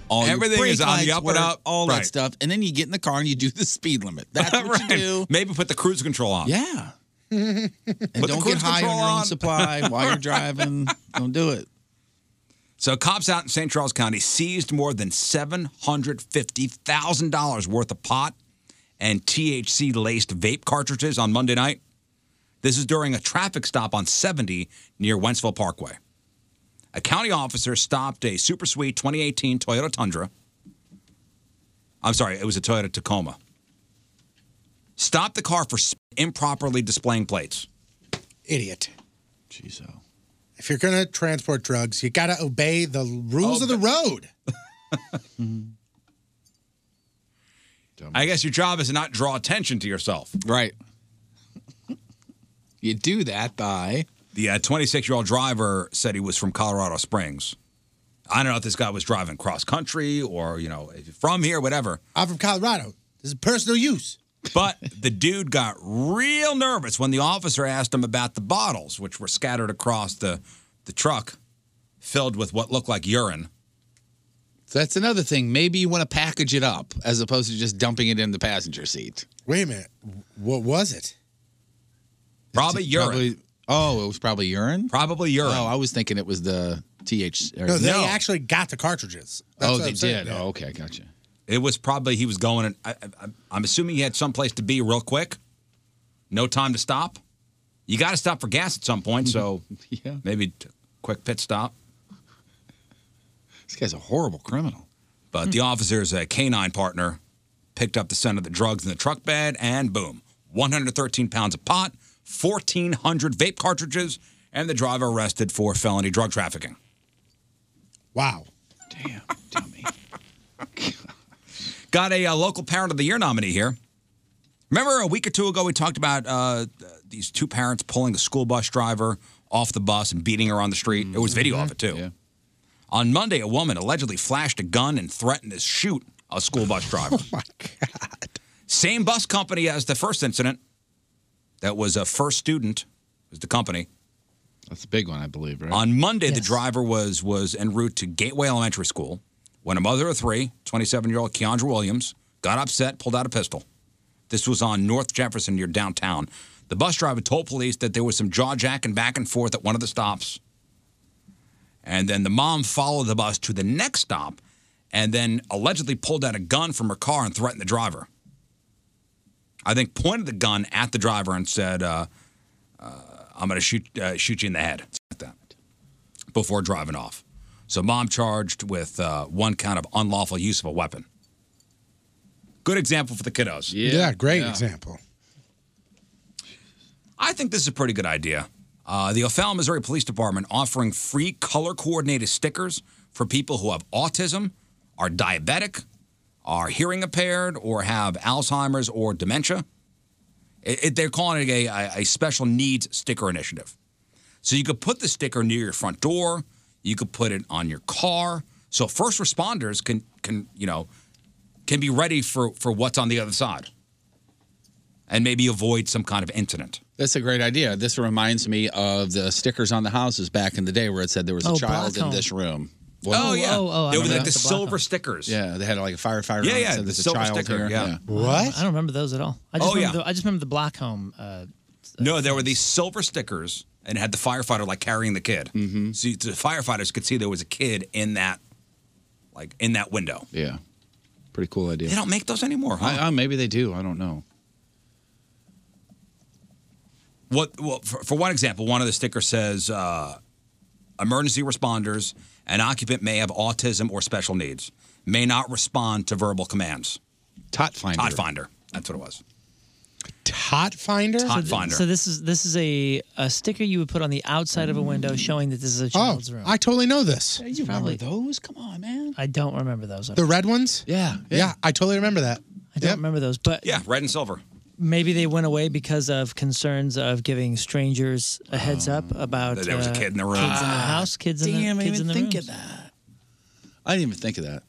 all
Everything
your brake
is on the
lights
up and
work,
up.
all
Right.
that stuff, and then you get in the car and you do the speed limit.
[laughs]
That's what you do.
Maybe put the cruise control on.
Yeah,
and
and don't get high on your own supply while
[laughs]
you're
[laughs]
driving. Don't do it.
So, cops out in St. Charles County seized more than $750,000 worth of pot and THC laced vape cartridges on Monday night. This is during a traffic stop on 70 near Wentzville Parkway. A county officer stopped a super sweet 2018 Toyota Tundra. I'm sorry, it was a Toyota Tacoma. Stop the car for s- improperly displaying plates.
Idiot. Jeez, If you're going to transport drugs, you got to obey the rules
Oh,
of the road.
I guess your job is to not draw attention to yourself. Right. you do that by. The 26 year old driver said he was from Colorado Springs. I don't know if this guy was driving cross country or, you know, from here, whatever.
I'm from Colorado. This is personal use.
But the dude got real nervous when the officer asked him about the bottles, which were scattered across the, the truck filled with what looked like urine.
So that's another thing. Maybe you want to package it up as opposed to just dumping it in the passenger seat.
Wait a minute. What was it?
Probably urine.
oh, it was probably urine?
Probably urine.
Oh, I was thinking it was the TH. or-
No, they actually got the cartridges.
oh,
what
they
I'm saying.
did.
Yeah.
Oh, okay. Gotcha.
It was probably he was going. And I, I, I'm assuming he had someplace to be real quick. No time to stop. You got to stop for gas at some point, so
[laughs] Yeah.
maybe t- quick pit stop.
This guy's a horrible criminal.
But the officer's uh, canine partner picked up the scent of the drugs in the truck bed, and boom, 113 pounds of pot, 1,400 vape cartridges, and the driver arrested for felony drug trafficking.
Wow.
[laughs] Got a uh, local parent of the year nominee here. Remember a week or two ago we talked about uh, th- these two parents pulling a school bus driver off the bus and beating her on the street. There was video of it too. On Monday, a woman allegedly flashed a gun and threatened to shoot a school bus driver. [laughs] oh my god! Same bus company as the first incident. That was a first student. Was the company?
That's a big one, I believe, right?
On Monday, the driver was was en route to Gateway Elementary School when a mother of three, 27-year-old Keandra Williams, got upset, pulled out a pistol. This was on North Jefferson near downtown. The bus driver told police that there was some jaw jacking back and forth at one of the stops. And then the mom followed the bus to the next stop and then allegedly pulled out a gun from her car and threatened the driver. I think pointed the gun at the driver and said, uh, uh, I'm going to shoot, uh, shoot you in the head. Like that before driving off. So, mom charged with uh, one count of unlawful use of a weapon. Good example for the kiddos.
Yeah, great example.
I think this is a pretty good idea. Uh, the O'Fallon, Missouri Police Department offering free color coordinated stickers for people who have autism, are diabetic, are hearing impaired, or have Alzheimer's or dementia. It, it- they're calling it a, a- a special needs sticker initiative. So you could put the sticker near your front door. You could put it on your car. So first responders can can you know can be ready for for what's on the other side, and maybe avoid some kind of incident.
That's a great idea. This reminds me of the stickers on the houses back in the day where it said there was a
Oh,
child in
Blackcomb.
this room.
Oh, Oh, yeah. oh, oh, I They were remember like that. the The Blackcomb. silver stickers.
Yeah, they had like a firefighter.
Yeah,
on it,
yeah,
said
the
there's a
silver
child
sticker,
here.
yeah.
I don't remember those at all. I just
Oh,
remember
yeah.
The, I just remember the Black Home. Uh,
No, there were these silver stickers and it had the firefighter like carrying the kid. Mm-hmm. So you- the firefighters could see there was a kid in that like in that window.
Yeah. Pretty cool idea.
They don't make those anymore, huh?
I, uh, maybe they do. I don't know.
What well, for, for one example, one of the stickers says uh, emergency responders, an occupant may have autism or special needs, may not respond to verbal commands.
Tot finder.
Tot finder. That's what it was.
Tot finder.
so th- So this is this is a, a sticker you would put on the outside of a window showing that this is a child's room.
Oh, I totally know this.
you remember those? Come on, man. I don't remember those.
The red ones?
Yeah.
Yeah, I totally remember that.
I don't remember those, but
Yeah, red and silver.
maybe they went away because of concerns of giving strangers a heads up about
Oh, That there was a
uh,
kid in the room.
kids in the
Ah,
house, kids in the
damn, I
kids
didn't
in the
think
rooms.
of I didn't even think of that.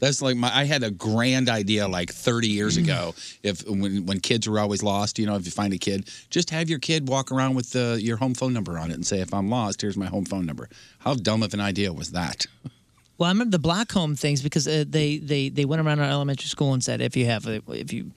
That's like my. I had a grand idea like 30 years
Mm.
ago. If when when kids were always lost, you know, if you find a kid, just have your kid walk around with the, your home phone number on it and say, "If I'm lost, here's my home phone number." How dumb of an idea was that?
Well, I remember the black home things because uh, they, they they went around our elementary school and said if you have a, if you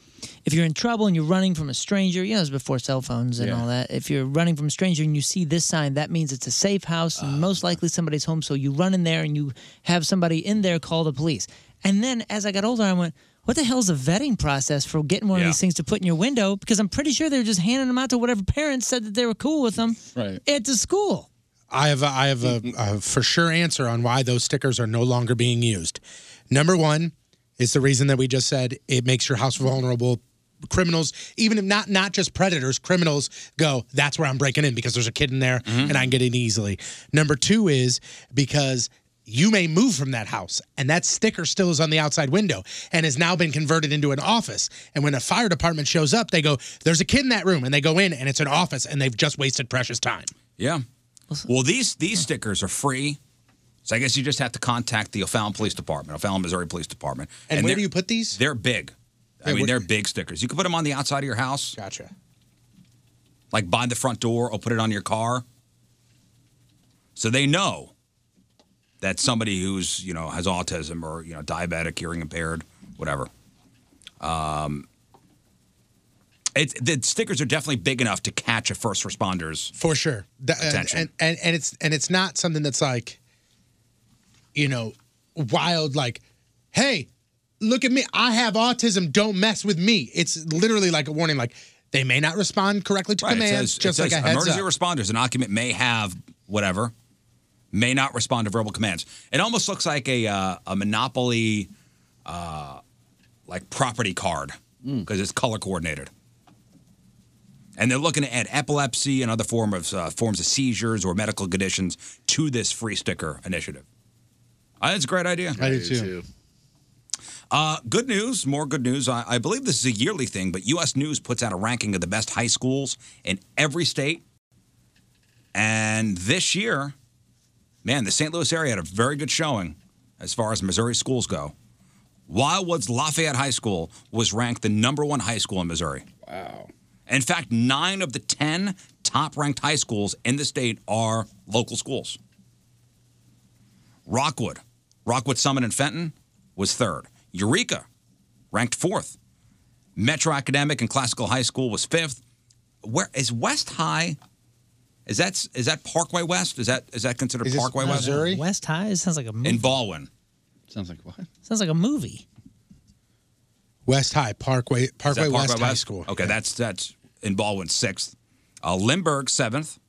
if you're in trouble and you're running from a stranger, you know, it was before cell phones and
Yeah.
all that. If you're running from a stranger and you see this sign, that means it's a safe house and most
Ah.
likely somebody's home. So you run in there and you have somebody in there call the police. And then as I got older, I went, what the hell's the vetting process for getting one
Yeah.
of these things to put in your window? Because I'm pretty sure they were just handing them out to whatever parents said that they were cool with them
right.
at the school.
I have a, I have a, a for sure answer on why those stickers are no longer being used. Number one is the reason that we just said it makes your house vulnerable criminals, even if not not just predators, criminals go. That's where I'm breaking in because there's a kid in there
Mhm.
and I can get in easily. Number two is because. You may move from that house, and that sticker still is on the outside window and has now been converted into an office. And when a fire department shows up, they go, There's a kid in that room, and they go in, and it's an office, and they've just wasted precious time.
Yeah. Well, these these stickers are free. So I guess you just have to contact the O'Fallon Police Department, O'Fallon, Missouri Police Department.
And where
they're-
do you put these?
They're big. I
Yeah,
mean,
what-
they're big stickers. You can put them on the outside of your house.
Gotcha.
Like by the front door or put it on your car. So they know that somebody who's, you know, has autism or, you know, diabetic, hearing impaired, whatever. Um, it's, the stickers are definitely big enough to catch a first responder's
for sure That- and-
attention.
And, and and it's and it's not something that's like, you know, wild. Like, hey, look at me. I have autism. Don't mess with me. It's literally like a warning. Like they may not respond correctly to
Right, it
commands.
says- it
just like
says
a heads
emergency
up.
responders. An occupant may have whatever, may not respond to verbal commands. It almost looks like a uh, a monopoly, uh, like property card because it's color coordinated. And they're looking to add epilepsy and other form of uh, forms of seizures or medical conditions to this free sticker initiative. I think it's a great idea.
I do too.
Uh, good news, more good news. I, I believe this is a yearly thing, but U.S. News puts out a ranking of the best high schools in every state. And this year, man, the St. Louis area had a very good showing as far as Missouri schools go. Wildwood's Lafayette High School was ranked the number one high school in Missouri. Wow. In fact, nine of the 10 top ranked high schools in the state are local schools. Rockwood, Rockwood Summit and Fenton was third. Eureka ranked fourth. Metro Academic and Classical High School was fifth. Where is West High? Is that is that Parkway West? Is that is that considered Parkway West?
West High? It sounds like a movie.
In Baldwin.
Sounds like what?
sounds like a movie.
West High Parkway
Is that
Parkway West High School.
Okay, that's that's in Baldwin sixth. Uh, Lindbergh seventh.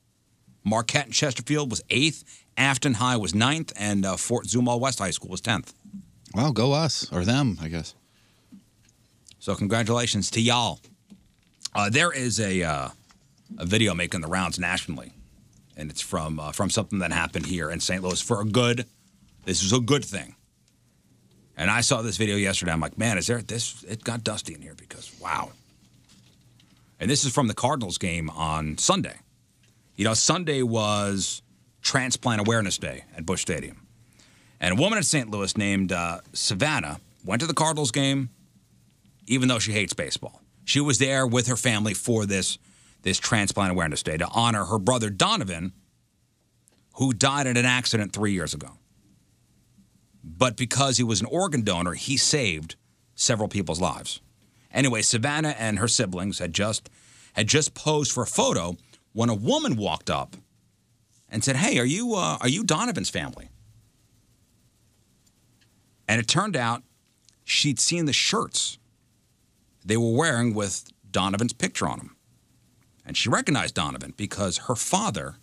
Marquette and Chesterfield was eighth. Afton High was ninth, and uh, Fort Zumwalt West High School was tenth.
Well, go us or them, I guess.
So congratulations to y'all. Uh, there is a uh, a video making the rounds nationally, and it's from uh, from something that happened here in St. Louis for a good. This is a good thing. And I saw this video yesterday. I'm like, man, is there this? It got dusty in here because wow. And this is from the Cardinals game on Sunday. You know, Sunday was Transplant Awareness Day at Bush Stadium, and a woman in St. Louis named uh, Savannah went to the Cardinals game even though she hates baseball. She was there with her family for this this transplant awareness day to honor her brother Donovan, who died in an accident three years ago. But because he was an organ donor, he saved several people's lives. Anyway, Savannah and her siblings had just had just posed for a photo when a woman walked up and said, "Hey, are you uh, are you Donovan's family?" And it turned out she'd seen the shirts they were wearing with Donovan's picture on them. And she recognized Donovan because her father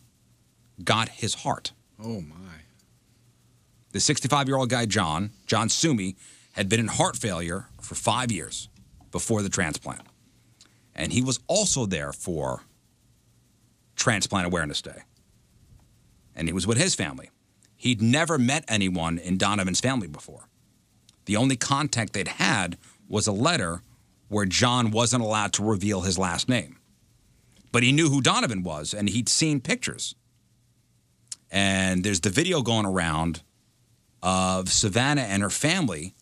got his heart.
Oh my.
The 65 year old guy, John, John Sumi, had been in heart failure for five years before the transplant. And he was also there for Transplant Awareness Day. And he was with his family. He'd never met anyone in Donovan's family before. The only contact they'd had was a letter where John wasn't allowed to reveal his last name. But he knew who Donovan was and he'd seen pictures. And there's the video going around of Savannah and her family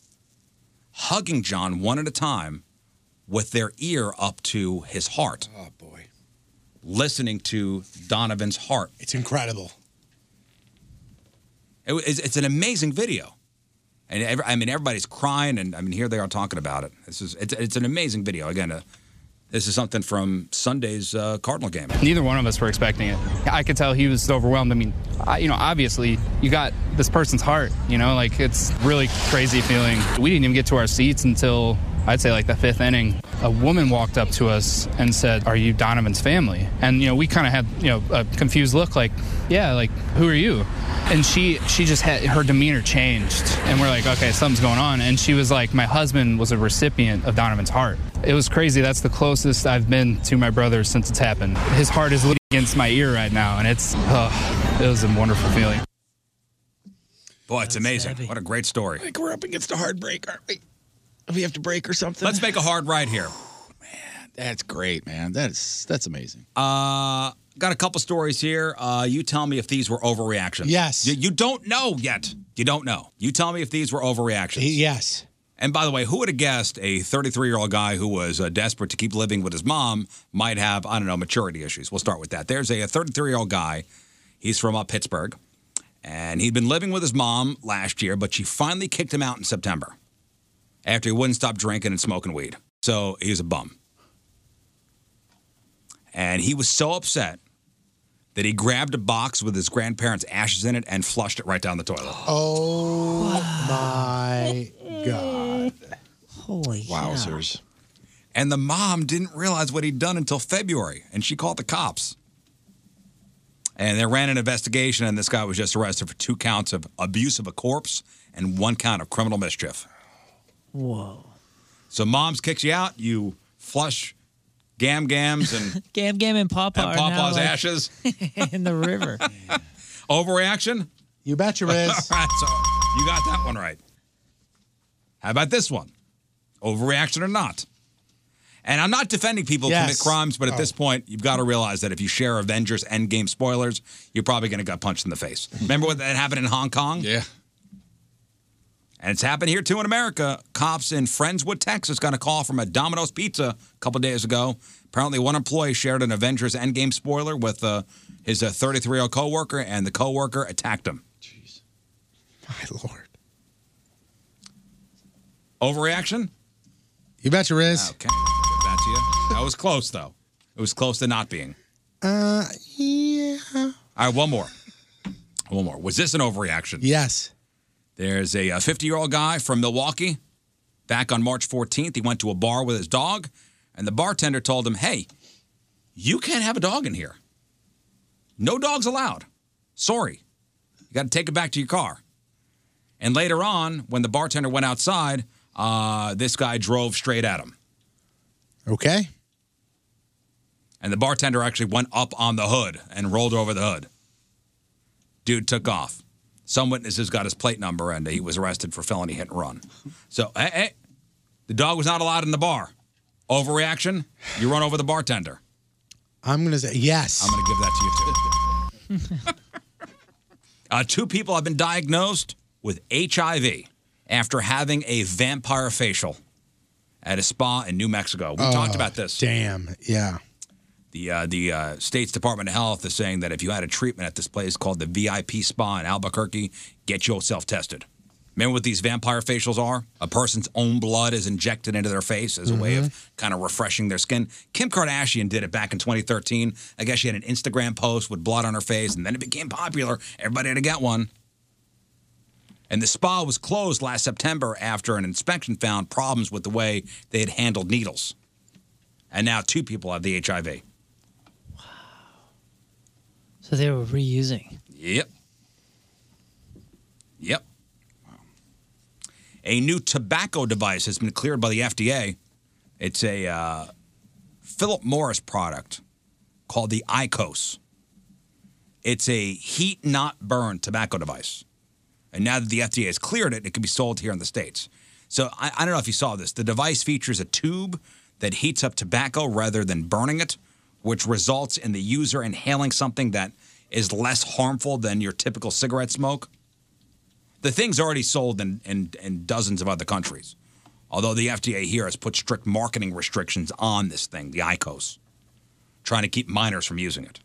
hugging John one at a time with their ear up to his heart. Oh, boy. Listening to Donovan's heart.
It's incredible.
It, wa- it's, it's an amazing video. And every, I mean, everybody's crying, and I mean, here they are talking about it. This is it's, it's an amazing video. Again, uh, this is something from Sunday's uh, Cardinal game.
Neither one of us were expecting it. I could tell he was overwhelmed. I mean, I, you know, obviously you got this person's heart. You know, like it's really crazy feeling. We didn't even get to our seats until I'd say like the fifth inning. a woman walked up to us and said, "Are you Donovan's family?" And you know, we kind of had you know a confused look, like, "Yeah, like who are you?" And she she just had her demeanor changed, and we're like, "Okay, something's going on." And she was like, "My husband was a recipient of Donovan's heart." It was crazy. That's the closest I've been to my brother since it's happened. His heart is leaning against my ear right now, and it's oh, it was a wonderful feeling.
Boy, it's amazing. What a great story.
think we're up against a hard break, aren't we? We have to break or something.
Let's make a hard ride here.
That's great, man. That's that's amazing.
Uh, got a couple stories here. Uh, you tell me if these were overreactions.
Yes.
You, you don't know yet. You don't know. You tell me if these were overreactions.
Yes.
And by the way, who would have guessed a 33 year old guy who was uh, desperate to keep living with his mom might have, I don't know, maturity issues? We'll start with that. There's a 33 year old guy. He's from uh, Pittsburgh. And he'd been living with his mom last year, but she finally kicked him out in September after he wouldn't stop drinking and smoking weed. So he was a bum. And he was so upset that he grabbed a box with his grandparents' ashes in it and flushed it right down the toilet.
Oh my God.
Holy
Wowzers. And the mom didn't realize what he'd done until February, and she called the cops. And they ran an investigation, and this guy was just arrested for two counts of abuse of a corpse and one count of criminal mischief.
Whoa.
So moms kicks you out, you flush gam gams and,
Gam Gam and Papa
and
[laughs] are now,
Papa's
like,
ashes.
[laughs] in the river.
Overreaction? [laughs]
You betcha,
All right, so you got that one right. How about this one? Overreaction or not? And I'm not defending people who commit
Yes.
crimes, but at
Oh.
this point, you've got to realize that if you share Avengers Endgame spoilers, you're probably going to get punched in the face. Remember what that happened in Hong Kong? Yeah. And it's happened here too in America. Cops in Friendswood, Texas, got a call from a Domino's Pizza a couple days ago. Apparently, one employee shared an Avengers Endgame spoiler with uh, his 33 year old coworker, and the coworker attacked him. Overreaction?
You bet your wrist.
Okay. Give that to you. That was close, though. It was close to not being.
Uh, yeah.
All right, one more. One more. Was this an overreaction?
Yes.
There's a 50 year old guy from Milwaukee. Back on March 14th, he went to a bar with his dog, and the bartender told him, Hey, you can't have a dog in here. No dogs allowed. Sorry. You got to take it back to your car. And later on, when the bartender went outside, uh, this guy drove straight at him.
Okay.
And the bartender actually went up on the hood and rolled over the hood. Dude took off. Some witnesses got his plate number and he was arrested for felony hit and run. So, hey, hey, the dog was not allowed in the bar. Overreaction, you run over the bartender.
I'm going to say yes.
I'm going to give that to you too. uh, two people have been diagnosed with HIV after having a vampire facial at a spa in New Mexico. We talked
Oh,
about this.
[laughs] Damn. Yeah.
The uh, the uh, state's Department of Health is saying that if you had a treatment at this place called the VIP Spa in Albuquerque, get yourself tested. Remember what these vampire facials are? A person's own blood is injected into their face as a way of kind of refreshing their skin. Kim Kardashian did it back in 2013. I guess she had an Instagram post with blood on her face, and then it became popular. Everybody had to get one. And the spa was closed last September after an inspection found problems with the way they had handled needles. And now two people have the HIV.
[laughs] So they were reusing.
Yep. Yep. A new tobacco device has been cleared by the FDA. It's a uh, Philip Morris product called the ICOS. It's a heat not burn tobacco device. And now that the FDA has cleared it, it can be sold here in the States. So I, I don't know if you saw this. The device features a tube that heats up tobacco rather than burning it, which results in the user inhaling something that is less harmful than your typical cigarette smoke. The thing's already sold in, in, in dozens of other countries, although the FDA here has put strict marketing restrictions on this thing, the ICOS, trying to keep minors from using it.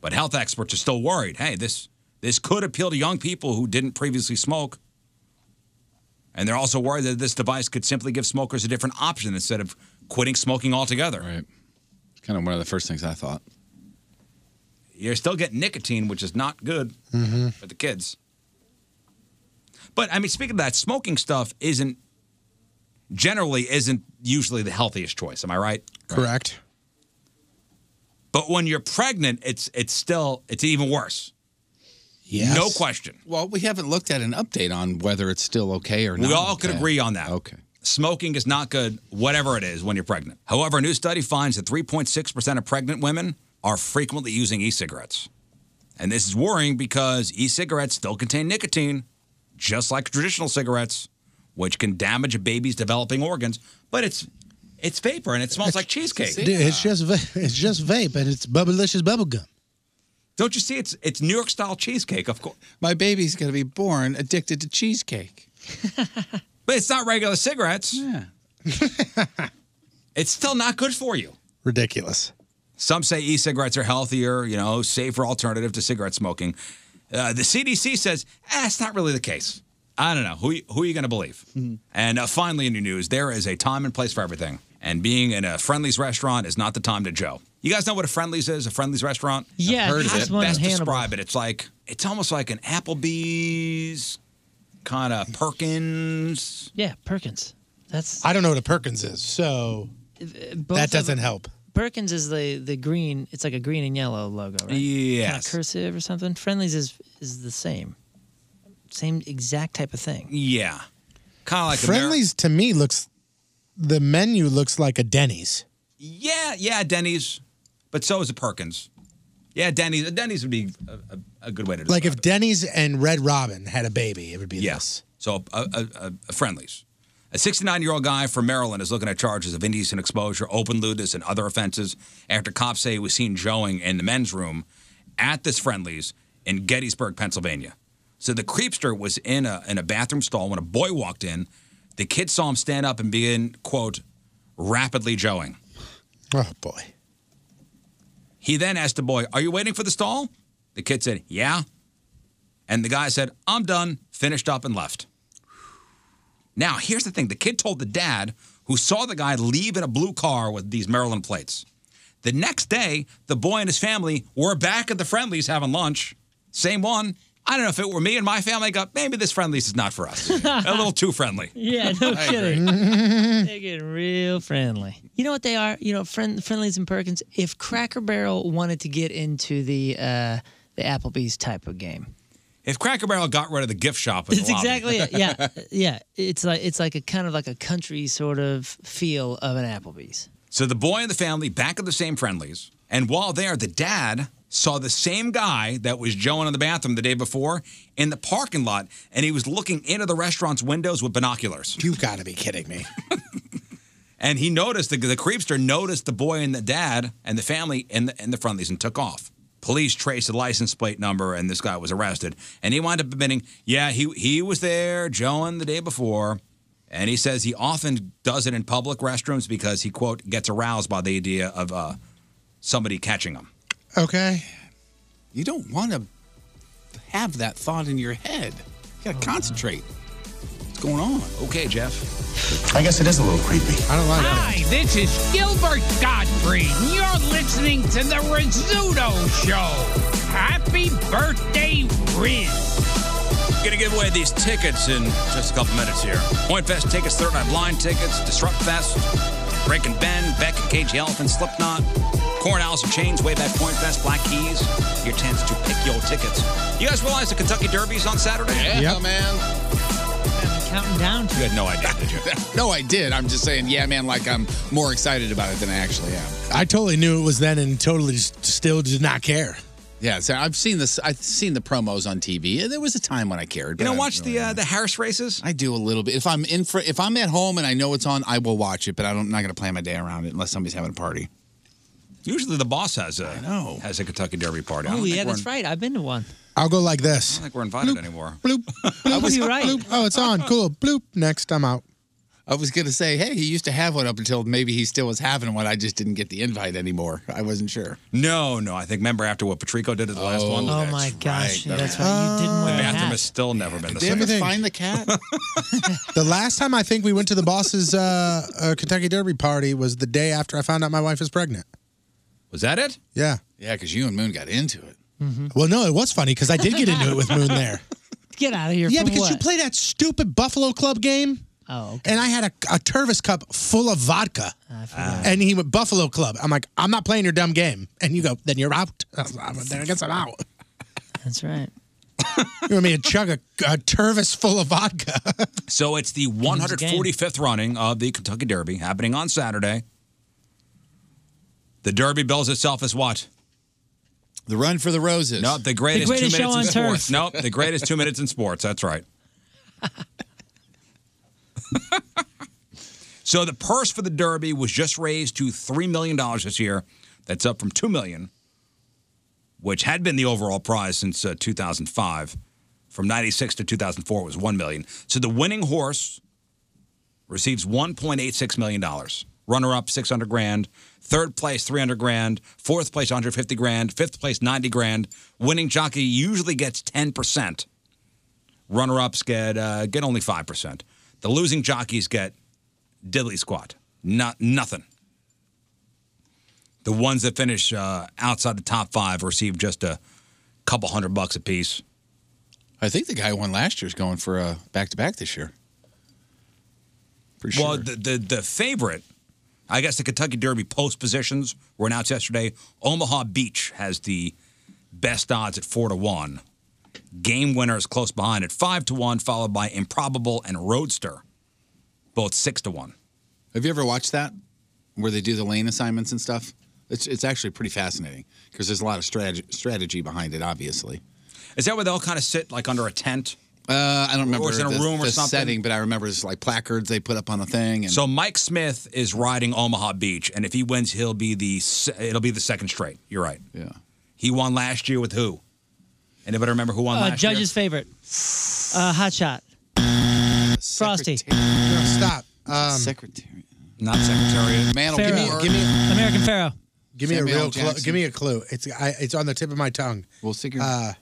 But health experts are still worried. Hey, this this could appeal to young people who didn't previously smoke. And they're also worried that this device could simply give smokers a different option instead of quitting smoking altogether. Right.
It's kind of one of the first things I thought.
You're still getting nicotine, which is not good
Mm-hmm.
for the kids. But I mean, speaking of that, smoking stuff isn't generally isn't usually the healthiest choice. Am I right?
Correct.
But when you're pregnant, it's it's still it's even worse.
Yes.
No question.
Well, we haven't looked at an update on whether it's still okay or not.
We all could agree on that. Okay. Smoking is not good, whatever it is, when you're pregnant. However, a new study finds that 3.6% of pregnant women are frequently using e cigarettes. And this is worrying because e cigarettes still contain nicotine, just like traditional cigarettes, which can damage a baby's developing organs. But it's it's vapor and it smells like cheesecake.
Dude, it's just va- it's just vape and it's bubblicious bubble gum.
Don't you see? It's it's New York style cheesecake, of course.
My baby's going to be born addicted to cheesecake.
But it's not regular cigarettes. Yeah. it's still not good for you.
Ridiculous.
Some say e cigarettes are healthier, you know, safer alternative to cigarette smoking. Uh, the CDC says, eh, it's not really the case. I don't know. Who, y- who are you going to believe? And uh, finally, in your news, there is a time and place for everything. And being in a Friendly's restaurant is not the time to Joe. You guys know what a Friendly's is? A Friendly's restaurant?
Yeah,
I've heard of
there's
it.
one in
Best
Hannibal.
describe it. It's like it's almost like an Applebee's kind of Perkins.
Yeah, Perkins. That's
I don't know what a Perkins is, so
Uh, both
that
of
doesn't
them-
help.
Perkins is the the green. It's like a green and yellow logo, right? Kind
Yes.
of cursive or something. Friendlies is is the same, same exact type of thing.
Yeah. Kind of like Ameri-
Friendlies to me looks the menu looks like a Denny's.
Yeah, yeah, Denny's, but so is a Perkins. Yeah, Denny's. Denny's would be a, a, a good way to
Like if Denny's and Red Robin had a baby, it would be
yes. So a, a, a, a friendlies. A 69 year old guy from Maryland is looking at charges of indecent exposure, open lewdness, and other offenses after cops say he was seen joeing in the men's room at this friendlies in Gettysburg, Pennsylvania. So the creepster was in a, in a bathroom stall when a boy walked in. The kid saw him stand up and begin, quote, rapidly joeing.
Oh boy.
He then asked the boy, Are you waiting for the stall? The kid said, Yeah. And the guy said, I'm done, finished up, and left. Now, here's the thing the kid told the dad, who saw the guy leave in a blue car with these Maryland plates. The next day, the boy and his family were back at the Friendlies having lunch. Same one. I don't know if it were me and my family, I go, maybe this Friendlies is not for
[laughs]
us. a little too friendly. [laughs]
Yeah, no
I
kidding. [laughs] They're getting real friendly. You know what they are? You know, friend, friendlies and Perkins. If Cracker Barrel wanted to get into the uh, the Applebee's type of game,
If Cracker Barrel got rid of the gift shop, in the
it's
lobby.
exactly
[laughs]
it. Yeah, yeah. It's like it's like a kind of like a country sort of feel of an Applebee's.
So the boy and the family back at the same friendlies. And while there, the dad saw the same guy that was Joan in the bathroom the day before in the parking lot, and he was looking into the restaurant's windows with binoculars.
You've got to be kidding me.
[laughs] and he noticed the, the creepster noticed the boy and the dad and the family in the, in the friendlies and took off. Police traced the license plate number, and this guy was arrested. And he wound up admitting, yeah, he he was there, Joan, the day before. And he says he often does it in public restrooms because he quote gets aroused by the idea of uh, somebody catching him.
Okay.
You don't want to have that thought in your head. You
Oh,
got to concentrate. What's going on?
Okay, Jeff.
I guess it is a little creepy.
I don't like
Hi, this is Gilbert Godfrey, and you're listening to The Rizzuto Show. Happy birthday, Riz.
We're gonna give away these tickets in just a couple minutes here. Point Fest tickets, Third Eye Blind tickets, Disrupt Fest, Breaking Ben, Beck and Cage the Elephant, Slipknot, Corn Alice and Chains, Way Back Point Fest, Black Keys. Your chance to pick your tickets. You guys realize the Kentucky Derby's on Saturday?
Yeah, Yep.
man.
Counting down.
You had no idea, did you?
[laughs] no, I did. I'm just saying, yeah, man, like I'm more excited about it than I actually am.
I totally knew it was then and totally just, still did not care.
Yeah, so I've seen this. I've seen the promos on TV. There was a time when I cared.
You
but
know,
I
watch
don't
the uh, the Harris races.
I do a little bit. If I'm in, for, if I'm at home and I know it's on, I will watch it. But I don't, I'm not going to plan my day around it unless somebody's having a party.
Usually, the boss has a has a Kentucky Derby party. I don't
Oh
think
yeah,
we're
that's
in-
right. I've been to one.
I'll go like
I
this.
don't think we're invited anymore.
I
was- [laughs] You're right.
Bloop. Oh, it's on. Cool. Bloop. Next, I'm out.
I was going to say, hey, he used to have one up until maybe he still was having one. I just didn't get the invite anymore. I wasn't sure.
No, no. I think remember after what Patrico did at the last
Oh,
one.
Oh, my
That's
gosh,
right.
that's
right. You didn't
wear
The
a
bathroom
hat.
has still never been the
Did they
same.
ever find
the cat?
[laughs] The last time I think we went to the boss's uh, uh, Kentucky Derby party was the day after I found out my wife is pregnant.
Was that it?
Yeah.
Yeah, because you and Moon got into it.
Well, no, it was funny because I did get into it with Moon there.
[laughs] Get out of here.
yeah,
for
because you
what?
play that stupid Buffalo Club game.
Oh, okay.
And I had a, a Tervis cup full of vodka. and he went Buffalo Club. I'm like, I'm not playing your dumb game. And you go, then you're out. [laughs] I was like, then I guess I'm out.
That's right.
[laughs] you want me to chug a, a Tervis full of vodka?
So it's the 145th running of the Kentucky Derby happening on Saturday. The Derby bills itself as what?
[laughs] The Run for the Roses.
No, the greatest,
greatest
two
show
minutes in
on
sports.
turf.
No, the greatest two minutes in sports. That's right. so the purse for the Derby was just raised to three million dollars this year. That's up from two million, which had been the overall prize since uh, 2005. From 96 to 2004 it was one million. So the winning horse receives 1.86 million dollars. Runner up 600 grand, third place 300 grand, fourth place 150 grand, fifth place 90 grand. Winning jockey usually gets 10%. Runner ups get uh, get only 5%. The losing jockeys get diddly squat. Not nothing. The ones that finish uh, outside the top 5 receive just a couple hundred bucks apiece.
I think the guy who won last year's going for a back to back this year.
Well, the, the the favorite, I guess the Kentucky Derby post positions were announced yesterday. Omaha Beach has the best odds at four to one. Game winner is close behind at five to one, followed by Improbable and Roadster, both six to one.
Have you ever watched that where they do the lane assignments and stuff? It's, it's actually pretty fascinating because there's a lot of strategy, strategy behind it, obviously.
Is that where they all kind of sit like under a tent?
Uh, I don't remember
Or is it in a
the-
room or
the
something?
setting, but I remember it's like placards they put up on the thing. And
So Mike Smith is riding Omaha Beach, and if he wins, he'll be the se- it'll be the second straight. You're right.
Yeah.
He won last year with who? Anybody remember who won
Uh,
last year?
judge's favorite. Uh, hot shot. Frosty.
stop.
Um,
Secretary.
Not Secretariat.
Man,
give me- give me-
American Pharaoh.
Give me
Samuel
a real clue.
Jackson.
Give me a clue. It's I, it's on the tip of my tongue.
We'll figure.
Uh,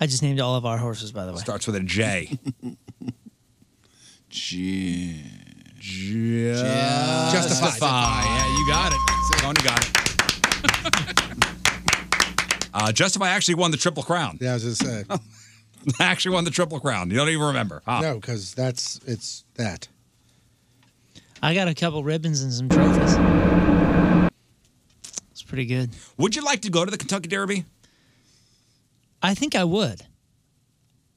I just named all of our horses, by the way.
Starts with a
[laughs]
J.
G.
J-
Justify.
Justify. Yeah, you got it. Tony got it. Uh, Justify actually won the Triple Crown.
Yeah, I was just saying.
[laughs] actually won the Triple Crown. You don't even remember.
Ah.
Huh?
No, because that's it's that.
I got a couple ribbons and some trophies. It's pretty good.
Would you like to go to the Kentucky Derby?
I think I would.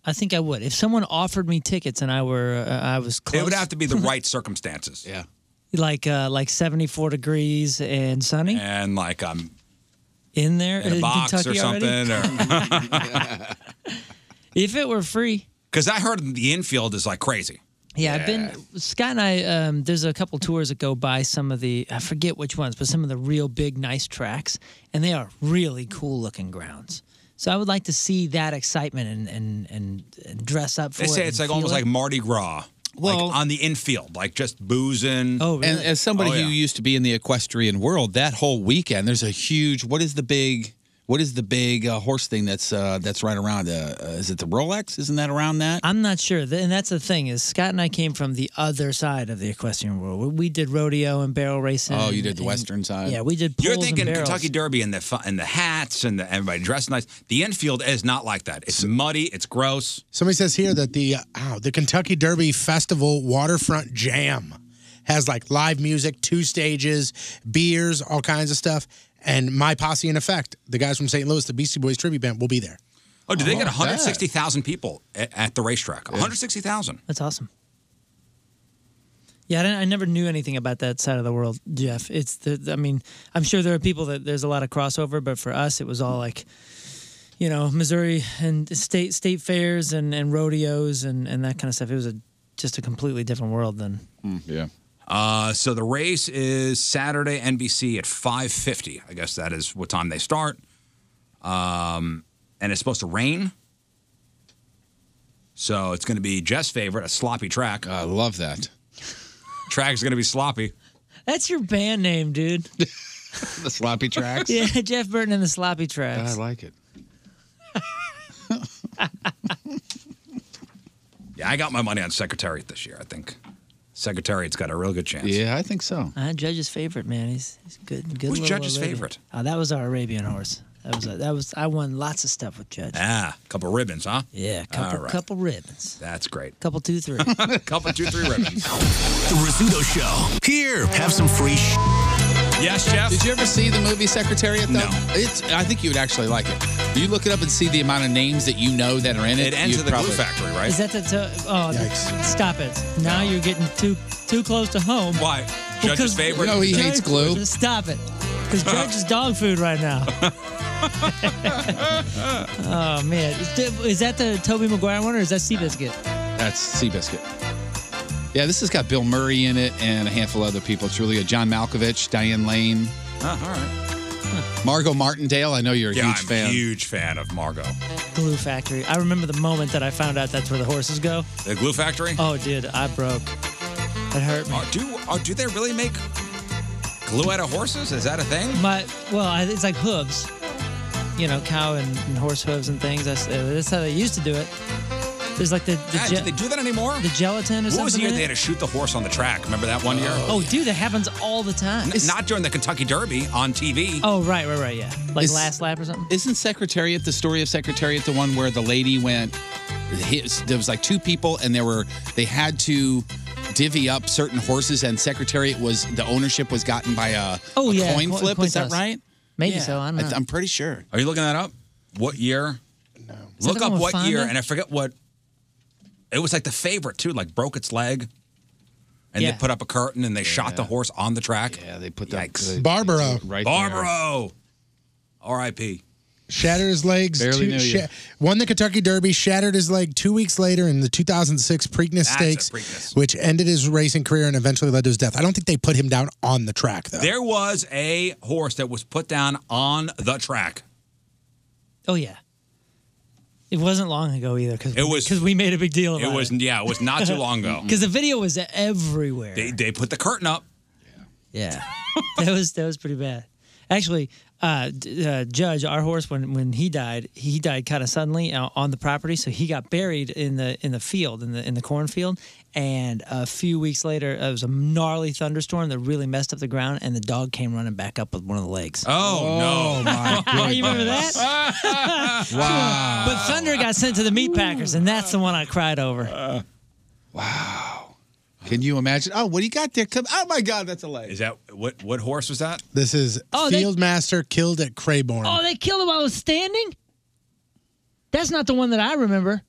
I think I would. If someone offered me tickets and I were uh, I was close.
It would have to be the right [laughs] circumstances.
Yeah.
like uh, like 74 degrees and sunny
And like I'm
in there
in a box
Kentucky
or
already?
something. or
if it were free.
Because I heard the infield is like crazy.
Yeah, I've been Scott and I. Um, there's a couple tours that go by some of the I forget which ones, but some of the real big, nice tracks, and they are really cool looking grounds. So I would like to see that excitement and and and, and dress up for
They
it.
say
and
it's like
feel
almost
it.
like Mardi Gras.
Well-
like on the infield, like just boozing. Oh,
And as somebody
yeah.
who used to be in the equestrian world, that whole weekend there's a huge. What is the big? What is the big uh, horse thing that's uh, that's right around? Uh, uh, is it the Rolex? Isn't that around that?
I'm not sure, Th- and that's the thing is Scott and I came from the other side of the equestrian world. We- We did rodeo and barrel racing.
Oh, you did the
and-
western side.
Yeah, we did.
You're
poles and
thinking
barrels.
Kentucky Derby and the fu- and the hats and the, everybody dressed nice. The infield is not like that. It's muddy. It's gross.
Somebody says here that the uh, ow, the Kentucky Derby Festival Waterfront Jam has like live music, two stages, beers, all kinds of stuff, and my posse in effect, the guys from St. Louis, the Beastie Boys tribute band, will be there.
Oh, did they
Oh,
get
not
160,000 people at, at the racetrack? 160,000.
That's awesome. Yeah, I, didn't, I never knew anything about that side of the world, Jeff. It's the, I mean, I'm sure there are people that there's a lot of crossover, but for us, it was all like, you know, Missouri and state state fairs and, and rodeos and, and that kind of stuff. It was a just a completely different world then.
Mm-hmm. yeah.
Uh, so the race is Saturday NBC at 5:50. I guess that is what time they start. Um, and it's supposed to rain. So it's going to be Jeff's favorite, a sloppy track.
I love that.
Track's going to be sloppy.
That's your band name, dude.
the sloppy tracks.
[laughs] yeah, Jeff Burton and the Sloppy Tracks.
like it.
Yeah, I got my money on Secretariat this year. I think Secretariat's got a real good chance.
Yeah, I think so.
[laughs] Uh, Judge's favorite, man. He's, he's good. good
Who's
little
Judge's
Arabian.
favorite?
Oh, that was our Arabian horse. That was that was I won lots of stuff with Judge.
Ah, couple ribbons, huh? Yeah,
Couple couple ribbons.
That's great.
Couple two three.
[laughs] couple two three
[laughs]
ribbons.
The Rizzuto Show. Here, have some free sh-
Yes, Jeff.
Did you ever see the movie Secretariat? Though? No. It's. I think you would actually like it. You look it up and see the amount of names that you know that are in it.
It ends
you'd
at the glue
probably-
factory, right?
Is that the to- oh? th- Stop it! Now you're getting too too close to home.
Why? Judge's
Because-
favorite? No, he hates glue.
Stop it!
[laughs]
Because Judge is dog food right now. oh man, is, that- is that the Toby Maguire one or is that Seabiscuit?
That's Seabiscuit. Yeah, this has got Bill Murray in it and a handful of other people. It's really a John Malkovich, Diane Lane,
all right.
Margot Martindale. I know you're a
Yeah,
huge
I'm
fan.
huge fan of Margot.
Glue Factory. I remember the moment that I found out that's where the horses go.
The glue factory?
Oh, dude, I broke. It hurt me.
Oh, do oh, do they really make glue out of horses? Is that a thing?
My well, I- it's like hooves, you know, cow and, and horse hooves and things. That's, uh, that's how they used to do it. There's like the, the
Ah, do they do that anymore?
The gelatin or
What
something.
was the year
in
they
it?
had to shoot the horse on the track? Remember that one year?
Oh, dude, that happens all the time.
N- not during the Kentucky Derby on TV.
oh, right, right, right, yeah. Like
Is-
last lap or something.
Isn't Secretariat the story of Secretariat the one where the lady went? His, there was like two people, and there were they had to divvy up certain horses, and Secretariat was the ownership was gotten by a,
Oh
a
yeah,
coin
co-
flip.
coin
is that
toss.
right?
Maybe
Yeah.
so. I don't
I
know.
th- I'm pretty sure.
Are you looking that up? What year? No.
Is that
Look
the
up
one with
what year,
Fonda?
and I forget what. It was like the favorite too, like broke its leg, and
Yeah.
they put up a curtain and they shot the horse on the track. Yeah, they put that. Yikes.
Barbaro.
Right
there.
Barbaro. R.I.P.
Shattered his legs.
Barely
two-
knew
sha-
you.
won the Kentucky Derby. Shattered his leg two weeks later in the 2006 Preakness
That's a
Stakes,
Preakness.
which ended his racing career and eventually led to his death. I don't think they put him down on the track though.
There was a horse that was put down on the track.
Oh yeah. It wasn't long ago either, because
It was because
we made a big deal.
It
about
was yeah, it was not too long
[laughs]
ago.
Because the video was everywhere.
they they put the curtain up.
Yeah, [laughs] that was that was pretty bad. Actually, uh, d- uh, Judge, our horse, when when he died, he died kind of suddenly uh, on the property, so he got buried in the in the field in the in the cornfield. And a few weeks later, it was a gnarly thunderstorm that really messed up the ground, and the dog came running back up with one of the legs.
Oh, no.
[laughs]
[laughs]
you remember that? [laughs] wow! But Thunder got sent to the meat packers, and that's the one I cried over.
uh,
Can you imagine? Oh, what do you got there? Come, oh my God, that's a leg.
Is that what? What horse was that?
This is
Oh, they-
Fieldmaster killed at Crayborn.
oh, they killed him while I was standing. That's not the one that I remember.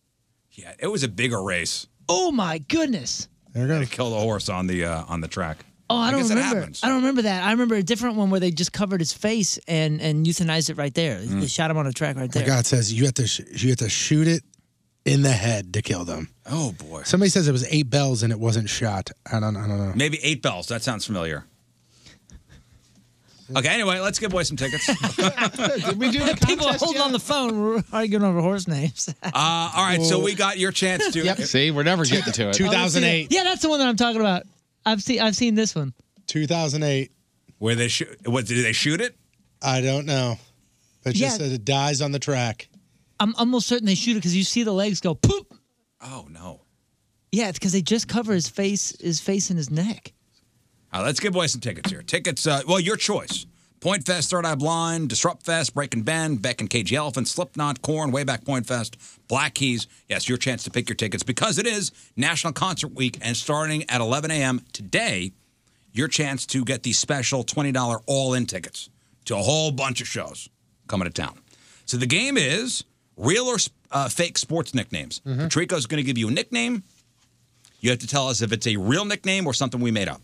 Yeah, it was a bigger race.
Oh my goodness.
They're
gonna kill the horse on the uh, on the track.
Oh, I, don't
guess It
remember.
happens.
I don't remember that. I remember a different one where they just covered his face and and euthanized it right there. They shot him on a track right there.
Like Mm.
[laughs]
Oh God says you have to sh- you have to shoot it in the head to kill them.
Oh boy.
Somebody says it was eight bells and it wasn't shot. I don't I don't know.
Maybe eight bells. That
[laughs]
sounds familiar. Okay. Anyway, let's give away
[laughs]
some tickets. Uh,
Did we do the People holding on the phone. We're arguing over horse names. [laughs]
Uh, all right. So we got your chance to.
Yep. See, we're never getting to it.
Yeah, that's the one that I'm talking about. I've seen I've seen this one.
2008.
Where they shoot? What did they shoot it?
I don't know. But just
Yeah.
says it dies on the track.
I'm almost certain they shoot it because you see the legs go poop.
Oh no.
Yeah, it's because they just cover his face, his face and his neck.
All right, Uh, let's give away some tickets here. Tickets, uh, well, your choice. Point Fest, Third Eye Blind, Disrupt Fest, Break and Bend, Beck and Cage Elephant, Slipknot, Corn, Wayback Point Fest, Black Keys. Yes, your chance to pick your tickets because it is National Concert Week and starting at 11 a.m. today, your chance to get the special $20 all in tickets to a whole bunch of shows coming to town. So the game is real or uh, fake sports nicknames. Patrico's going to give you a nickname. You have to tell us if it's a real nickname or something we made up.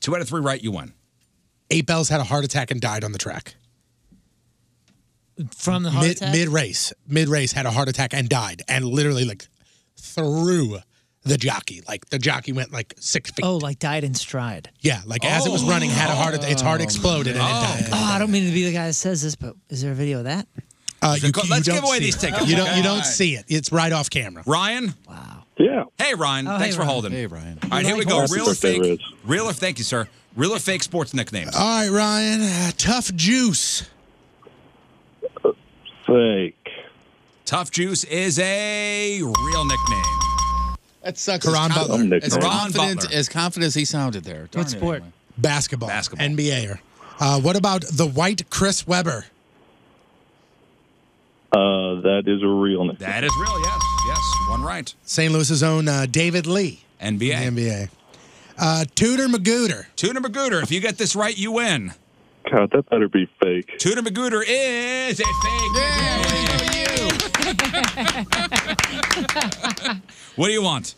Two out of three right, you win.
Eight bells had a heart attack and died on the track.
From the
mid, Mid race. Mid race had a heart attack and died. And literally like through the jockey. Like the jockey went like six feet.
Oh, like died in stride.
Yeah, like as it was running, had a heart attack. Its heart exploded and it died.
Oh, I don't mean to be the guy that says this, but is there a video of that?
Uh, you, you
let's
don't
give away
see
these
it.
tickets,
You don't,
okay?
you don't
Alright.
see it. It's right off camera.
Ryan? Wow. Yeah. Hey, Ryan.
Oh, hey,
Thanks for
Ryan.
holding.
Hey,
Ryan.
All right,
You
here we
like
go.
horses.
Real or
Birthday,
fake? Real or thank you, sir. Real or fake sports nicknames?
All right, Ryan. Uh, tough juice.
Fake. Tough Juice is a real nickname.
That sucks.
Karan
as
Butler.
As
Karan
confident,
Butler.
as confident as he sounded there. Darn
What
it,
sport?
anyway.
Basketball. Basketball. NBAer. Uh, what about the white Chris Webber?
Uh, that is a real name.
That is real, yes. Yes, one right.
St. Louis's own uh, David Lee.
NBA.
From the NBA. Uh, Tudor Magooter.
Tuna Magooter, if you get this right, you win.
God, that better be fake.
Tuna Magooter is a fake. What do you want?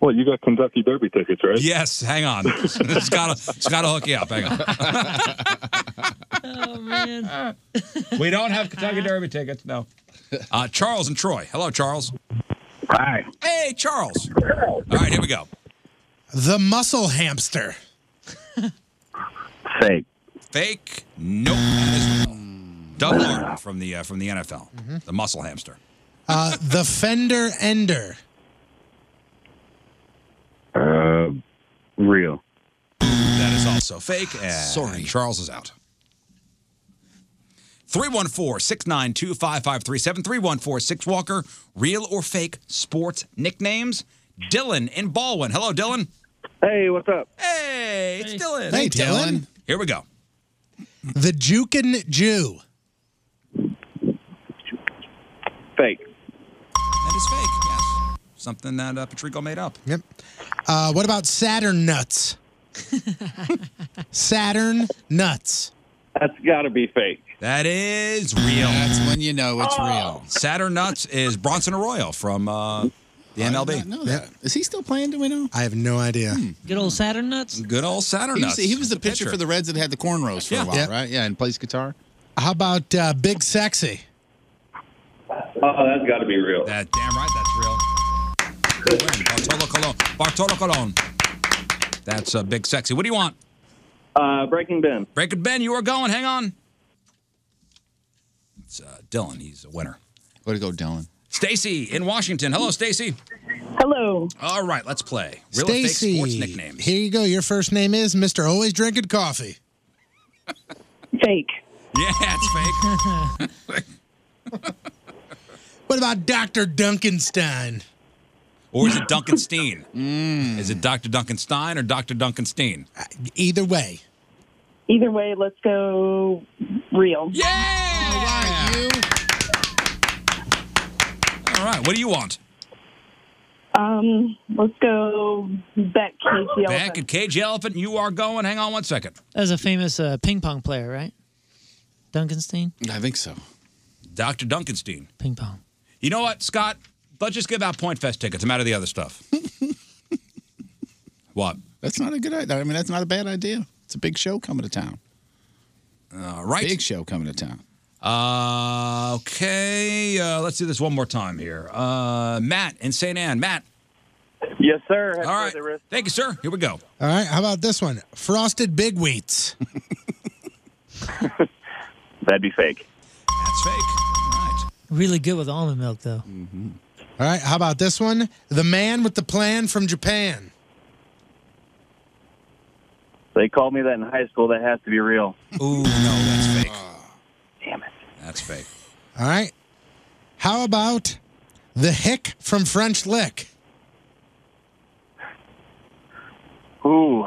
Well, you got Kentucky Derby tickets, right?
Yes, hang on. [laughs] it's got to it's gotta hook you up. Hang on. [laughs]
oh
[laughs]
man.
We don't have Kentucky Derby tickets, no. Uh, Charles and Troy. Hello, Charles.
Hi.
Hey, Charles. All right, here we go.
The Muscle Hamster.
Fake.
Fake. Nope. That is real. Doug Martin from the uh, from the NFL, the muscle hamster.
Uh, the Fender Ender.
Uh, real.
That is also fake. And Sorry. Charles is out. 314 692 5537. 314 6 Walker. Real or fake sports nicknames? Dylan in Baldwin. Hello, Dylan.
Hey, what's up?
Hey, it's Dylan.
Hey, Dylan.
Here we go.
The Jukin Jew.
Fake.
That is fake, yes. Something that uh, Patrico made up.
Yep. Uh, what about Saturn Nuts? Saturn Nuts.
That's got to be fake. Oh.
That is real. That's
when you know it's real.
Saturn Nuts is Bronson Arroyo from uh, the MLB.
Yep.
Is he still playing? Do we know?
I have no idea.
Good old Saturn nuts.
Good old Saturn
He was,
Nuts.
he was the pitcher for the Reds that had the cornrows for
Yeah.
a while,
Yep.
right? Yeah, and plays guitar.
How about uh, Big Sexy?
Oh, that's got to be real.
That damn right, that's real. Win. Bartolo Colon. Bartolo Colon. That's uh, big sexy. What do you want?
Uh, Breaking Ben.
Breaking Ben, you are going. Hang on. It's uh, Dylan. He's a winner.
Way to go, Dylan.
Stacy in Washington. Hello, Stacy.
Hello.
All right, let's play. Real or fake
Stacy.
sports nickname. [laughs]
Here you go. Your first name is Mr. Always Drinking Coffee. [laughs]
Fake.
Yeah, it's fake.
What about Dr. Duncanstein?
Or is it Duncan Steen?
Mm.
Is it Dr. Duncan Stein or Dr. Duncan Steen?
Either way.
Either way, let's go real.
Yeah. All right, what do you want?
Um, let's go back cage the
Back at Cage Elephant, you are going. Hang on one second.
That was a famous uh, ping pong player, right? Duncanstein.
I think so.
Dr. Duncanstein.
Ping pong.
You know what, Scott? Let's just give out Point Fest tickets. I'm out of the other stuff. what?
That's not a good idea. I mean, that's not a bad idea. It's a big show coming to town.
All Uh, right.
Big show coming to town.
Uh, okay, uh, let's do this one more time here. Uh, Matt in St. Ann. Matt.
Yes, sir.
All right. Thank you, sir. Here we go.
All right. How about this one? Frosted Big Wheats.
That'd be fake.
That's fake.
Really good with almond milk, though.
Mm-hmm.
All right. How about this one? The man with the plan from Japan.
They called me that in high school. That has to be real.
Ooh, no, that's fake.
Damn it.
That's fake.
All right. How about the hick from French Lick?
Ooh.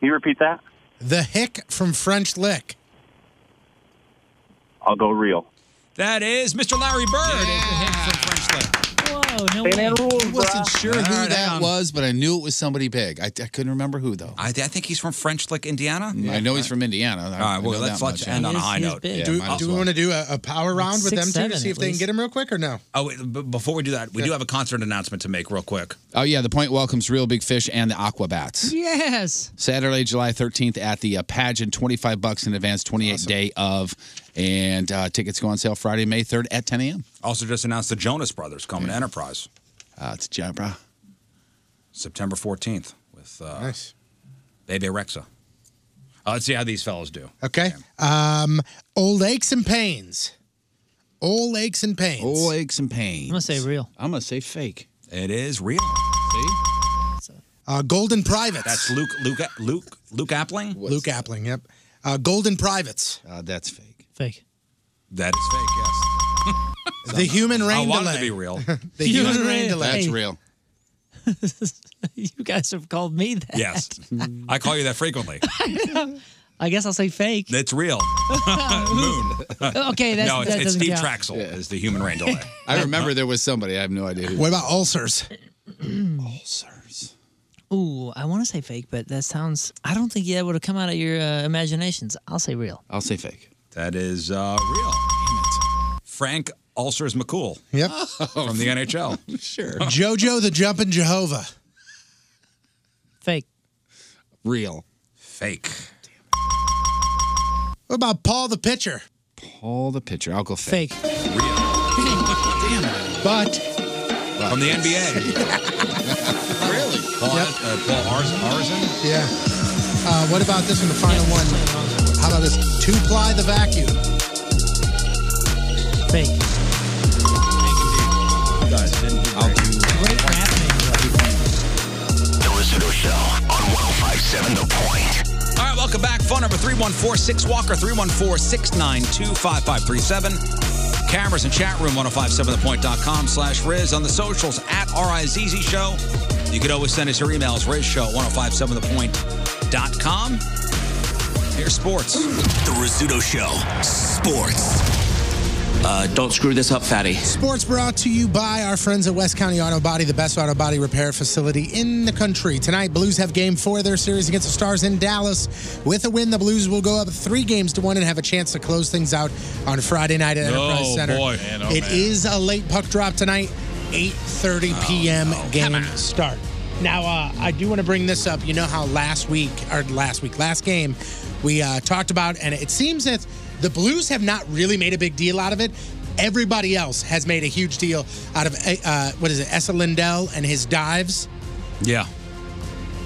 Can you repeat that?
The hick from French Lick.
I'll go real.
That is Mr. Larry Bird.
Whoa, no
St.
way.
Ann rules,
I wasn't
bruh.
sure
All
who
right, hang
that
on.
was, but I knew it was somebody big. I, I couldn't remember who though.
I, I think he's from French Lick, Indiana.
I know he's from Indiana. All
right, well, let's- let's end on a He is- high he is note. oh, big.
Yeah,
do
might as
do we
well.
want to do a, a power round with them
six,
two to
seven,
see if
at
they can
least.
get him real quick or no?
Oh, wait, b- before we do that, we do have a concert announcement to make real quick.
Oh yeah, the point welcomes Real Big Fish and the Aquabats.
Yes.
Saturday, July 13th at the uh, pageant, 25 bucks in advance, 28 day of, and uh, tickets go on sale Friday, May 3rd at 10 a.m.
Also, just announced the Jonas Brothers coming to Enterprise.
Uh, it's Jabra.
September 14th with uh, nice. Bebe Rexa. Uh, let's see how these fellas do.
Okay. Um, old aches and pains. Old aches and pains.
Old aches and pains. I'm
gonna say real.
I'm gonna say fake.
It is real.
Uh, Golden Privates.
That's Luke Luke Luke Luke Appling.
Luke Appling. Yep. Uh, Golden Privates.
Uh, that's fake.
Fake.
That is fake. Yes.
[laughs] The human rain
I want it
delay.
to
[laughs]
be real.
[laughs]
[laughs]
the
[laughs]
human, rain delay.
That's real.
You guys have called me
[laughs]
that.
Yes. I call you that frequently.
I know. [laughs] I guess I'll say fake. [laughs]
That's real. Moon. [laughs]
Okay, that's-
no, it's,
that
it's
doesn't
Steve
[clears throat] count.
Traxel is the human
[laughs]
rain delay.
I remember there was somebody. I have no idea who.
What about ulcers?
Ulcers. Ooh, I want to say fake, but that sounds. I don't think that would have come out of your uh, imaginations. I'll say real.
I'll say fake. That is uh, real. Frank Ulcers McCool.
Yep.
[laughs] From the [laughs] NHL.
sure.
[laughs] Jojo the Jumping Jehovah.
Fake.
Real.
Fake.
What about Paul the Pitcher?
Paul the pitcher. I'll go fake.
Real. But
From the NBA. [laughs] really? Paul, uh, Paul Ars- Arison?
yeah. Uh, what about this one? The final one. How about this? Two ply the vacuum.
Fake.
The Rizzuto Show on 1057 The Point.
All right, welcome back. Phone number 314-6WALKER, 314-692-5537. Cameras and chat room, 1057thepoint.com slash Riz. On the socials, at R-I-Z-Z Show. You could always send us your emails, rizshow at 1057thepoint.com. Here's sports.
The Rizzuto Show. Sports. Uh, don't screw this up, fatty.
Sports brought to you by our friends at West County Auto Body, the best auto body repair facility in the country. Tonight, Blues have game four of their series against the Stars in Dallas. With a win, the Blues will go up three games to one and have a chance to close things out on Friday night at
Oh,
Enterprise Center.
boy. Man, oh,
It
man. Oh,
is a late puck drop tonight, 8.30 p.m. game start. Now, uh, I do want to bring this up. You know how last week, or last week, last game, we uh, talked about, and it seems that the Blues have not really made a big deal out of it. Everybody else has made a huge deal out of, uh, uh, what is it, Essa Lindell and his dives.
Yeah.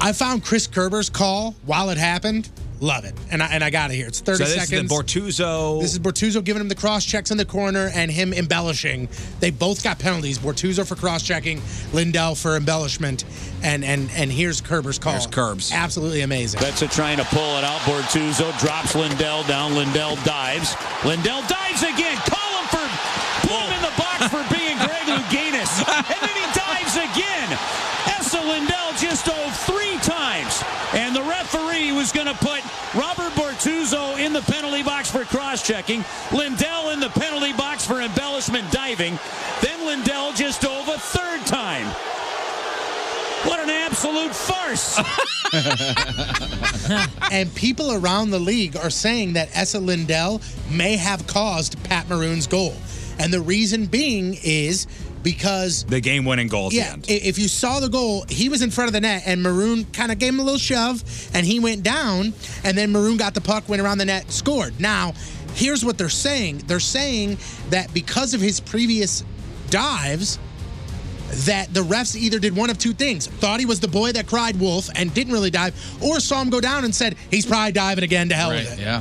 I found Chris Kerber's call while it happened. Love it. And I, and I got it here. It's 30
so this
seconds.
is the Bortuzzo.
This is Bortuzzo giving him the cross checks in the corner and him embellishing. They both got penalties. Bortuzzo for cross checking, Lindell for embellishment, and and and here's Kerber's call.
Here's
Kerbs.
Absolutely
[laughs]
amazing.
Betsa trying to pull it out. Bortuzzo drops Lindell down. Lindell dives. Lindell dives again. Call him for put him in the box for being Greg Louganis. And then he dives again. Essa Lindell just dove three times. And the referee was going to put Robert Bortuzzo in the penalty box for cross-checking. Lindell in the penalty box for embellishment diving. Then Lindell just dove a third time. What an absolute farce.
and people around the league are saying that Essa Lindell may have caused Pat Maroon's goal. And the reason being is because
The game-winning goal at the
yeah,
end.
i- if you saw the goal, he was in front of the net and Maroon kind of gave him a little shove and he went down and then Maroon got the puck, went around the net, scored. Now, here's what they're saying. They're saying that because of his previous dives, that the refs either did one of two things thought he was the boy that cried wolf and didn't really dive, or saw him go down and said, he's probably diving again to hell with it.
Yeah.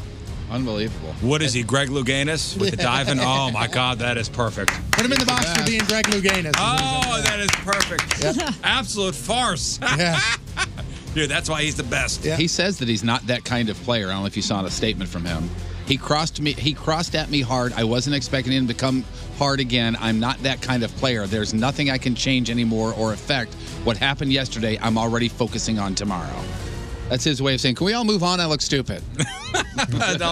Unbelievable.
What is he, Greg Louganis with the
[laughs]
diving? Oh, my God, that is perfect.
Put him in the box for being Greg Louganis.
Oh, that is perfect. Absolute farce. [laughs] Dude, that's why he's the best.
He says that he's not that kind of player. I don't know if you saw a statement from him. He crossed me. He crossed at me hard. I wasn't expecting him to come hard again. I'm not that kind of player. There's nothing I can change anymore or affect. What happened yesterday, I'm already focusing on tomorrow. That's his way of saying, "Can we all move on? I look
[laughs]
stupid."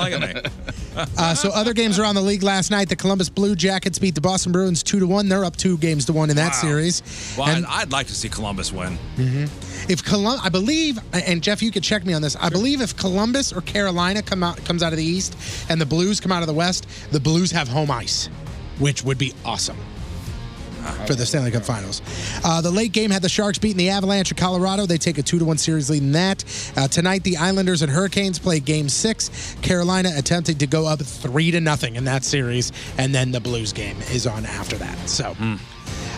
Uh, so other games around the league last night, the Columbus Blue Jackets beat the Boston Bruins two to one. They're up two games to one in that
Wow.
series.
Well,
And-
I'd, I'd like to see Columbus win.
Mhm. If Colum- I believe, and Jeff, you could check me on this. I believe if Columbus or Carolina come out comes out of the East and the Blues come out of the West, the Blues have home ice, which would be awesome for the Stanley Cup Finals. Uh, the late game had the Sharks beating the Avalanche of Colorado. They take a two to one series lead in that. Uh, tonight, the Islanders and Hurricanes play Game Six. Carolina attempted to go up three to nothing in that series, and then the Blues game is on after that. So.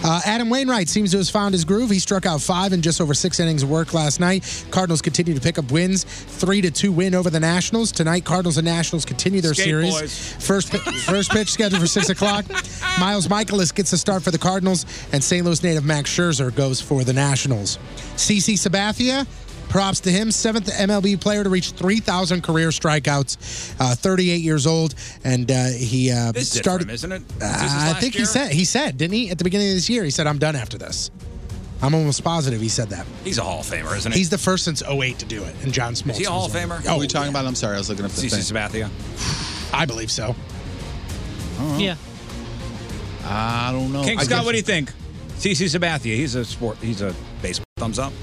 Uh, Adam Wainwright seems to have found his groove. He struck out five in just over six innings of work last night. Cardinals continue to pick up wins, three to two win over the Nationals tonight. Cardinals and Nationals continue their
Skate
series.
boys. [laughs]
First pi- first pitch scheduled for six o'clock. Miles Michaelis gets a start for the Cardinals, and St. Louis native Max Scherzer goes for the Nationals. CC Sabathia. Props to him, seventh MLB player to reach 3,000 career strikeouts, uh, 38 years old, and uh, he uh,
This is it for
started.
him, isn't it? Is this his
Uh, I
last
think he
year?
said he said didn't he at the beginning of this year? He said I'm done after this. I'm almost positive he said that.
He's a Hall of Famer, isn't he?
He's the first since 08 to do it, and John Smoltz.
Is he a Hall of
was one.
Famer?
Oh,
Who are we talking
about? I'm sorry, I was looking up
CC Sabathia.
[sighs]
I believe so. Uh-huh.
Yeah. [laughs]
I don't know.
King
I
Scott,
guess-
what do you think? CC Sabathia, he's a sport. He's a baseball. Thumbs up.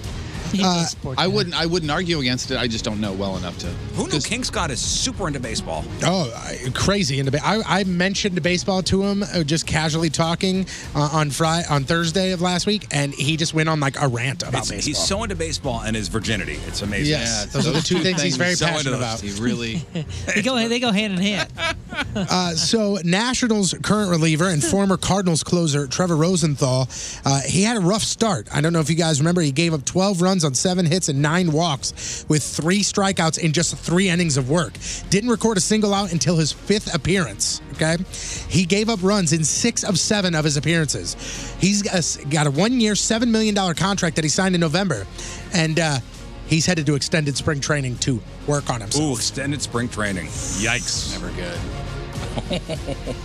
Uh, I wouldn't. I wouldn't argue against it. I just don't know well enough to.
Who knew King Scott is super into baseball?
Oh, I- crazy into ba- I, I mentioned baseball to him uh, just casually talking uh, on Friday on Thursday of last week, and he just went on like a rant about
It's-
baseball.
He's so into baseball and his virginity. It's amazing.
Yes, Yeah, those are the two things he's very
so into
passionate
those.
about.
He
[laughs]
really.
They go they go hand in hand.
uh, so Nationals current reliever and former Cardinals closer Trevor Rosenthal, uh, he had a rough start. I don't know if you guys remember, he gave up 12 runs on seven hits and nine walks with three strikeouts in just three innings of work. Didn't record a single out until his fifth appearance. Okay, he gave up runs in six of seven of his appearances. He's got a- got a one-year, seven million dollar contract that he signed in November, and uh, he's headed to extended spring training to work on himself.
Ooh, extended spring training. Yikes. Never good.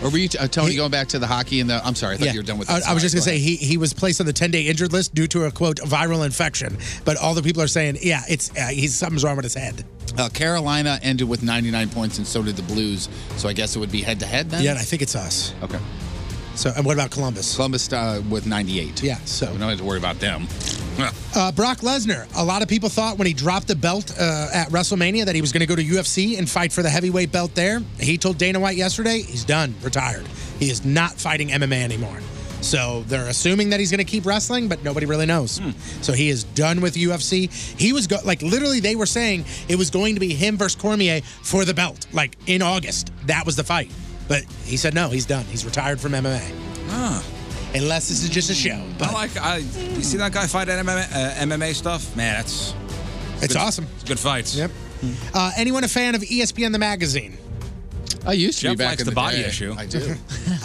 Or were you, uh, Tony, going back to the hockey and the? I'm sorry, I thought you were done with.
I-
that.
I was
Sorry,
just
go
gonna say he, he was placed on the 10 day injured list due to a quote viral infection, but all the people are saying yeah it's uh, he's something's wrong with his head.
ahead. Uh, Carolina ended with 99 points, and so did the Blues. So I guess it would be head to head then.
Yeah, and I think it's us.
Okay.
So, and what about Columbus?
Columbus uh, with 98.
Yeah, so
we don't have to worry about them.
Uh, Brock Lesnar. A lot of people thought when he dropped the belt uh, at WrestleMania that he was going to go to UFC and fight for the heavyweight belt there. He told Dana White yesterday he's done, retired. He is not fighting MMA anymore. So they're assuming that he's going to keep wrestling, but nobody really knows. So he is done with UFC. He was go- like literally they were saying it was going to be him versus Cormier for the belt, like in August. That was the fight. But he said no, he's done. He's retired from MMA. Unless this is just a show.
I like. I you see that guy fight at MMA, uh, MMA stuff. Man, that's.
It's awesome.
It's good fights. Yep.
Uh, anyone a fan of ESPN the magazine?
I used
to be Jeff back likes in the the body day. issue.
[laughs]
I [laughs] do.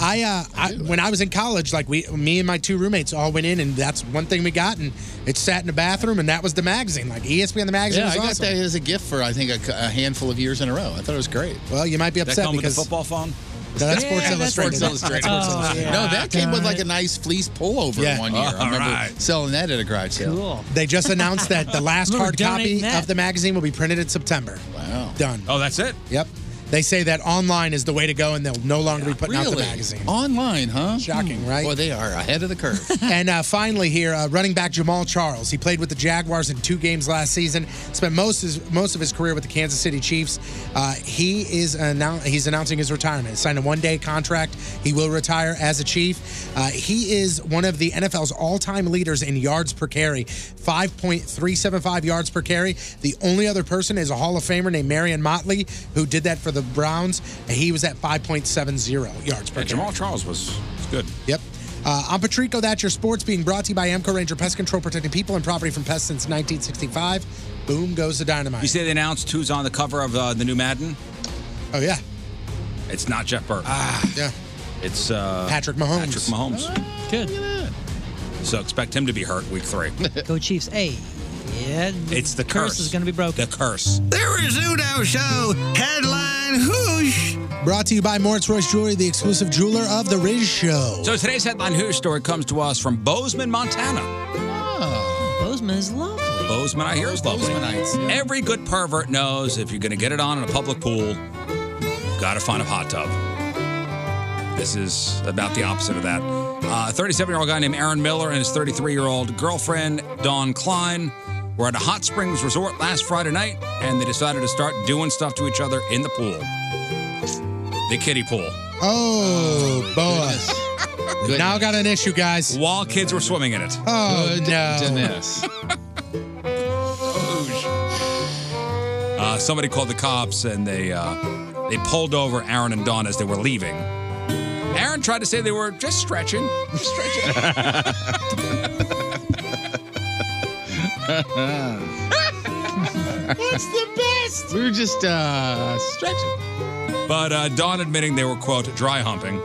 I, uh, I, when I was in college, like we, me and my two roommates all went in, and that's one thing we got, and it sat in the bathroom, and that was the magazine, like E ESPN the magazine.
Yeah,
was
I got
awesome.
that as a gift for I think a, c- a handful of years in a row. I thought it was great.
Well, you might be upset because
phone.
No, that's Sports Illustrated.
Sports Illustrated. Oh,
That's Sports Illustrated.
No, that came with like a nice fleece pullover
Yeah.
one year. I
All
remember
right.
selling that at a garage sale. Cool.
They just announced that
[laughs]
the last
Remember
hard copy
donating that.
of the magazine will be printed in September.
Wow.
Done.
Oh, that's it.
Yep. They say that online is the way to go, and they'll no longer be putting out the
Really?
magazine.
Online, huh? Hmm.
Shocking, right?
Boy, they are ahead of the curve.
[laughs] and uh, finally, here, uh, running back Jamal Charles. He played with the Jaguars in two games last season. Spent most his, most of his career with the Kansas City Chiefs. Uh, he is annou- he's announcing his retirement. Signed a one day contract. He will retire as a Chief. Uh, he is one of the NFL's all time leaders in yards per carry, five point three seven five yards per carry. The only other person is a Hall of Famer named Marion Motley, who did that for the Browns. And he was at five point seven zero yards per
Yeah,
carry.
Jamal Charles was, was good.
Yep. Uh, I'm Patrico. That's your sports being brought to you by Amco Ranger Pest Control, protecting people and property from pests since 1965. Boom goes the
You
dynamite.
see, they announced who's on the cover of uh, the new Madden.
Oh yeah,
It's not Jeff Burke.
Ah, yeah.
It's uh,
Patrick Mahomes.
Patrick Mahomes.
Good.
So expect him to be hurt week three.
Go Chiefs. Hey. Yeah.
It's the curse.
is going to be broken.
The curse.
The Rizzuto Show headline hoosh. Brought to you by Morris Royce Jewelry, the exclusive jeweler of the Riz Show.
So today's headline news story comes to us from Bozeman, Montana.
Bozeman is Oh. lovely.
Bozeman, I hear, is lovely. Every good pervert knows if you're going to get it on in a public pool, you've got to find a hot tub. This is about the opposite of that. Uh, A 37 year old guy named Aaron Miller and his 33 year old girlfriend, Dawn Klein, were at a hot springs resort last Friday night and they decided to start doing stuff to each other in the pool. The kiddie pool.
Oh, boy. Now got an issue, guys.
While kids were swimming in it.
Oh no.
[laughs] Uh, somebody called the cops and they uh, they pulled over Aaron and Dawn as they were leaving. Aaron tried to say they were just stretching, just
stretching. [laughs]
That's
the best. We were just uh, stretching.
But uh, Dawn admitting they were quote dry humping.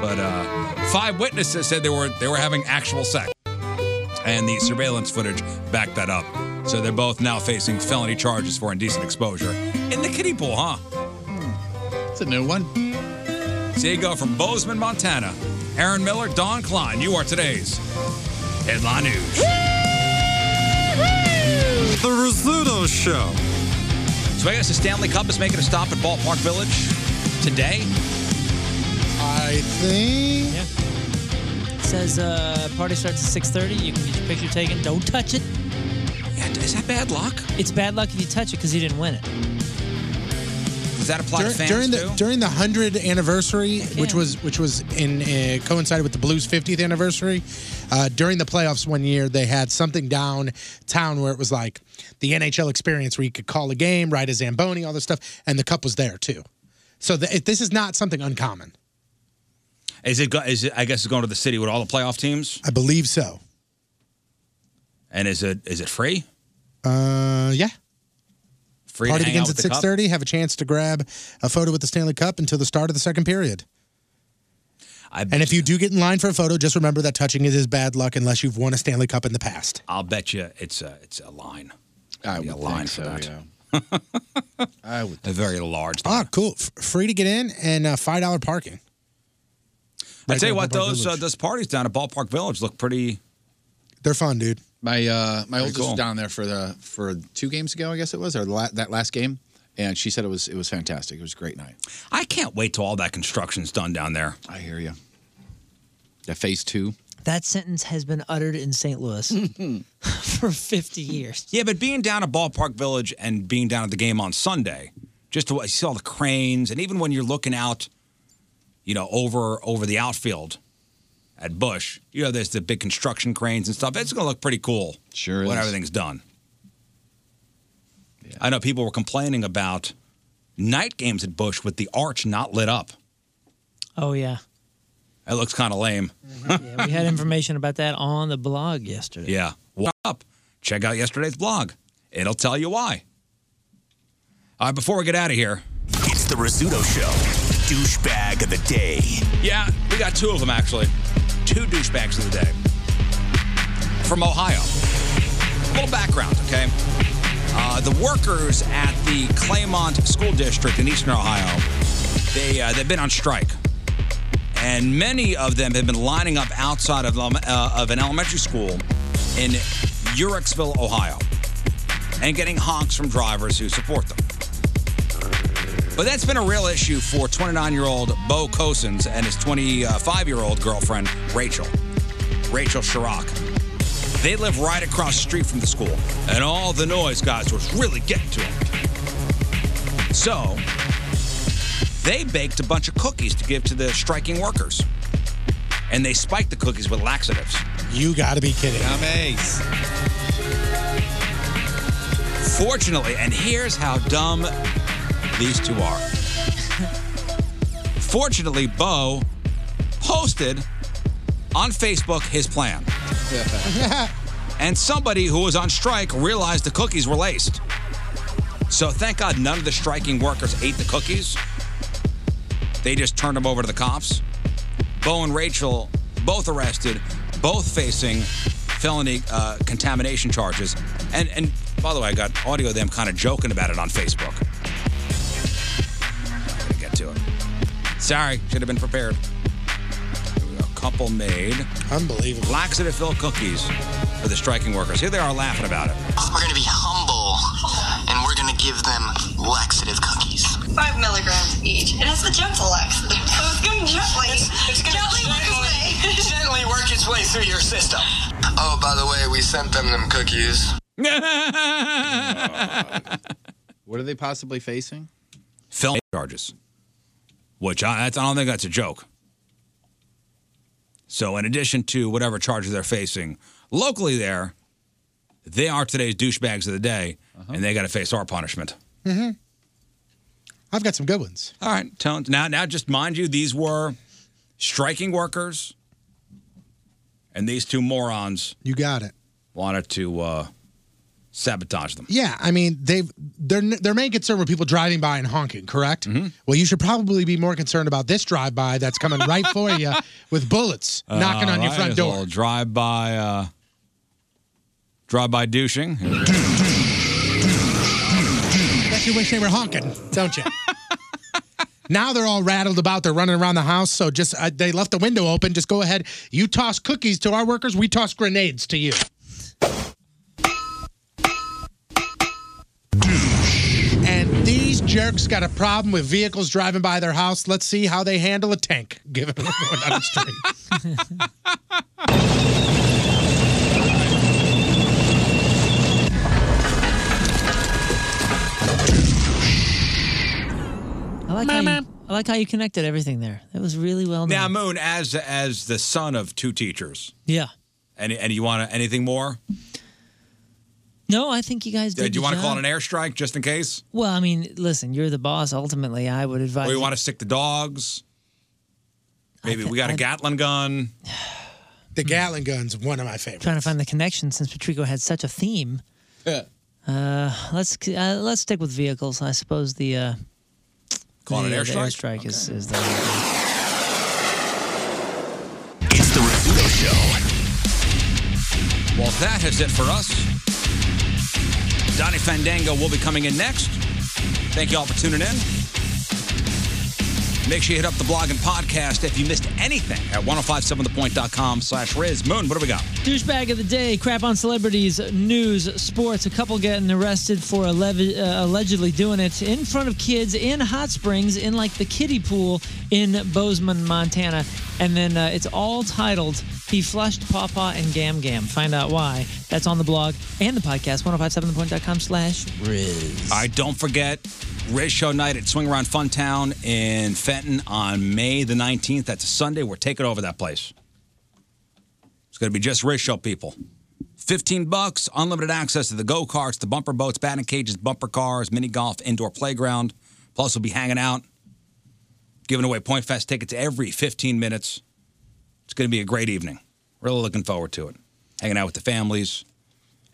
But uh, five witnesses said they were they were having actual sex, and the surveillance footage backed that up. So they're both now facing felony charges for indecent exposure in the kiddie pool, huh?
It's a new one.
So you go from Bozeman, Montana. Aaron Miller, Don Klein, you are today's Headline news.
The Rizzuto Show.
So I guess the Stanley Cup is making a stop at Ballpark Village today.
I think.
says uh, party starts at six thirty. You can get your picture taken. Don't touch it.
Is that bad luck?
It's bad luck if you touch it because you didn't win it.
Does that apply
Dur-
to fans
during the
too?
during the hundred anniversary, which was which was in uh, coincided with the Blues' fiftieth anniversary, uh, during the playoffs one year they had something downtown where it was like the NHL experience where you could call a game, ride a zamboni, all this stuff, and the cup was there too. So the, it, this is not something uncommon.
Is it, go- is it? I guess it's going to the city with all the playoff teams.
I believe so.
And is it is it free?
Uh, yeah.
Free
Party
to hang out
begins at
with the
six
cup?
thirty. Have a chance to grab a photo with the Stanley Cup until the start of the second period. and if you do get in line for a photo, just remember that touching it is bad luck unless you've won a Stanley Cup in the past.
I'll bet you it's a it's a line.
I
would a line for that. [laughs]
I would
a very large.
Ah, cool. F- free to get in and uh, five dollar parking.
I
Right
tell you
down
what,
Ballpark
those uh, those parties down at Ballpark Village look pretty.
They're
[laughs]
fun, dude.
My uh, my
Very
oldest
cool.
was down there for the for two games ago, I guess it was, or the la- that last game, and she said it was it was fantastic. It was a great night.
I can't wait till all that construction's done down there.
I hear you. That phase two.
That sentence has been uttered in St. Louis
[laughs]
[laughs] for fifty years.
Yeah, but being down at Ballpark Village and being down at the game on Sunday, just to see all the cranes, and even when you're looking out, you know, over over the outfield at Bush, you know, there's the big construction cranes and stuff. It's going to look pretty cool. Sure. When
is.
everything's done. I know people were complaining about night games at Bush with the arch not lit up.
Oh yeah,
It looks kind of lame.
yeah. We had information about that on the blog yesterday.
Yeah. What up? Check out yesterday's blog. It'll tell you why. All right, before we get out of here,
It's the Rizzuto Show. Douchebag of the day.
yeah, we got two of them actually. Two douchebags of the day from Ohio. A little background, okay? Uh, the workers at the Claymont School District in Eastern Ohio, they uh, they've been on strike, and many of them have been lining up outside of um, uh, of an elementary school in Uricksville, Ohio, and getting honks from drivers who support them. But that's been a real issue for 29-year-old Bo Cosens and his 25-year-old girlfriend Rachel, Rachel Chirac. They live right across the street from the school, and all the noise guys was really getting to them. So, they baked a bunch of cookies to give to the striking workers, and they spiked the cookies with laxatives.
You got to be kidding.
Fortunately, and here's how dumb these two are. [laughs] Fortunately, Bo posted on Facebook his plan. [laughs] and somebody who was on strike realized the cookies were laced. So thank God none of the striking workers ate the cookies. They just turned them over to the cops. Bo and Rachel both arrested, both facing felony uh, contamination charges. And and by the way, I got audio of them kind of joking about it on Facebook. Gotta get to it. Sorry, should have been prepared. Here we go. Couple made
unbelievable
laxative filled cookies for the striking workers. Here they are laughing about it.
We're gonna be humble, and we're gonna give them laxative cookies.
Five milligrams each. And it's a gentle laxative. So [laughs] it's going to gently, it's gonna gently, work its way.
Gently work its way through your system. Oh, by the way, we sent them them cookies.
[laughs] What are they possibly facing?
Felony charges, which I, that's, I don't think that's a joke. So, in addition to whatever charges they're facing locally, there, they are today's douchebags of the day, and they got to face our punishment.
hmm I've got some good ones.
All right, tones. Now, now, just mind you, these were striking workers, and these two morons
You got it.
wanted to uh, sabotage them.
Yeah, I mean they've their their main concern were people driving by and honking, correct?
Mm-hmm.
Well, you should probably be more concerned about this drive by that's coming right
[laughs]
for you with bullets knocking
Ah,
on your front door.
Drive by, uh, drive by douching.
Bet you wish they were honking, don't you? Now they're all rattled about. They're running around the house. So just uh, they left the window open. Just go ahead. You toss cookies to our workers. We toss grenades to you. And these jerks got a problem with vehicles driving by their house. Let's see how they handle a tank. Give it a going down the street.
I like, how you, I like how you connected everything there. That was really well done.
Now, Moon, as as the son of two teachers,
Yeah.
and and you want anything more?
No, I think you guys
Uh, Do
did.
you
the
want to call it
job.
an airstrike just in case?
Well, I mean, listen, you're the boss. Ultimately, I would advise.
Or you want to stick the dogs? Maybe we got a Gatlin gun.
The Gatlin gun's one of my favorites.
trying to find the connection since Patrico had such a theme. Uh, let's uh, let's stick with vehicles. I suppose the uh,
Call it
the,
an
uh, the
airstrike?
airstrike is, is the
It's the Rizzuto Show.
Well, that is it for us. Donnie Fandango will be coming in next. Thank you all for tuning in. Make sure you hit up the blog and podcast if you missed anything at 1057thepoint.com slash Riz. Moon, what do we got?
douchebag of the day. Crap on celebrities, news, sports. A couple getting arrested for alle- uh, allegedly doing it in front of kids in hot springs in like the kiddie pool in Bozeman, Montana. And then uh, it's all titled "He Flushed Pawpaw and Gam Gam." Find out why. That's on the blog and the podcast. 1057thepoint.com slash Riz.
All right, don't forget Riz Show Night at Swing Around Fun Town in Fenton on May the 19th. That's a Sunday. We're taking over that place. It's going to be just Riz Show people. 15 bucks, unlimited access to the go karts, the bumper boats, batting cages, bumper cars, mini golf, indoor playground. Plus, we'll be hanging out, giving away Point Fest tickets every 15 minutes. It's going to be a great evening. Really looking forward to it. Hanging out with the families.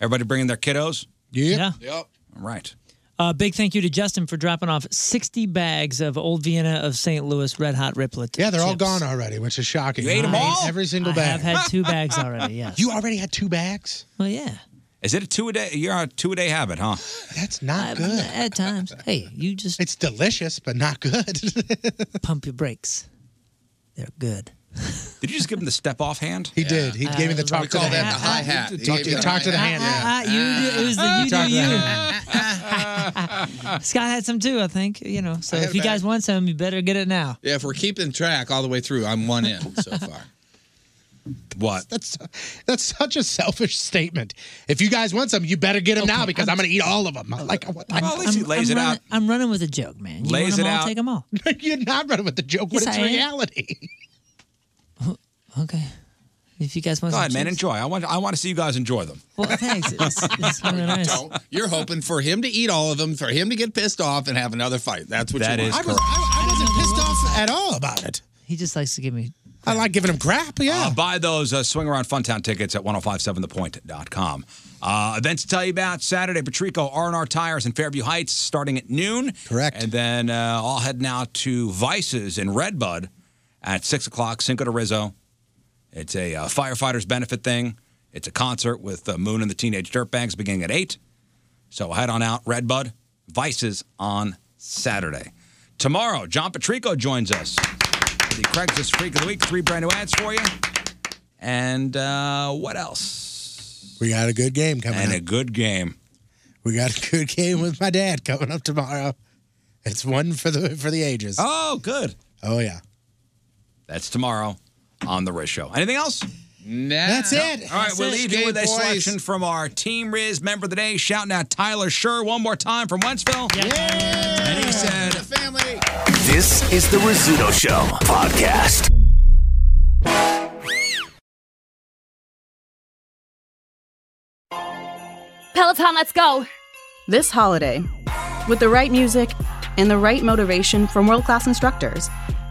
Everybody bringing their kiddos?
Yeah.
Yep. All right.
Uh, big thank you to Justin for dropping off 60 bags of Old Vienna of St. Louis Red Hot Riplet.
Yeah, they're all
chips.
gone already, which is shocking.
You ate 'em
I
all?
Every single
I
bag.
have had
[laughs]
two bags already, yes.
You already had two bags?
Well, yeah.
Is it a two a day? You're on a two a day habit, huh?
That's not good.
At times. Hey, you just.
It's delicious, but not good. [laughs]
Pump your brakes. They're good. [laughs]
Did you just give him the step off hand?
He did. He gave me the
Uh,
talk
we
to
call
the
that
hand.
the hi-hat. He
Talk
gave
to,
you the
talk to the hand.
Ah, ah, you do, it was the you
Talk
do
to
you.
the hand.
Scott had some too, I think. You know, so
I had
if you
a bag.
guys want some, you better get it now.
Yeah, if we're keeping track all the way through, I'm one in [laughs]
[laughs]
so far.
what?
That's that's such a selfish statement. If you guys want some, you better get them now because I'm, going to eat all of them. Like, what?
I'm- I'm- I'm running, I'm running with a joke, man. You
Lays
want 'em
it
all,
out.
Take them all.
[laughs] You're not running with the joke, but
Yes,
it's
I am.
reality.
Okay. If you guys want
Go
some
ahead, man.
chips.
Enjoy. I want. I want to see you guys enjoy them.
Well, thanks. It's,
[laughs]
it's really nice.
Don't. You're hoping for him to eat all of them, for him to get pissed off and have another fight. That's what
That
you
is
want.
I was- correct.
I wasn't pissed off at all about it.
He just likes to give me.
I like giving him crap. Yeah.
Uh, buy those uh, Swing Around Funtown tickets at 1057thepoint.com. Uh, events to tell you about Saturday, Patrico, R&R Tires in Fairview Heights starting at noon. Correct. And then uh, all heading out to Vices in Redbud at 6 o'clock, Cinco de Rizzo. It's a uh, firefighters benefit thing. It's a concert with uh, Moon and the Teenage Dirtbags beginning at 8. So head on out, Redbud, Vices on Saturday. Tomorrow, John Patrico joins us. The Craigslist Freak of the Week, three brand new ads for you. And uh, what else?
We got a good game coming
And
up.
a good game.
We got a good game with my dad coming up tomorrow. It's one for the for the ages.
Oh, good.
Oh yeah.
That's tomorrow on The Riz Show. Anything else? No.
That's it.
All right,
That's
we'll
it.
leave you
Skate
with a
boys.
selection from our Team Riz member of the day, shouting out Tyler Sure one more time from Wentzville. And he said,
Family.
This is the Rizzuto Show podcast.
Peloton, let's go!
This holiday, with the right music and the right motivation from world class instructors,